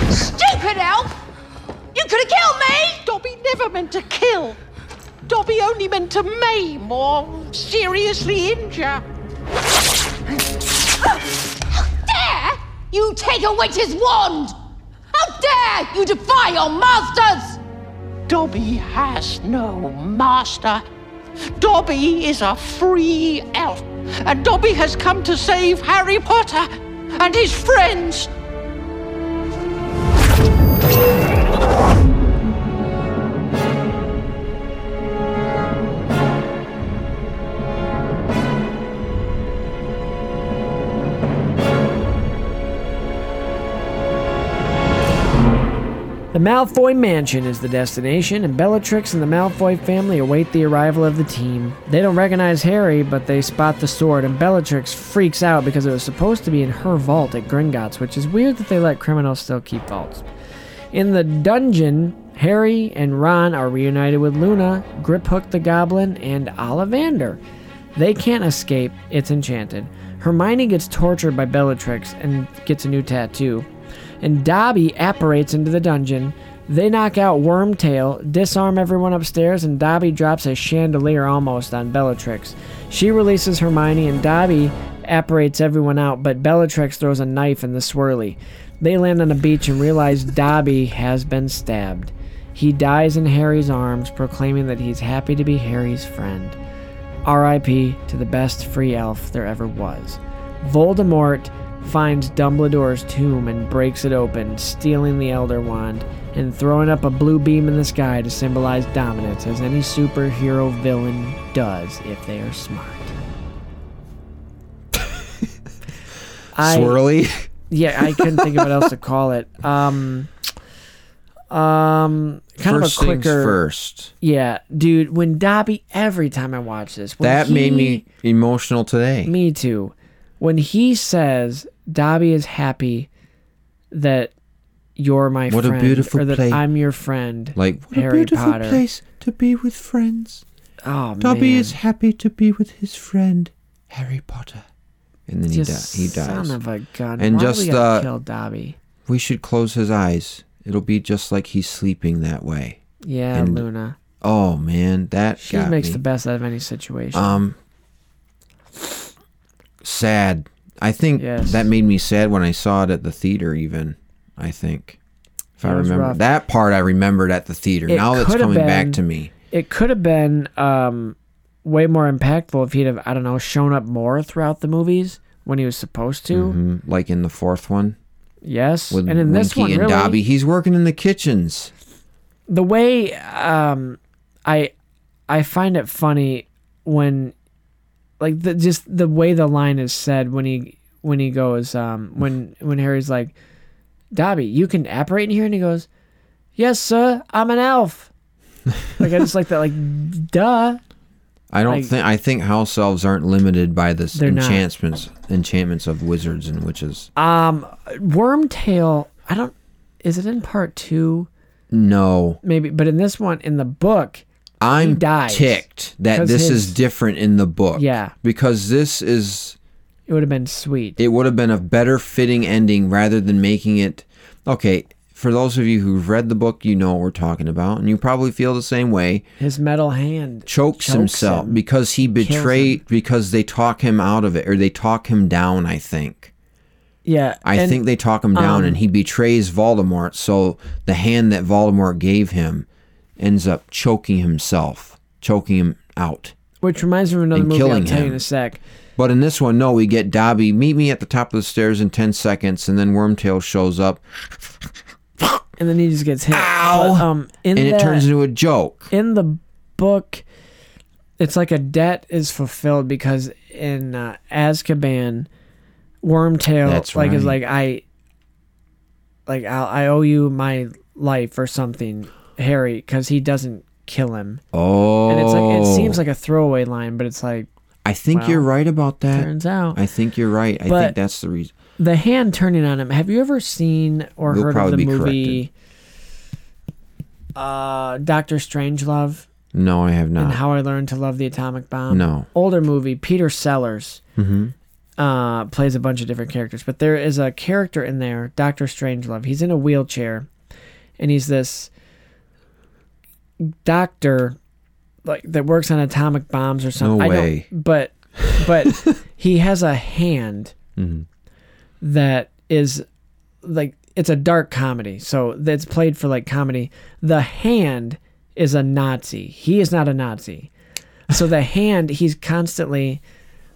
Stupid elf! You could have killed me! Dobby never meant to kill. Dobby only meant to maim or seriously injure. Dare you take a witch's wand! How dare you defy your masters! Dobby has no master. Dobby is a free elf, and Dobby has come to save Harry Potter and his friends. The Malfoy Mansion is the destination, and Bellatrix and the Malfoy family await the arrival of the team. They don't recognize Harry, but they spot the sword, and Bellatrix freaks out because it was supposed to be in her vault at Gringotts, which is weird that they let criminals still keep vaults. In the dungeon, Harry and Ron are reunited with Luna, Griphook the Goblin, and Ollivander. They can't escape, it's enchanted. Hermione gets tortured by Bellatrix and gets a new tattoo and Dobby apparates into the dungeon. They knock out Wormtail, disarm everyone upstairs, and Dobby drops a chandelier almost on Bellatrix. She releases Hermione, and Dobby apparates everyone out, but Bellatrix throws a knife in the swirly. They land on a beach and realize Dobby has been stabbed. He dies in Harry's arms, proclaiming that he's happy to be Harry's friend. R.I.P. to the best free elf there ever was. Voldemort finds Dumbledore's tomb and breaks it open, stealing the Elder Wand and throwing up a blue beam in the sky to symbolize dominance, as any superhero villain does if they are smart. I- Swirly. Yeah, I couldn't think of what else to call it. Um, um, kind First of a things quicker first. Yeah, dude. When Dobby, every time I watch this, when that made he- me emotional today. me too. When he says Dobby is happy that you're my What a friend, beautiful or that place. I'm your friend, Like, what a Harry beautiful Potter. place to be with friends. Oh Dobby man. is happy to be with his friend Harry Potter. And then he, di- Just he dies. Son of a gun! And Why do just we gotta uh, kill Dobby. We should close his eyes. It'll be just like he's sleeping that way. Yeah, And- Luna. Oh man, that She got makes me. the best out of any situation. Um, sad. I think Yes. that made me sad when I saw it at the theater. Even I think, if I It was remember rough. that part, I remembered at the theater. It now that's coulda coming back been- to me. It could have been um, way more impactful if he'd have, I don't know, shown up more throughout the movies when he was supposed to. Mhm, Like in the fourth one Yes, with and Winky in this one, and really, Dobby, he's working in the kitchens. the way um i i find it funny when like the just the way the line is said when he when he goes um when when harry's like dobby you can apparate in here and he goes yes sir i'm an elf like i just like that like duh I don't Like- think I think house elves aren't limited by this They're not. enchantments enchantments of wizards and witches. um wormtail i don't is it in part two No, maybe but in this one in the book I'm dies ticked that 'cause this his- is different in the book. Yeah. because this is it would have been sweet it would have been a better fitting ending rather than making it okay. For those of you who've read the book, you know what we're talking about, and you probably feel the same way. his metal hand Chokes, himself him. because he Kills him. betrayed because they talk him out of it or they talk him down. I think. yeah I and- think they talk him down um, and he betrays Voldemort, so the hand that Voldemort gave him ends up choking himself, choking him out. Which reminds me of another and movie I'll killing tell you in him. a sec. But in this one, no, we get Dobby, meet me at the top of the stairs in 10 seconds, and then Wormtail shows up and then he just gets hit. Ow! But, um, in and it that- turns into a joke. in the book, it's like a debt is fulfilled because in uh, Azkaban, Wormtail That's like is right. like I, like I'll, I owe you my life or something, Harry, because he doesn't kill him. Oh, And it's like it seems like a throwaway line, but it's like I think well, you're right about that. Turns out I think you're right. I But- think that's the reason. the hand turning on him. Have you ever seen or We'll heard of probably the be movie uh, Doctor Strangelove No, I have and not. How I Learned to Love the Atomic Bomb? No. Older movie, Peter Sellers hmm uh, plays a bunch of different characters, but there is a character in there, Doctor Strangelove. He's in a wheelchair, and he's this doctor, like that works on atomic bombs or something. I don't- way. but but he has a hand Mhm. that is like it's a dark comedy, so that's played for like comedy. The hand is a Nazi. He is not a Nazi. So the hand, he's constantly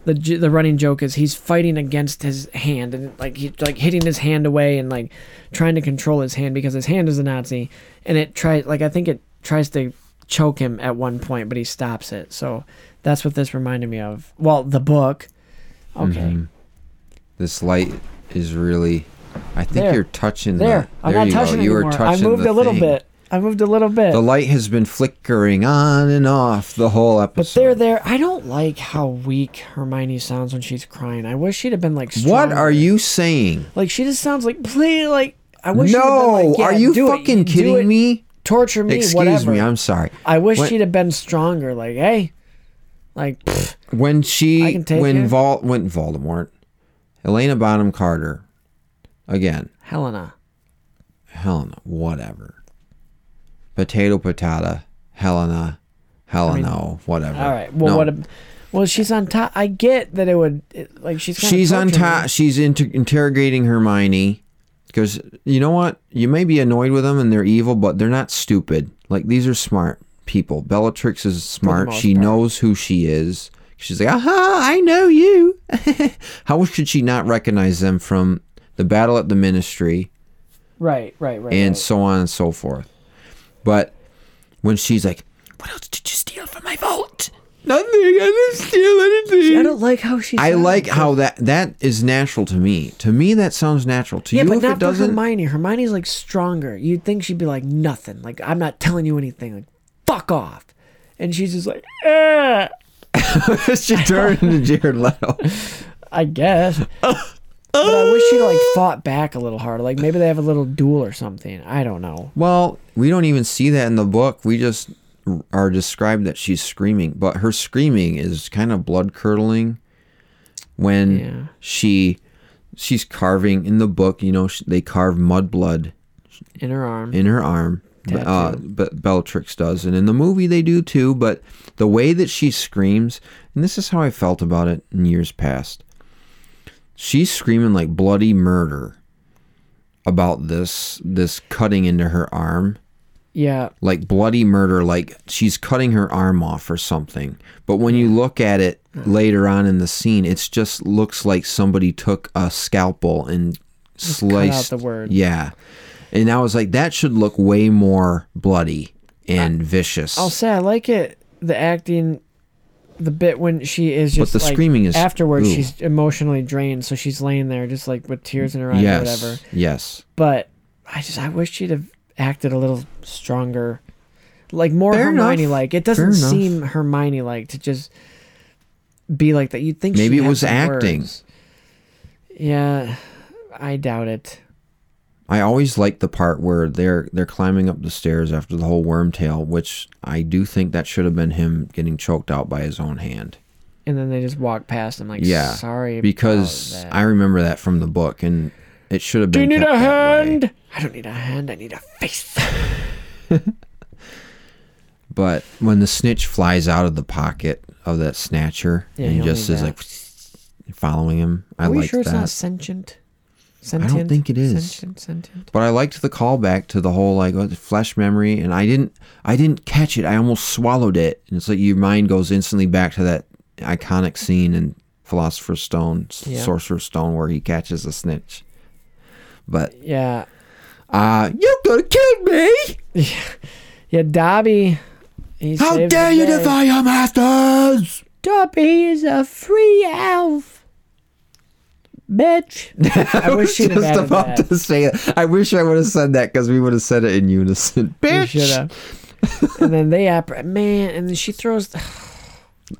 the j- the running joke is he's fighting against his hand and like he's like hitting his hand away and like trying to control his hand because his hand is a Nazi and it tries like I think it tries to choke him at one point but he stops it. So that's what this reminded me of. Well, the book. Okay. Mhm. This light is really. I think There. you're touching the- There. I'm not you touching go. it You were anymore. touching I moved the a little thing. bit. I moved a little bit. The light has been flickering on and off the whole But episode. they're there. I don't like how weak Hermione sounds when she's crying. I wish she'd have been like. Stronger. what are you saying? Like she just sounds like please like. I wish. she'd have No, been like, yeah, are you do it, fucking do kidding it, me? Torture me. Excuse whatever. me, I'm sorry. I wish What- she'd have been stronger. Like hey, like pfft, when I she can take when it. Vol when Voldemort, Elena Bonham Carter, again Helena. Helena, whatever, potato patata, Helena, Helena, whatever. All right. Well, No. what? A, well, she's on top. I get that it would it, like she's. kinda she's on torturing top. me. She's inter- interrogating Hermione because you know what? You may be annoyed with them and they're evil, but they're not stupid. Like these are smart people. Bellatrix is smart. most She knows who she is. She's like, aha, I know you. How should she not recognize them from the battle at the Ministry? Right. Right. Right. and right. so on and so forth. But when she's like, "What else did you steal from my vault?" Nothing. I didn't steal anything. I don't like how she. I sounds. like how that that is natural to me. To me, that sounds natural. To yeah, you, but if not it for doesn't, Hermione. Hermione's like stronger. You'd think she'd be like nothing. Like I'm not telling you anything. Like fuck off. And she's just like, eh, she turned into Jared Leto. I guess. but I wish she like fought back a little harder. Like maybe they have a little duel or something. I don't know. Well, we don't even see that in the book. We just are described that she's screaming, but her screaming is kind of blood curdling when Yeah. she she's carving in the book. You know, sh they carve mud blood In her arm. in her arm. but, Uh, but Bellatrix does, and in the movie they do too. But the way that she screams, and this is how I felt about it in years past. She's screaming like bloody murder about this this cutting into her arm, yeah. like bloody murder, like she's cutting her arm off or something. But when you look at it later on in the scene, it's just looks like somebody took a scalpel and cut out sliced the word. yeah. And I was like, that should look way more bloody and vicious. I'll say I like it. The acting, the bit when she is But just the like, screaming is- afterwards. ooh. She's emotionally drained, so she's laying there just like with tears in her eyes or yes. whatever. Yes. but I just I wish she'd have acted a little stronger, like more Fair enough. Hermione like. It Fair doesn't enough. seem Hermione like to just be like that. You'd think Maybe she it had was some acting. words. Yeah, I doubt it. I always like the part where they're they're climbing up the stairs after the whole wormtail, which I do think that should have been him getting choked out by his own hand. And then they just walk past him like, yeah. sorry, Because about that. I remember that from the book and it should have do been you need kept a that way. hand? I don't need a hand. I need a face. But when the snitch flies out of the pocket of that snatcher Yeah, you and don't just need is that. like following him, I Are we like sure it's that. not sentient? Sentient? think it is. Sentient, sentient. But I liked the callback to the whole like oh, the flash memory, and I didn't, I didn't catch it. I almost swallowed it, and it's like your mind goes instantly back to that iconic scene in Philosopher's Stone, S- Yeah. Sorcerer's Stone, where he catches a snitch. But Yeah. Uh, you could have killed me. Yeah, yeah Dobby. he How saved dare the you day. defy your masters? Dobby is a free elf. Bitch. I wish she'd have just added about that. to say it. I wish I would have said that because we would have said it in unison. You Bitch. should have. and then they apprehend. Man, and then she throws.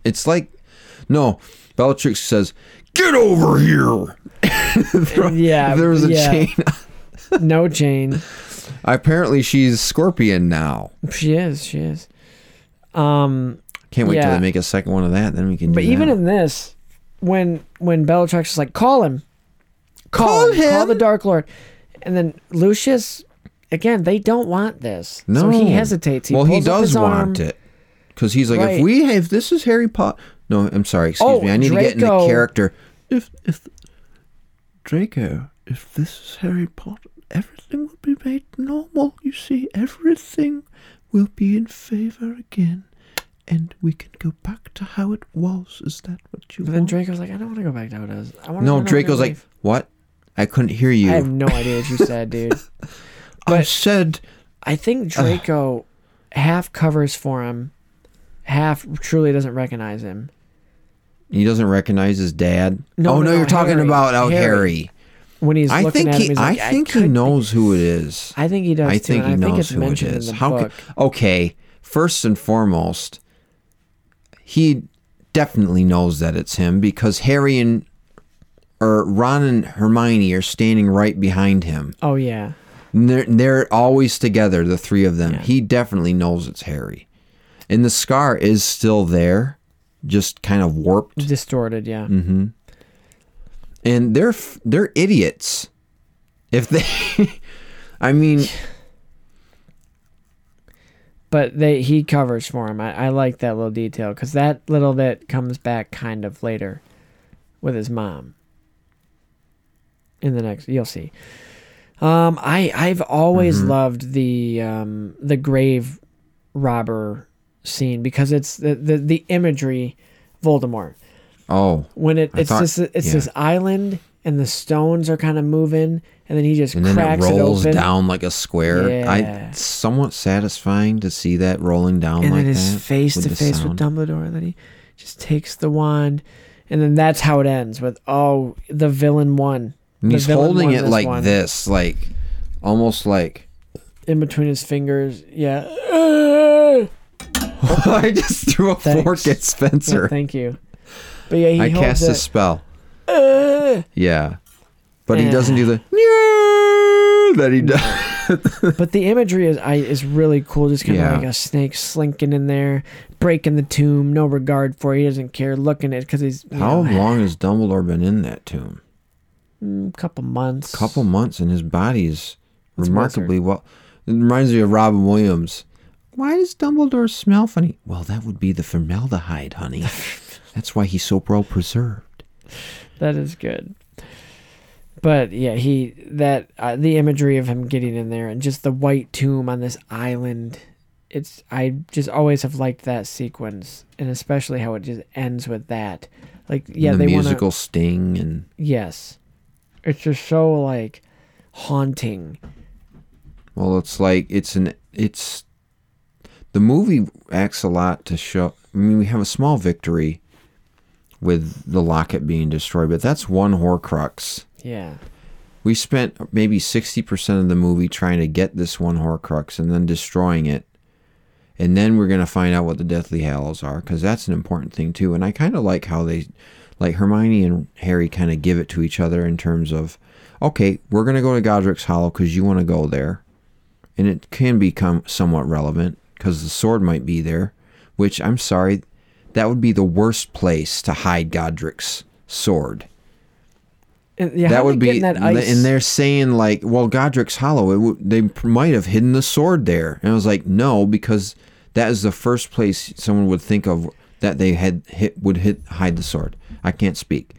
It's like, no, Bellatrix says, "Get over here." Throw- yeah. there was a yeah. chain. no chain. Apparently, she's Scorpion now. She is. She is. Um. Can't wait till yeah. they make a second one of that. Then we can. But do even that. in this, when when Bellatrix is like, call him, call, Call him, call him." the Dark Lord, and then Lucius, again, they don't want this, no, so he hesitates. He well, he pulls up does his want arm. it because he's like, Right. if we, if this is Harry Potter. No, I'm sorry. Excuse Oh, me. I need to get in the Draco. character. If if Draco, if this is Harry Potter, everything will be made normal. You see, everything will be in favor again, and we can go back to how it was. Is that what you But then want? Draco's like, I don't want to go back to how it is. I want No, Draco's like, what? I couldn't hear you. I have no idea what you said, dude. I said, I think Draco half covers for him, half truly doesn't recognize him. He doesn't recognize his dad. No, oh no, no, you're talking Harry. about out Harry. Harry. When he's I looking think at he, him, he's I like, think could he knows who it is. I think he does. I too, think and he I think knows it's who it mentioned is. In the How book. could, okay, first and foremost, he definitely knows that it's him because Harry and or Ron and Hermione are standing right behind him. Oh yeah, And They're they're always together, the three of them. He definitely knows it's Harry, and the scar is still there, just kind of warped. distorted. Yeah. Mm-hmm. And they're f- they're idiots. If they, I mean, but they he covers for him. I, I like that little detail because that little bit comes back kind of later with his mom. In the next, you'll see. Um, I I've always Mm-hmm. loved the um the grave robber scene because it's the the, the imagery Voldemort oh, when it I it's thought- this it's yeah. this island and the stones are kind of moving and then he just and then it cracks rolls open down like a square. I Yeah. it's somewhat satisfying to see that rolling down and like then his that face to the face with sound. Dumbledore, and then he just takes the wand, and then that's how it ends with oh the villain won. And The he's villain holding won it this like one. this, like almost like in between his fingers. Yeah, Uh, I just threw a fork at yeah, Spencer. thank you. But yeah, he I holds cast it. a spell. Uh, Yeah, but he Eh. doesn't do the "Yeah," that he does. but the imagery is I is really cool. Just kind of Yeah. like a snake slinking in there, breaking the tomb, no regard for it. He doesn't care. Looking at because he's you How know, long has Dumbledore been in that tomb? mm, couple months. couple months, and his body is It's remarkably well. It reminds me of Robin Williams. Why does Dumbledore smell funny? Well, that would be the formaldehyde, honey. That's why he's so well preserved. That is good. But yeah, he that uh, the imagery of him getting in there and just the white tomb on this island. It's I just always have liked that sequence and especially how it just ends with that. Like yeah, the they want musical to sting and yes. It's just so like haunting. well, it's like it's an it's the movie acts a lot to show. I mean, we have a small victory with the locket being destroyed, but that's one Horcrux. Yeah. we spent maybe 60% of the movie trying to get this one horcrux and then destroying it and then we're going to find out what the deathly hallows are because that's an important thing too and i kind of like how they like hermione and harry kind of give it to each other in terms of okay we're going to go to godric's hollow because you want to go there and it can become somewhat relevant because the sword might be there which i'm sorry that would be the worst place to hide godric's sword And, yeah, that how would they get be, in that and ice. they're saying like, well, Godric's Hollow. It w- they p- might have hidden the sword there, and I was like, no, because that is the first place someone would think of that they had hit would hit hide the sword. I can't speak,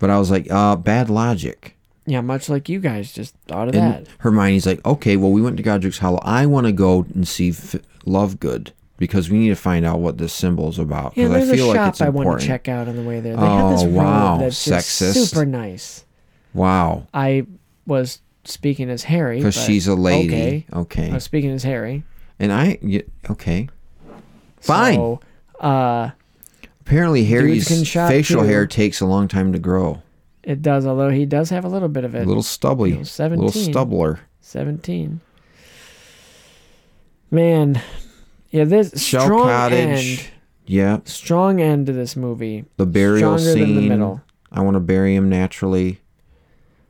but I was like, uh, bad logic. yeah, much like you guys just thought of that. And Hermione's like, okay, well, we went to Godric's Hollow. I want to go and see F- Lovegood because we need to find out what this symbol is about. Yeah, 'cause there's I feel a like shop it's I want important. to check out on the way there. They have this Oh, robe wow, that's just sexist. super nice. Wow. I was speaking as Harry. Because but she's a lady. Okay. Okay. Uh, speaking as Harry. And I, y- okay, fine. So, uh, Apparently, Harry's dudes can shop facial too. hair takes a long time to grow. It does, although he does have a little bit of A it. little stubbly, He was 17. little stubbler. 17. Man. Yeah, this Shell strong cottage. end. Yeah, Strong end to this movie. the burial Stronger scene. than the middle. I want to bury him naturally.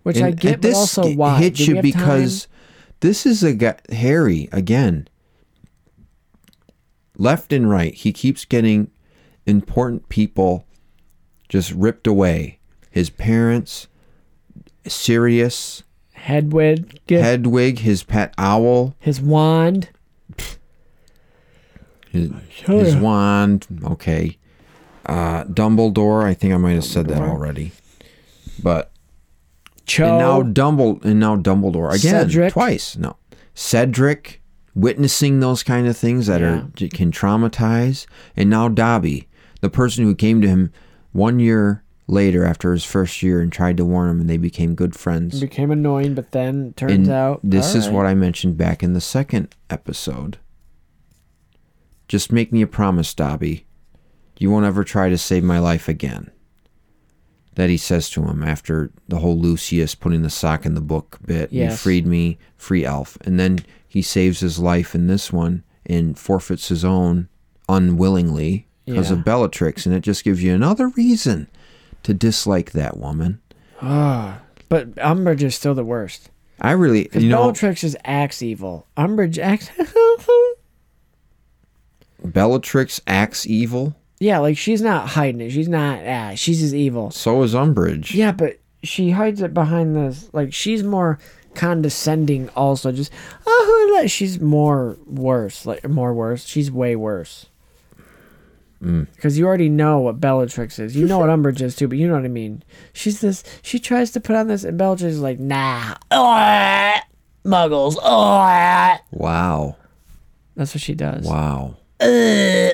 Which I And- get, and but also it why? hits Do we you have because this is a guy Harry again. Left and right, he keeps getting important people just ripped away. His parents, Sirius, Hedwig, get Hedwig, his pet owl, his wand. Oh, his, his wand. Okay, uh, Dumbledore. I think I might have said that already, but Cho. And now Dumble and now Dumbledore again Cedric. twice. No. Cedric witnessing those kind of things that are j- can traumatize and now Dobby, the person who came to him 1 year later after his first year and tried to warn him and they became good friends. became annoying, but then turns And out this is alright. what I mentioned back in the second episode. Just make me a promise, Dobby. You won't ever try to save my life again. That he says to him after the whole Lucius putting the sock in the book bit. You Yes. freed me, free elf. And then he saves his life in this one and forfeits his own unwillingly because Yeah. of Bellatrix. And it just gives you another reason to dislike that woman. Ah, but Umbridge is still the worst. I really, Because you know, Bellatrix is acts evil. Umbridge acts. Bellatrix acts evil. yeah, like she's not hiding it. She's not. Ah, she's as evil. So is Umbridge. Yeah, but she hides it behind this. Like she's more condescending. Also, just oh, like, she's more worse. Like more worse. She's way worse. Mm. Because you already know what Bellatrix is. You know what Umbridge is too, but you know what I mean. She's this. She tries to put on this, and Bellatrix is like, nah, Ah, muggles. Ah. Wow. That's what she does. Wow. Uh,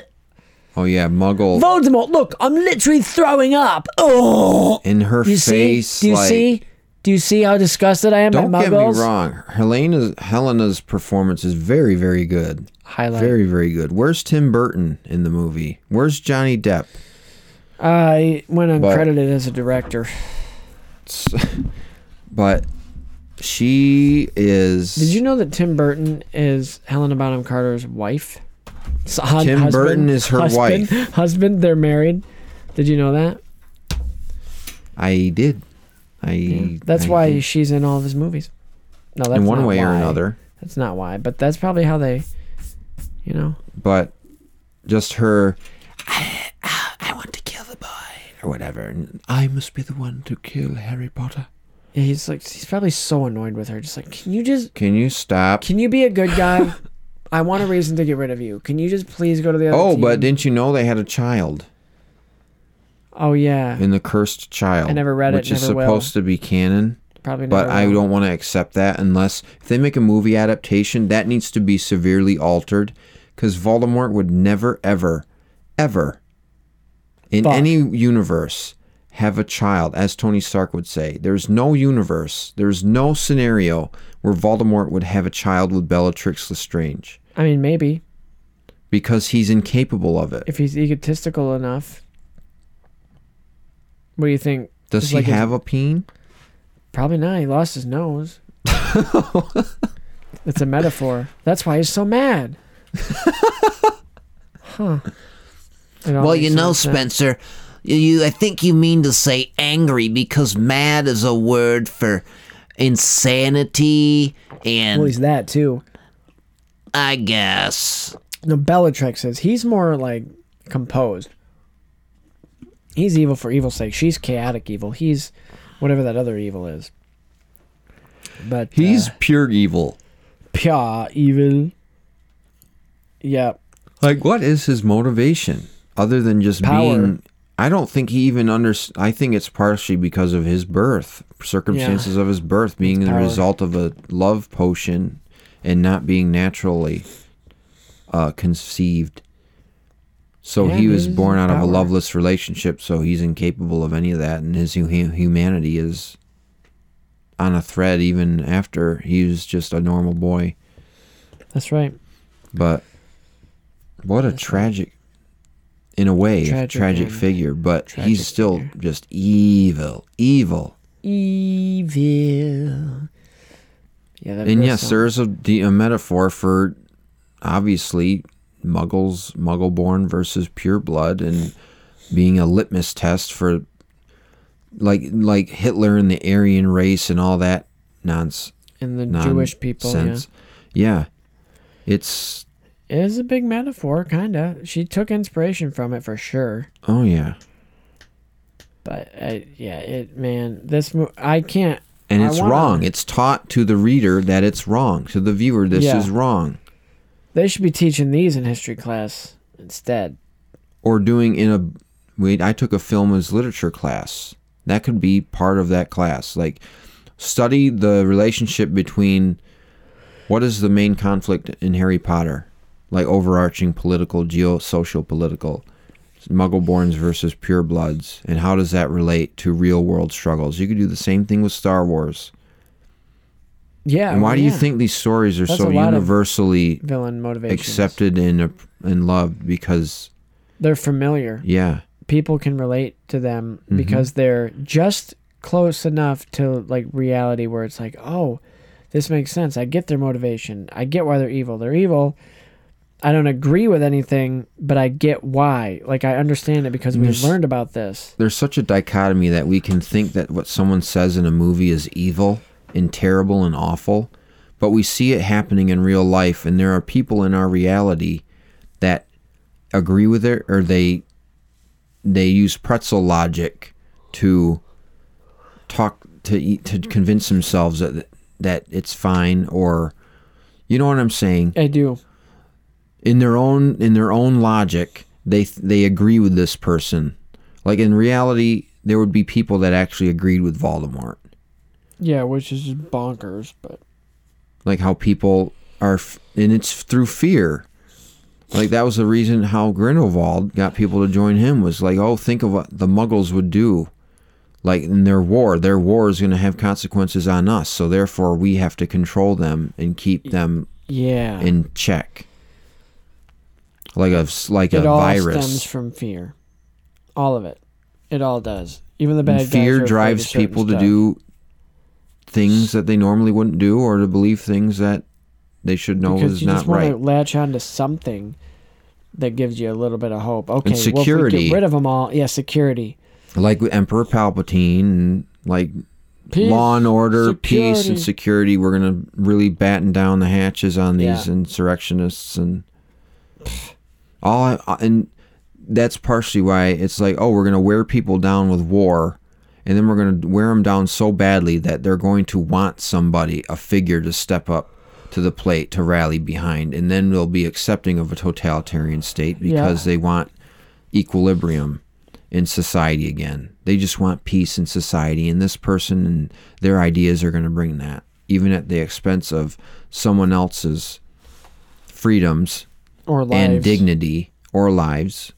Oh yeah, Muggle Voldemort, look, I'm literally throwing up. Oh. in her you face. See? Do you like, see? Do you see how disgusted I am Don't by get muggles? me wrong. Helena's Helena's performance is very, very good. Highlight. Very, very good. Where's Tim Burton in the movie? Where's Johnny Depp? Uh, he went But- uncredited as a director. But she is. Did you know that Tim Burton is Helena Bonham Carter's wife? S- hu- Tim Burton is her husband, Husband, they're married. Did you know that? I did. I. That's I why did. she's in all of his movies. No, that's in one not way or why. another. That's not why, but that's probably how they, you know. but just her I, I want to kill the boy or whatever and i must be the one to kill harry potter Yeah, he's like he's probably so annoyed with her. Just like, can you just can you stop can you be a good guy? I want a reason to get rid of you. Can you just please go to the other? oh team? but didn't you know they had a child oh yeah, in the cursed child I never read it, which is never will. supposed to be canon probably. but never i will. don't want to accept that unless if they make a movie adaptation that needs to be severely altered because voldemort would never ever ever in Fuck. any universe have a child, as Tony Stark would say. There's no universe, there's no scenario where Voldemort would have a child with Bellatrix Lestrange I mean, maybe because he's incapable of it. if he's egotistical enough. What do you think? Does Just he like his- have a peen? Probably not. He lost his nose. it's a metaphor. That's why he's so mad. huh. It all Well, makes you know, sense now. Spencer, you I think you mean to say angry because mad is a word for insanity and Well, he's that too. I guess. No, Bellatrix is. He's more like composed. He's evil for evil's sake. She's chaotic evil. He's whatever that other evil is. But He's uh, pure evil. pure evil. Yeah. Like, what is his motivation other than just Power. being? I don't think he even under. I think it's partially because of his birth, circumstances of his birth being It's the power. result of a love potion and not being naturally uh, conceived. So Yeah, he was he's born out of a power. loveless relationship, so he's incapable of any of that, and his hu- humanity is on a thread even after he was just a normal boy. That's right. But what a tragic, in a way, tragic, Tragic tragic end. figure. But Tragic he's still just evil, evil. Evil. Yeah, that and verse yes, song. there's a, de- a metaphor for obviously muggles, muggle born versus pure blood, and being a litmus test for like like Hitler and the Aryan race and all that nonsense. And the Jewish people, yeah. yeah. It's It is a big metaphor, kinda. She took inspiration from it for sure. oh yeah, But uh, yeah, it man, this mo- I can't. and I it's wanna- wrong. It's taught to the reader that it's wrong. To the viewer, this Yeah. is wrong. They should be teaching these in history class instead. or doing in a wait i took a film as literature class that could be part of that class like study the relationship between what is the main conflict in harry potter like overarching political geosocial political muggleborns versus purebloods and how does that relate to real world struggles you could do the same thing with star wars Yeah. and why do you yeah. think these stories are That's so a lot of universally villain motivations. accepted and and loved because they're familiar? yeah people can relate to them Mm-hmm. because they're just close enough to like reality where it's like, oh, this makes sense. I get their motivation. I get why they're evil. They're evil. I don't agree with anything, but I get why. Like I understand it because we've There's- learned about this. there's such a dichotomy that we can think that what someone says in a movie is evil and terrible and awful, but we see it happening in real life, and there are people in our reality that agree with it or they they use pretzel logic to talk to eat, to convince themselves that that it's fine or you know what I'm saying I do. in their own in their own logic they they agree with this person like in reality there would be people that actually agreed with Voldemort Yeah, which is just bonkers, but like how people are f- and it's through fear like that was the reason how Grindelwald got people to join him was like oh think of what the muggles would do like in their war their war is going to have consequences on us so therefore we have to control them and keep them yeah. in check like a s- like it a all virus stems from fear. All of it. It all does. Even the bad guys are fear afraid of drives certain people stuff. to do things that they normally wouldn't do or to believe things that they should know because is you not just want right to latch on to something that gives you a little bit of hope. Okay, Well, if we security. get rid of them all. Yeah, security. like with emperor palpatine and like Peace, law and order peace and security. security we're going to really batten down the hatches on these Yeah. insurrectionists and all and that's partially why it's like oh we're going to wear people down with war and then we're going to wear them down so badly that they're going to want somebody a figure to step up to the plate to rally behind and then they'll be accepting of a totalitarian state because Yeah. they want equilibrium in society again they just want peace in society and this person and their ideas are going to bring that even at the expense of someone else's freedoms Or and lives. dignity or lives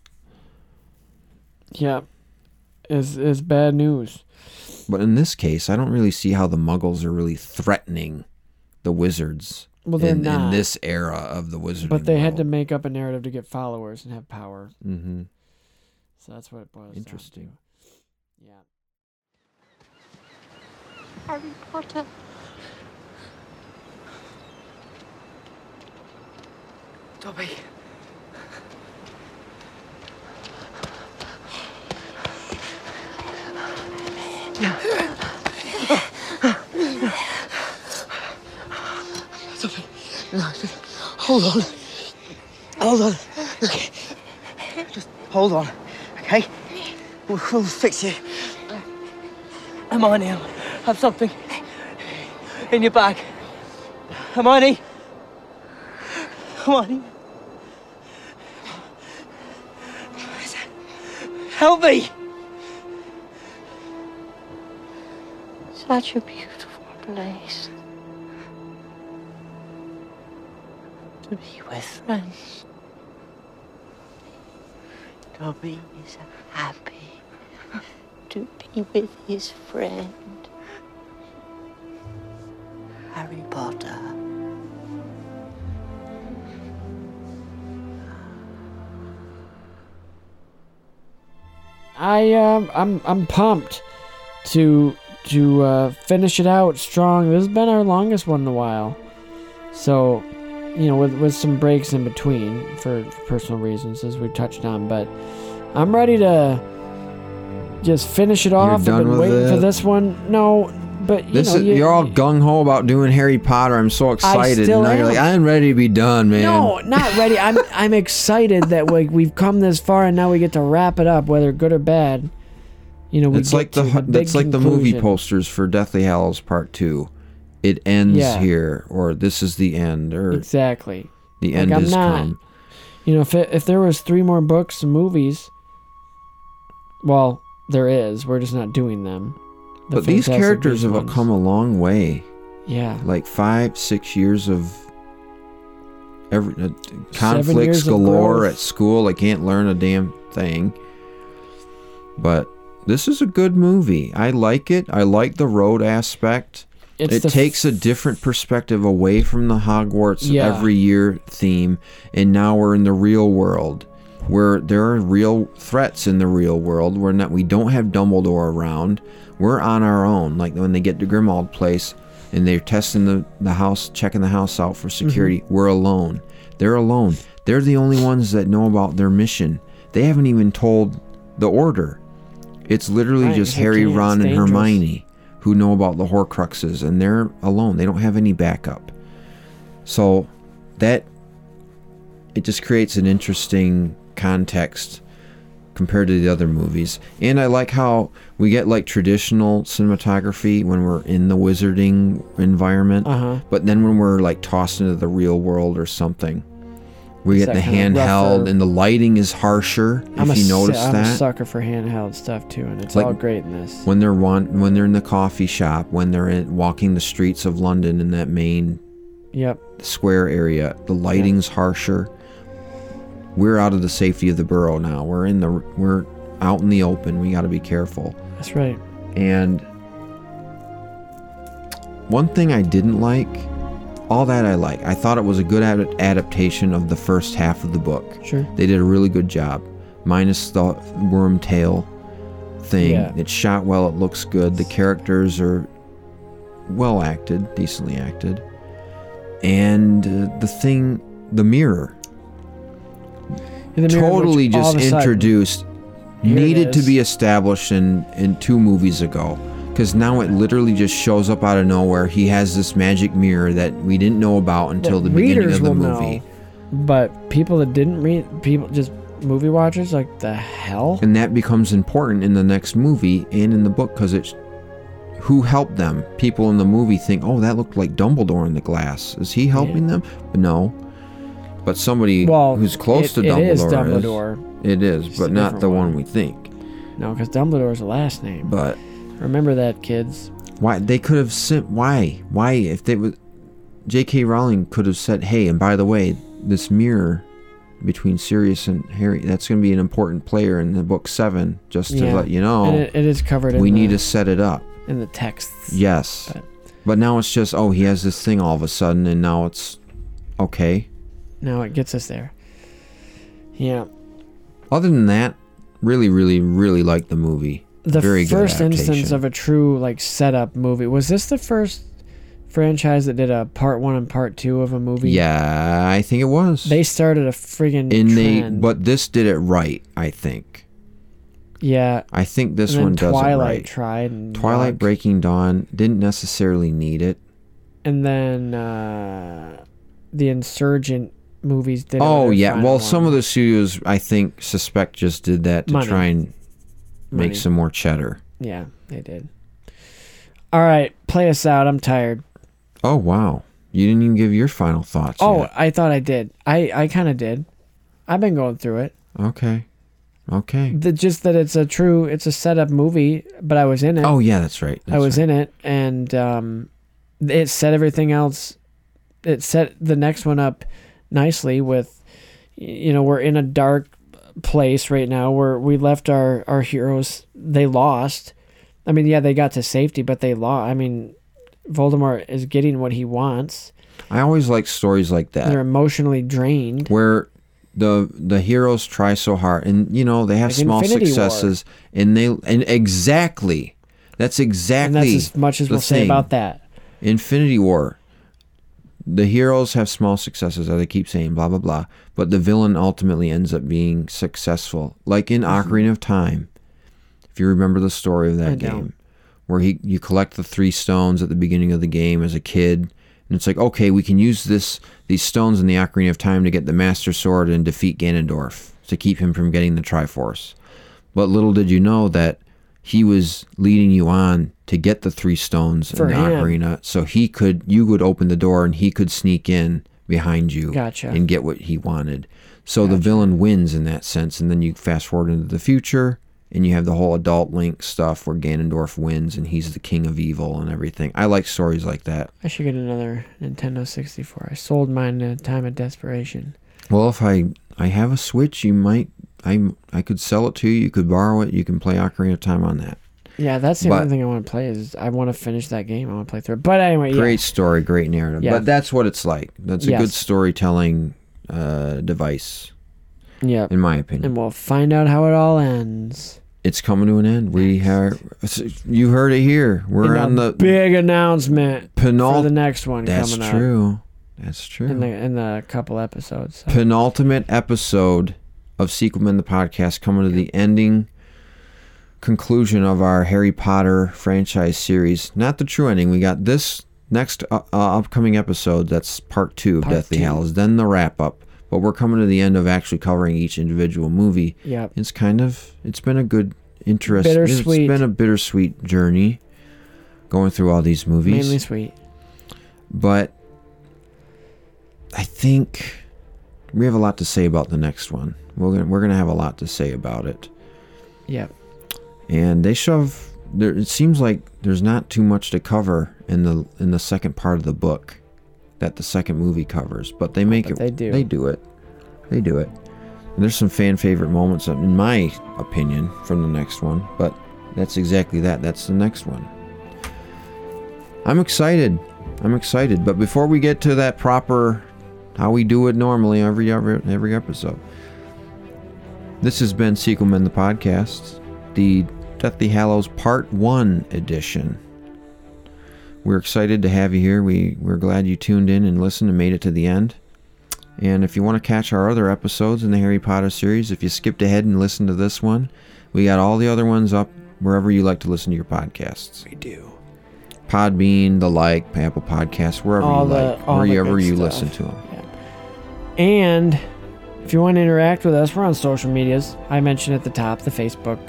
Yeah, is is bad news. But in this case, I don't really see how the Muggles are really threatening the wizards Well, they're in, in not. this era of the wizarding. But they had to world. make up a narrative to get followers and have power. Mhm. So that's what it boils. Interesting. Down to. Yeah. Harry Potter. Dobby. Dobby. No, just hold on. Hold on. Look. Just hold on, okay? We'll, we'll fix you. Hermione, have something in your bag. Hermione? Hermione? Help me! Such a beautiful place to be with friends. Dobby. He's happy to be with his friend. Harry Potter. I um, I'm I'm pumped to to uh, finish it out strong. This has been our longest one in a while, so you know, with with some breaks in between for personal reasons, as we touched on. But I'm ready to just finish it off. done I've been with waiting for it? this one. No, but you This know, is, you- you're all gung ho about doing Harry Potter. I'm so excited. still and now you're am. like, I'm ready to be done, man. No, not ready. I'm I'm excited that like we've come this far and now we get to wrap it up, whether good or bad. You know, we it's get like the, to hu- big that's like the movie conclusion. posters for Deathly Hallows Part Two. It ends Yeah. here, or this is the end, or Exactly. the Like, end I'm is not- come. You know, if it, if there was three more books and movies, well, there is. We're just not doing them. The But these Fantastic characters Beasts have ones. come a long way. Yeah. like five, six years of every uh, conflicts years of galore growth. at school. I can't learn a damn thing. But this is a good movie. I like it. I like the road aspect. It's the it takes a different perspective away from the Hogwarts Yeah. every year theme, and now we're in the real world, where there are real threats in the real world. We're not. We don't have Dumbledore around. We're on our own. Like when they get to Grimald Place, and they're testing the the house, checking the house out for security. We're alone. They're alone. They're the only ones that know about their mission. They haven't even told the Order. It's literally Right, just 'cause they Harry, can't. Ron, It's and dangerous. Hermione who know about the Horcruxes, and they're alone. They don't have any backup. So that it just creates an interesting context compared to the other movies. And I like how we get like traditional cinematography when we're in the wizarding environment, Uh-huh. but then when we're like tossed into the real world or something. We It's get the that kind of handheld rougher- and the lighting is harsher. If I'm a, you su- notice I'm that, a sucker for handheld stuff too, and it's Like- all great in this. when they're want, when they're in the coffee shop, when they're in, walking the streets of London in that main Yep. square area, the lighting's harsher. We're out of the safety of the borough now. We're in the we're out in the open. We got to be careful. That's right. And one thing I didn't like, all that I like, I thought it was a good ad- adaptation of the first half of the book. Sure. They did a really good job, minus the worm tail thing. Yeah. It's shot well, it looks good. The characters are well acted, decently acted. And uh, the thing, the mirror, In the mirror, which totally all just of a sudden- introduced Here it needed to is. be established in in two movies ago because now it literally just shows up out of nowhere he has this magic mirror that we didn't know about until the that beginning readers of the will movie know, but people that didn't read, people just movie watchers, like the hell. and that becomes important in the next movie and in the book because it's who helped them people in the movie think oh that looked like dumbledore in the glass is he helping them but no but somebody Well, who's close it- to it dumbledore is Dumbledore. it is It's but a not different the one. one we think No, because Dumbledore's the last name. but Remember that, kids. Why they could have sent? Why? Why if they was J.K. Rowling could have said, "Hey, and by the way, this mirror between Sirius and Harry, that's going to be an important player in the book seven, just to Yeah. let you And know. it- it is covered in We the- need to set it up. In the texts. Yes, but, But- now it's just, oh, he has this thing all of a sudden, and now it's okay. No, it gets us there. Yeah. Other than that, really, really, really like the movie. The Very first good instance adaptation. of a true like setup movie. Was this the first franchise that did a part one and part two of a movie? yeah, I think it was. They started a friggin' and they, trend. but this did it right. I think. yeah. I think this And then one does Twilight it right. tried. And Twilight Yuck. Breaking Dawn didn't necessarily need it. And then uh, the Insurgent movies did. it with oh their yeah, final well one. some of the studios I think suspect just did that to Money. try and make Money. some more cheddar. Yeah, they did. All right, play us out. I'm tired. Oh wow, you didn't even give your final thoughts. Oh, yet. I thought I did. I I kind of did. I've been going through it. okay, okay. The, just that it's a true, it's a setup movie, but I was in it. Oh yeah, that's right. I that's was right. in it, and um, it set everything else. It set the next one up nicely with, y- you know, we're in a dark place right now where we left our our heroes. They lost. I mean, yeah, they got to safety, but they lost. I mean, Voldemort is getting what he wants. I always like stories like that. They're emotionally drained. where the the heroes try so hard and you know they have Like small Infinity War. successes and they and exactly that's exactly as much as the we'll say thing. about that. Infinity War the heroes have small successes as I keep saying blah blah blah but the villain ultimately ends up being successful like in Ocarina of Time if you remember the story of that Mm-hmm. I game don't. where he you collect the three stones at the beginning of the game as a kid and it's like okay we can use this these stones in the ocarina of time to get the master sword and defeat ganondorf to keep him from getting the triforce but little did you know that he was leading you on to get the three stones For in the him. ocarina so he could you would open the door and he could sneak in behind you Gotcha. and get what he wanted so the villain wins in that sense and then you fast forward into the future and you have the whole adult link stuff where ganondorf wins and he's the king of evil and everything i like stories like that I should get another Nintendo 64. I sold mine in a time of desperation. Well, if I I have a Switch, you might I I could sell it to you. You could borrow it. You can play Ocarina of Time on that. Yeah, that's the But- only thing I want to play is I want to finish that game. I want to play through. it. But anyway, yeah. Great story, great narrative. Yeah. But that's what it's like. That's a good Yes. storytelling uh, device, Yeah. in my opinion. And we'll find out how it all ends. It's coming to an end. We have you heard it here. We're on And a the big announcement Penul- for the next one That's coming up true. That's true. in the in the couple episodes. So. penultimate episode of Sequelman the podcast coming to the ending conclusion of our Harry Potter franchise series. Not the true ending. We got this next uh, uh, upcoming episode that's part 2 of Part Deathly two. Hallows, then the wrap up. But we're coming to the end of actually covering each individual movie. Yep. It's kind of it's been a good interest. Bittersweet. It's been a bittersweet journey going through all these movies Mainly sweet. but I think we have a lot to say about the next one. We're gonna, we're gonna have a lot to say about it, Yep. and they shove. There, it seems like there's not too much to cover in the in the second part of the book that the second movie covers, but they make but it. they do. They do it. They do it. And there's some fan favorite moments, in my opinion, from the next one. But that's exactly that. That's the next one. I'm excited. I'm excited. But before we get to that proper how we do it normally every every, every episode. This has been Sequelman the podcast, the Deathly Hallows Part 1 edition. We're excited to have you here. We we're glad you tuned in and listened and made it to the end. And if you want to catch our other episodes in the Harry Potter series, if you skipped ahead and listened to this one, we got all the other ones up wherever you like to listen to your podcasts. We do. Podbean, the like, Apple Podcasts, wherever All you the- like, all the wherever good you stuff. listen to them. And if you want to interact with us, we're on social medias. I mentioned at the top the Facebook,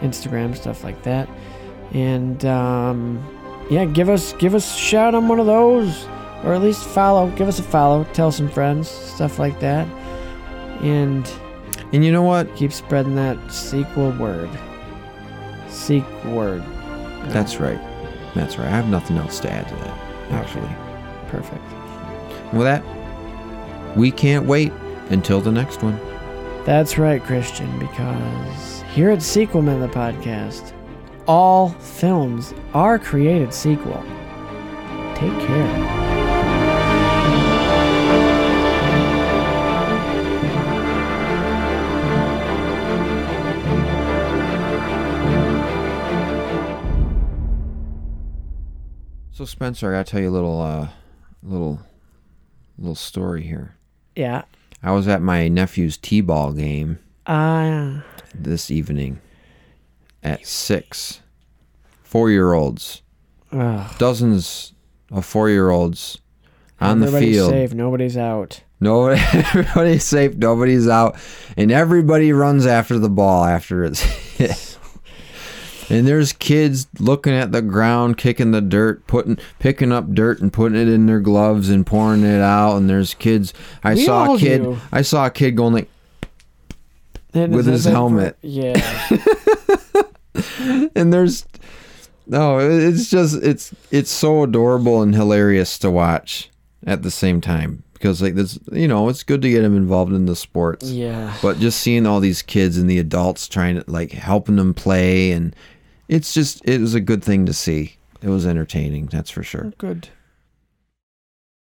Instagram, stuff like that. And um, yeah, give us give us a shout on one of those, or at least follow. Give us a follow. Tell some friends, stuff like that. And And you know what? keep spreading that sequel word. Seek word. That's right. That's right. I have nothing else to add to that, actually. Perfect. With that, we can't wait until the next one. That's right, Christian, because here at Sequelman, the podcast, all films are created sequel. Take care. So Spencer, I gotta tell you a little, uh, little, little story here. Yeah. I was at my nephew's t-ball game Uh, this evening at six. Four-year-olds, ugh. dozens of four-year-olds on the Everybody's field. safe. Nobody's out. No, everybody's safe. Nobody's out, and everybody runs after the ball after it's hit. And there's kids looking at the ground, kicking the dirt, putting, picking up dirt and putting it in their gloves and pouring it out. And there's kids. I We saw all a kid. do. I saw a kid going like, And With is his that- helmet. Yeah. and there's, no, it- it's just it's it's so adorable and hilarious to watch at the same time because like this, you know, it's good to get them involved in the sports. yeah. but just seeing all these kids and the adults trying to like helping them play and it's just it was a good thing to see It was entertaining, that's for sure. Good.